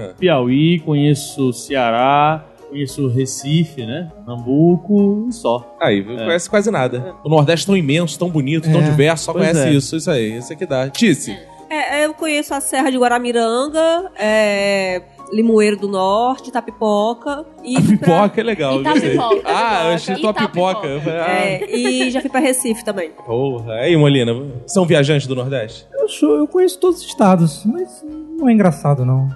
S6: Piauí, conheço Ceará, conheço Recife, né? Nambuco e só. É.
S1: Aí, conhece quase nada. O Nordeste é tão imenso, tão bonito, tão
S2: É.
S1: diverso, só
S6: Pois
S1: conhece
S6: é.
S1: isso, isso aí, isso é que dá. Tice,
S5: É, eu conheço a Serra de Guaramiranga, é, Limoeiro do Norte, Tapipoca. E
S1: a
S5: fui pra-
S1: pipoca é legal. eu gostei.
S3: Itapipoca.
S1: Ah, eu achei tua
S3: Itapipoca.
S1: pipoca. Eu falei, ah,
S5: É, e já fui pra Recife também.
S1: Porra. Aí, Molina, são viajantes do Nordeste?
S4: Eu, sou- eu conheço todos os estados, mas não é engraçado, não.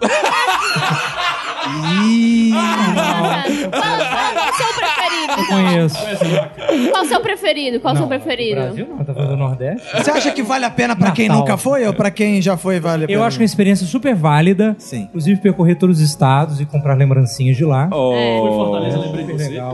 S3: Fala, fala, qual É o seu
S4: Eu
S3: preferido?
S4: conheço.
S3: Qual o seu preferido? Qual o seu
S4: Não,
S3: preferido?
S4: do Brasil não, tá falando do Nordeste.
S2: Você acha que vale a é pena pra quem
S4: Natal. é.
S2: nunca foi ou pra quem já foi vale a pena?
S4: Eu acho é uma experiência super válida.
S2: Sim.
S4: Inclusive percorrer todos os estados e comprar lembrancinhas de lá.
S1: Oh.
S4: Super legal,
S3: A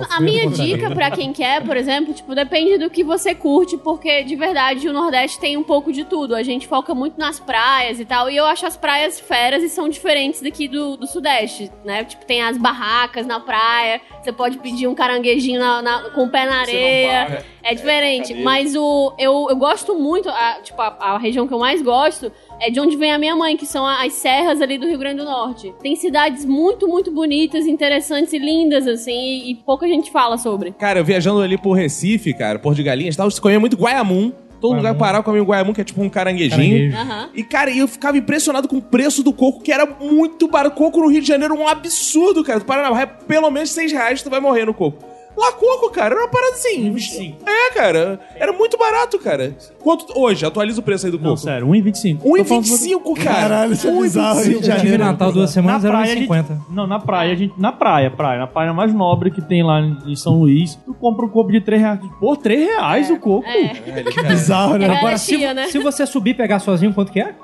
S4: super
S3: minha
S4: Fortaleza.
S3: dica pra quem quer, por exemplo, tipo, depende do que você curte, porque de verdade o Nordeste tem um pouco de tudo. A gente foca muito nas praias e tal, e eu acho as praias feras e são diferentes daqui do, do Sudeste, né? Tipo, tem as barracas na praia, você pode pedir um caranguejinho na- na- com o pé na areia. É diferente, mas o eu, eu gosto muito, a, tipo, a, a região que eu mais gosto é de onde vem a minha mãe, que são a- as serras ali do Rio Grande do Norte. Tem cidades muito, muito bonitas, interessantes e lindas, assim, e, e pouca gente fala sobre.
S1: Cara, eu viajando ali por Recife, cara, Porto de Galinhas e tal, se comia muito guaiamum. Todo lugar que parava comia um guaiamum, que é tipo um caranguejinho.
S4: Caranguejo.
S3: Aham.
S1: E, cara, eu ficava impressionado com o preço do coco, que era muito barato. Coco no Rio de Janeiro, é um absurdo, cara. Tu para na barra, é pelo menos 6 reais tu vai morrer no coco. Lá coco, cara, era uma parada assim. É, cara. Era muito barato, cara. Quanto hoje? Atualiza o preço aí do
S6: Não,
S1: coco.
S4: um
S6: sério, 1,25. Tô falando-
S1: 1,25, cara. Um
S2: Caralho, isso é bizarro, Rio de
S4: Eu tive
S2: Janeiro.
S4: Natal duas
S6: Na
S4: semanas, era um
S6: praia, a
S4: 50.
S6: gente, não, na praia, a gente. Na praia, praia. Na praia mais nobre que tem lá em São Luís, tu compra um coco de 3 reais. Pô, 3 reais o coco?
S3: É.
S2: Bizarro, né?
S3: É.
S4: Agora, se,
S3: Garantia, né?
S4: se você subir e pegar sozinho, quanto que é?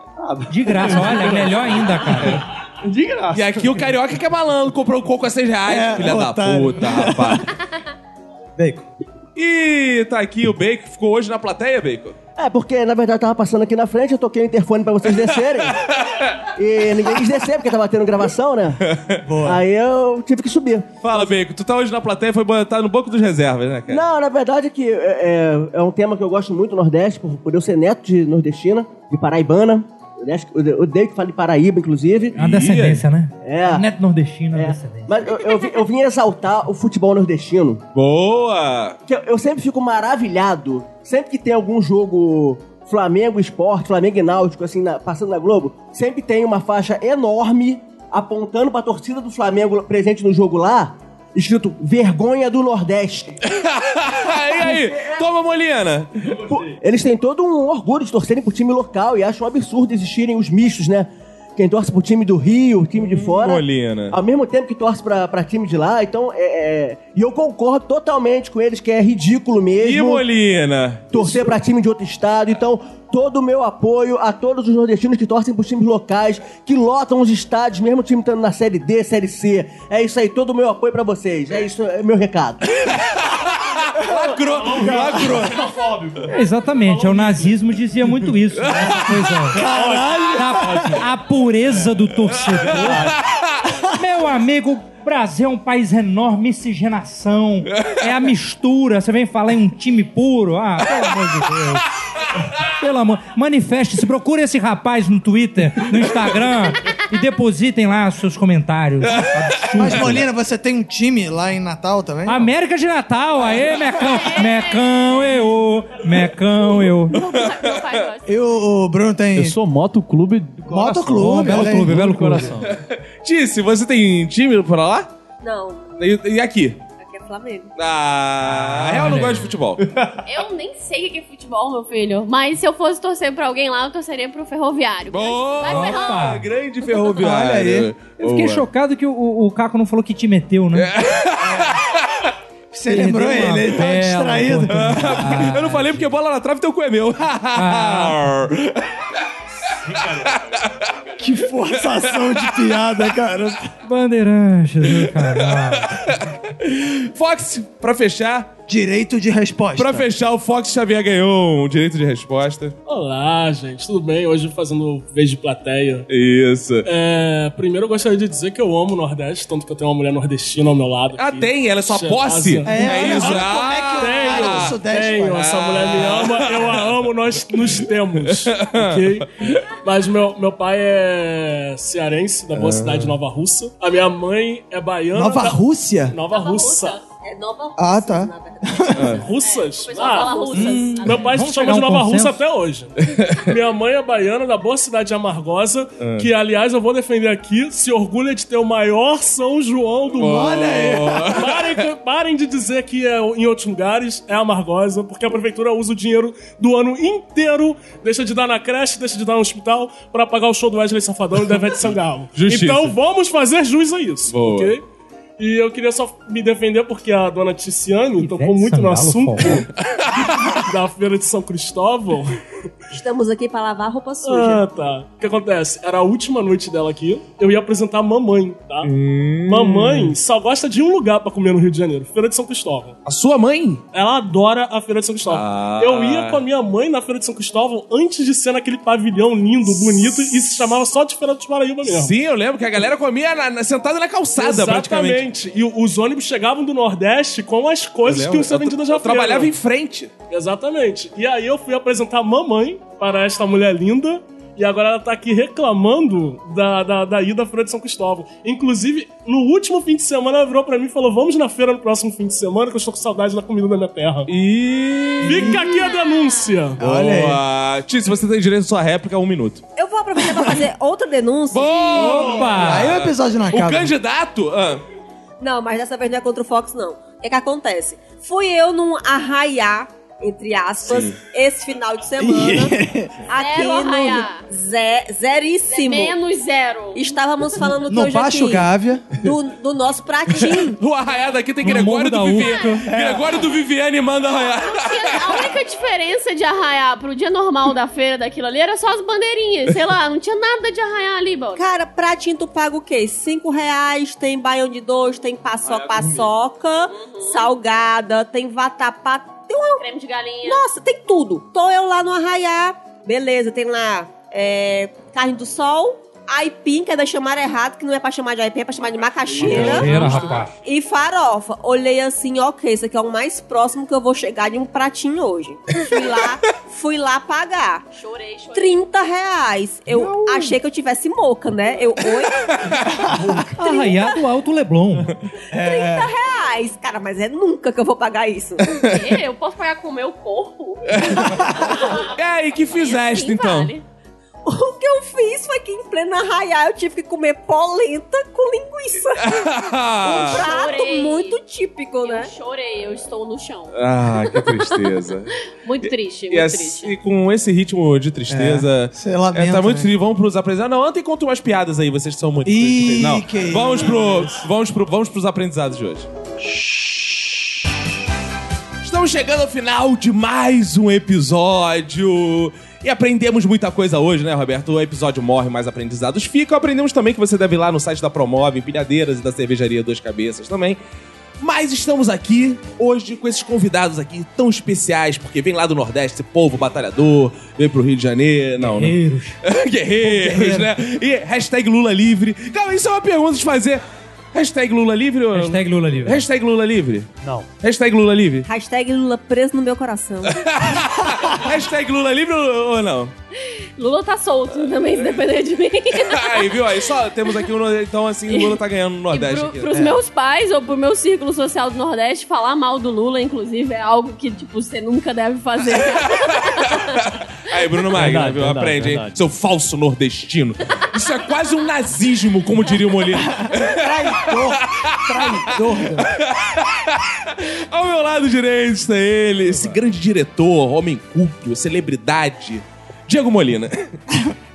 S4: De graça, olha, é melhor ainda, cara.
S6: De graça.
S1: E aqui o carioca que é malandro, comprou o coco a 6 reais.
S2: É,
S1: filha da
S2: otário.
S1: puta, rapaz.
S2: Bacon.
S1: E tá aqui o Bacon. Ficou hoje na plateia, Bacon?
S10: É, porque na verdade eu tava passando aqui na frente, eu toquei o interfone pra vocês descerem. e ninguém quis descer porque tava tendo gravação, né? Aí eu tive que subir.
S1: Fala, Bacon. Tu tá hoje na plateia e foi botar no banco dos reservas, né, cara?
S10: Não, na verdade é que é, é- é um tema que eu gosto muito do Nordeste, por, por eu ser neto de nordestina, de paraibana. Nordeste- Eu odeio que fale Paraíba, inclusive.
S2: Ah,
S4: É uma descendência, né?
S10: É.
S4: Neto nordestino é uma
S10: É,
S4: descendência.
S10: mas eu, eu, vim- eu vim exaltar o futebol nordestino.
S1: Boa!
S10: Que eu, eu sempre fico maravilhado. Sempre que tem algum jogo Flamengo Esporte, Flamengo e Náutico, assim, na- passando na Globo, sempre tem uma faixa enorme apontando pra torcida do Flamengo presente no jogo lá, escrito Vergonha do Nordeste. É.
S1: aí, aí! Toma, Molina!
S10: Pô, Eles têm todo um orgulho de torcerem pro time local e acham um absurdo existirem os mistos, né? Quem torce pro time do Rio, o time de fora.
S1: Molina.
S10: Ao mesmo tempo que torce pra, pra time de lá, então é, é- E eu concordo totalmente com eles que é ridículo
S1: E
S10: mesmo
S1: Molina?
S10: torcer pra time de outro estado. Então, todo o meu apoio a todos os nordestinos que torcem pros times locais, que lotam os estádios, mesmo o time estando na Série D, Série C. É isso aí, todo o meu apoio pra vocês. É isso, é meu recado.
S1: Lacrou, lacrou.
S4: É, Exatamente, é, o nazismo dizia muito isso. né? Essa coisa. Caralho! A, a pureza do torcedor. Meu amigo, o Brasil é um país enorme, miscigenação. É a mistura. Você vem falar em um time puro. Ah, pelo amor de Deus. Pelo amor. Manifeste-se, procura esse rapaz no Twitter, no Instagram. e depositem lá seus comentários.
S2: Mas, Molina, você tem um time lá em Natal também?
S4: América de Natal, aê, Mecão! Mecão, eu! Mecão, eu!
S2: Eu, o Bruno tem.
S6: Eu sou motoclube do coração.
S2: Motoclube,
S4: Belo
S2: olha aí.
S4: clube, belo coração.
S1: Disse, você tem time pra lá?
S5: Não,
S1: E, e aqui?
S5: aqui é Flamengo.
S1: Ah, eu não
S4: olha
S1: gosto de futebol.
S3: Eu nem sei o que é futebol, meu filho. Mas se eu fosse torcer pra alguém lá, eu torceria pro ferroviário.
S1: Boa!
S3: Vai, Ferrão!
S4: Opa.
S1: Grande ferroviário.
S2: Olha aí.
S4: Eu fiquei
S1: Boa.
S4: chocado que o, o, o Caco não falou que te meteu, né?
S2: Você lembrou
S4: Perdeu
S2: ele?
S4: uma
S2: Ele tava
S4: bela
S2: distraído.
S4: oportunidade.
S1: tá Eu não falei porque bola na trave teu cu é meu.
S2: Que forçação de piada, cara.
S4: Bandeirantes, meu caralho.
S1: Fox, pra fechar,
S2: Direito de resposta.
S1: pra fechar, o Fox Xavier ganhou um direito de resposta.
S9: Olá, gente, tudo bem? Hoje fazendo vez de plateia.
S1: Isso.
S9: É, primeiro eu gostaria de dizer que eu amo o Nordeste, tanto que eu tenho uma mulher nordestina ao meu lado.
S1: Ah,
S9: aqui.
S1: tem? Ela é sua
S9: Cheirosa.
S1: posse?
S9: É,
S2: olha,
S1: isso.
S2: olha como é
S1: Ah,
S2: que eu-
S9: tenho,
S2: Ah, Sudeste,
S9: tenho.
S2: cara.
S9: Essa mulher me ama, eu a amo, nós nos temos. ok? Mas meu, meu pai é cearense, da boa cidade de Nova Russa. A minha mãe é baiana.
S2: Nova
S9: da...
S2: Rússia?
S9: Nova Russa.
S5: É Nova
S2: Ah, tá.
S5: na verdade.
S9: Russas? Ah, hum,
S3: Depois ela fala russas.
S9: Meu pai
S4: Vamos
S9: se chama de
S4: É. chegar a um
S9: Nova Russa
S4: consenso?
S9: até hoje. Minha mãe é baiana, da boa cidade de Amargosa,
S4: É.
S9: que, aliás, eu vou defender aqui, se orgulha de ter o maior São João
S4: Oh.
S9: do mundo.
S2: Olha aí.
S9: Parem, que- parem de dizer que é em outros lugares, é Amargosa, porque a prefeitura usa o dinheiro do ano inteiro, deixa de dar na creche, deixa de dar no hospital, pra pagar o show do Wesley Safadão e da Ivete Sangalo.
S1: Justiça.
S9: Então vamos fazer jus a isso,
S1: Boa.
S9: ok? E eu queria só me defender porque a dona Tiziane tocou muito no assunto da Feira de São Cristóvão.
S5: Estamos aqui pra lavar roupa suja.
S9: Ah, tá. O que acontece? Era a última noite dela aqui, eu ia apresentar a mamãe, tá? Mamãe só gosta de um lugar pra comer no Rio de Janeiro, Feira de São Cristóvão. É,
S1: A sua mãe?
S9: Ela adora a Feira de São Cristóvão.
S1: Ah.
S9: Eu ia com a minha mãe na Feira de São Cristóvão antes de ser naquele pavilhão lindo, bonito, e se chamava só de Feira dos Paraíba mesmo.
S1: Sim, eu lembro que a galera comia na- na- sentada na calçada, praticamente.
S9: Exatamente. E os ônibus chegavam do Nordeste com as coisas
S1: Eu
S9: que iam
S1: lembro.
S9: ser vendidas
S1: Eu
S9: na feira.
S1: Trabalhava em frente.
S9: Exatamente. E aí eu fui apresentar a mamãe para esta mulher linda. E agora ela tá aqui reclamando da, da, da ida à Feira de São Cristóvão. Inclusive, no último fim de semana, ela virou pra mim e falou: Vamos na feira no próximo fim de semana, que eu estou com saudade da comida da minha terra.
S1: E...
S9: Fica aqui a denúncia!
S1: Boa. aí. Tício, você tem direito à sua réplica, um minuto.
S5: Eu vou aproveitar pra fazer outra denúncia.
S4: Opa!
S9: é um
S2: Aí o episódio na
S1: O
S2: casa.
S1: candidato... Ah,
S5: Não, mas dessa vez não é contra o Fox, não. O que, que acontece? Fui eu num arraiá, entre aspas, esse final de semana. aqui
S3: Zero arraiá.
S5: no. Ze- zeríssimo.
S3: Menos zero.
S5: Estávamos falando que
S2: No
S5: hoje
S2: Baixo
S5: aqui,
S2: Gávea.
S5: do, do nosso pratinho.
S1: o arraiado aqui tem
S4: No Morro
S1: Gregório do
S4: da É.
S1: Viviane.
S4: Urca.
S1: Gregório do Viviane manda arraiar.
S3: Porque A única diferença de arraiar pro dia normal da feira daquilo ali era só as bandeirinhas. Sei lá, não tinha nada de arraiar ali, Baldo.
S5: Cara, pratinho tu paga o quê? Cinco reais, tem baião de dois, tem paçoca, paçoca, salgada, tem vatapá, tem uma
S3: Uhum. Creme de galinha.
S5: Nossa, tem tudo. Tô eu lá no Arraiá. Beleza, tem lá é, carne do sol, aipim, que é da chamar errado, que não é pra chamar de aipim, é pra chamar de macaxeira.
S4: Cheira, rapaz.
S5: E farofa. Olhei assim, ok, isso aqui é o mais próximo que eu vou chegar de um pratinho hoje. Fui lá, fui lá pagar.
S3: Chorei, chorei.
S5: 30 reais. Eu achei que eu tivesse moca, né? Eu, oi?
S4: Arraiado Alto Leblon.
S2: É,
S4: É.
S5: 30 reais. Cara, mas é nunca que eu vou pagar isso.
S3: Quê? Eu posso pagar com o meu corpo?
S1: É, E aí, que fizeste,
S3: Sim,
S1: então?
S3: vale.
S5: O que eu fiz foi que em plena arraiá eu tive que comer polenta com linguiça. Um prato
S3: Chorei.
S5: muito típico,
S3: Eu
S5: né?
S3: chorei, eu estou no chão.
S1: ah, que tristeza.
S3: Muito triste, muito
S1: E,
S3: triste.
S1: assim, com esse ritmo de tristeza.
S2: Você lamenta,
S1: É, tá muito
S2: né?
S1: triste. Vamos pros aprendizados. Não, ontem conta umas piadas aí, vocês são muito
S2: Ih,
S1: tristes. Não,
S2: que
S1: vamos, pro, vamos, pro, vamos pros aprendizados de hoje. Estamos chegando ao final de mais um episódio. E aprendemos muita coisa hoje, né, Roberto? O episódio morre, mas aprendizados ficam. Aprendemos também que você deve ir lá no site da Promove, Empilhadeiras e da Cervejaria Dois Cabeças também. Mas estamos aqui hoje com esses convidados aqui tão especiais, porque vem lá do Nordeste, esse povo batalhador, vem pro Rio de Janeiro. Não, né?
S4: Guerreiros.
S1: Guerreiros, né? E hashtag Lula Livre. Calma, isso é uma pergunta de fazer. Hashtag Lula Livre ou...
S4: Hashtag Lula livre.
S1: Hashtag Lula Livre.
S10: Não.
S1: Hashtag Lula Livre.
S5: Hashtag Lula preso no meu coração.
S1: Hashtag Lula Livre ou, ou não?
S3: Lula tá solto também, se depender de mim.
S1: Aí, viu? Aí só temos aqui um. Nordeste. Então, assim, o Lula tá ganhando no Nordeste.
S3: Pro,
S1: aqui.
S3: pros
S1: É.
S3: meus pais ou pro meu círculo social do Nordeste, falar mal do Lula, inclusive, é algo que, tipo, você nunca deve fazer.
S1: Aí, Bruno Magno,
S11: Verdade,
S1: viu?
S11: verdade,
S1: Aprende, hein?
S11: verdade.
S1: Seu falso nordestino. Isso é quase um nazismo, como diria o Molino.
S2: Traidor! Traidor!
S1: Ao meu lado direito está ele, esse grande diretor, homem culto, celebridade, Diego Molina.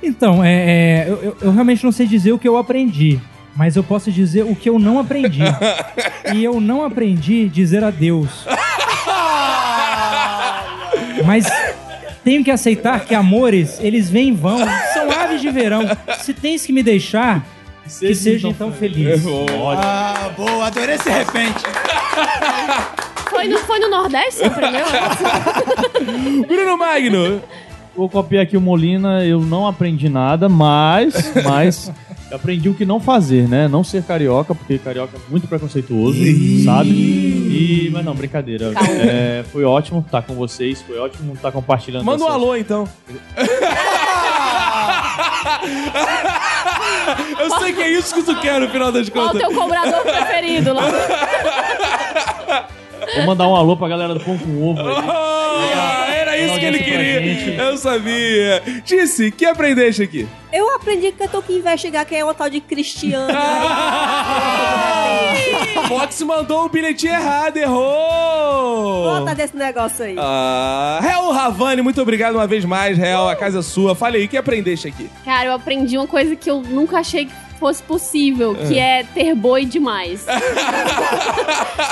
S4: Então, é, é, eu, eu- eu realmente não sei dizer o que eu aprendi, mas eu posso dizer o que eu não aprendi. e eu não aprendi dizer adeus. mas tenho que aceitar que amores, eles vêm e vão, são aves de verão. Se tens que me deixar, que seja então feliz.
S2: Ah, boa, adorei esse repente.
S3: foi, no, foi no Nordeste seu primeiro?
S1: Bruno Magno.
S6: Vou copiar aqui o Molina, eu não aprendi nada, mas, mas eu aprendi o que não fazer, né? Não ser carioca, porque carioca é muito preconceituoso, sabe? E, mas não, brincadeira. É, foi ótimo estar com vocês, foi ótimo estar compartilhando.
S1: Manda um
S6: essas-
S1: alô, então. Eu sei que é isso que tu quer no final das
S3: Qual o
S1: contas.
S3: teu cobrador preferido lá?
S6: Vou mandar um alô pra galera do Pão com Ovo. aí.
S1: Ah, era isso que ele queria. Eu sabia. Disse, que aprendeste aqui?
S5: Eu aprendi que eu tô que investigar quem é o tal de Cristiano.
S1: Fox mandou o bilhetinho errado, errou!
S5: Bota desse negócio aí.
S1: Ah, Hel Ravani, muito obrigado uma vez mais, Hel. A casa é sua. Fale aí, o que aprendeste aqui?
S3: Cara, eu aprendi uma coisa que eu nunca achei que fosse possível, que
S1: Ah.
S3: é ter boi demais.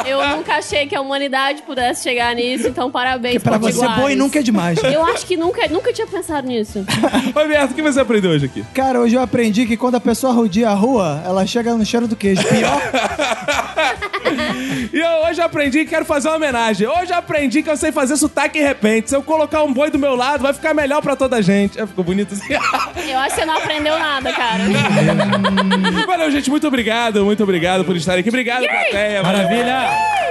S3: eu nunca achei que a humanidade pudesse chegar nisso, então parabéns
S2: Pra você,
S3: potiguares.
S2: boi nunca é demais.
S3: Eu acho que nunca, nunca tinha pensado nisso.
S1: Roberto, o que você aprendeu hoje aqui?
S2: Cara, hoje eu aprendi que quando a pessoa rodia a rua, ela chega no cheiro do queijo. Pior.
S1: E eu hoje aprendi e quero fazer uma homenagem. Hoje eu aprendi que eu sei fazer sotaque de repente. Se eu colocar um boi do meu lado, vai ficar melhor pra toda a gente. É, ficou bonito assim.
S3: Eu acho que você não aprendeu nada, cara.
S1: Valeu, gente. Muito obrigado. Muito obrigado por estarem aqui. Obrigado, plateia. Maravilha.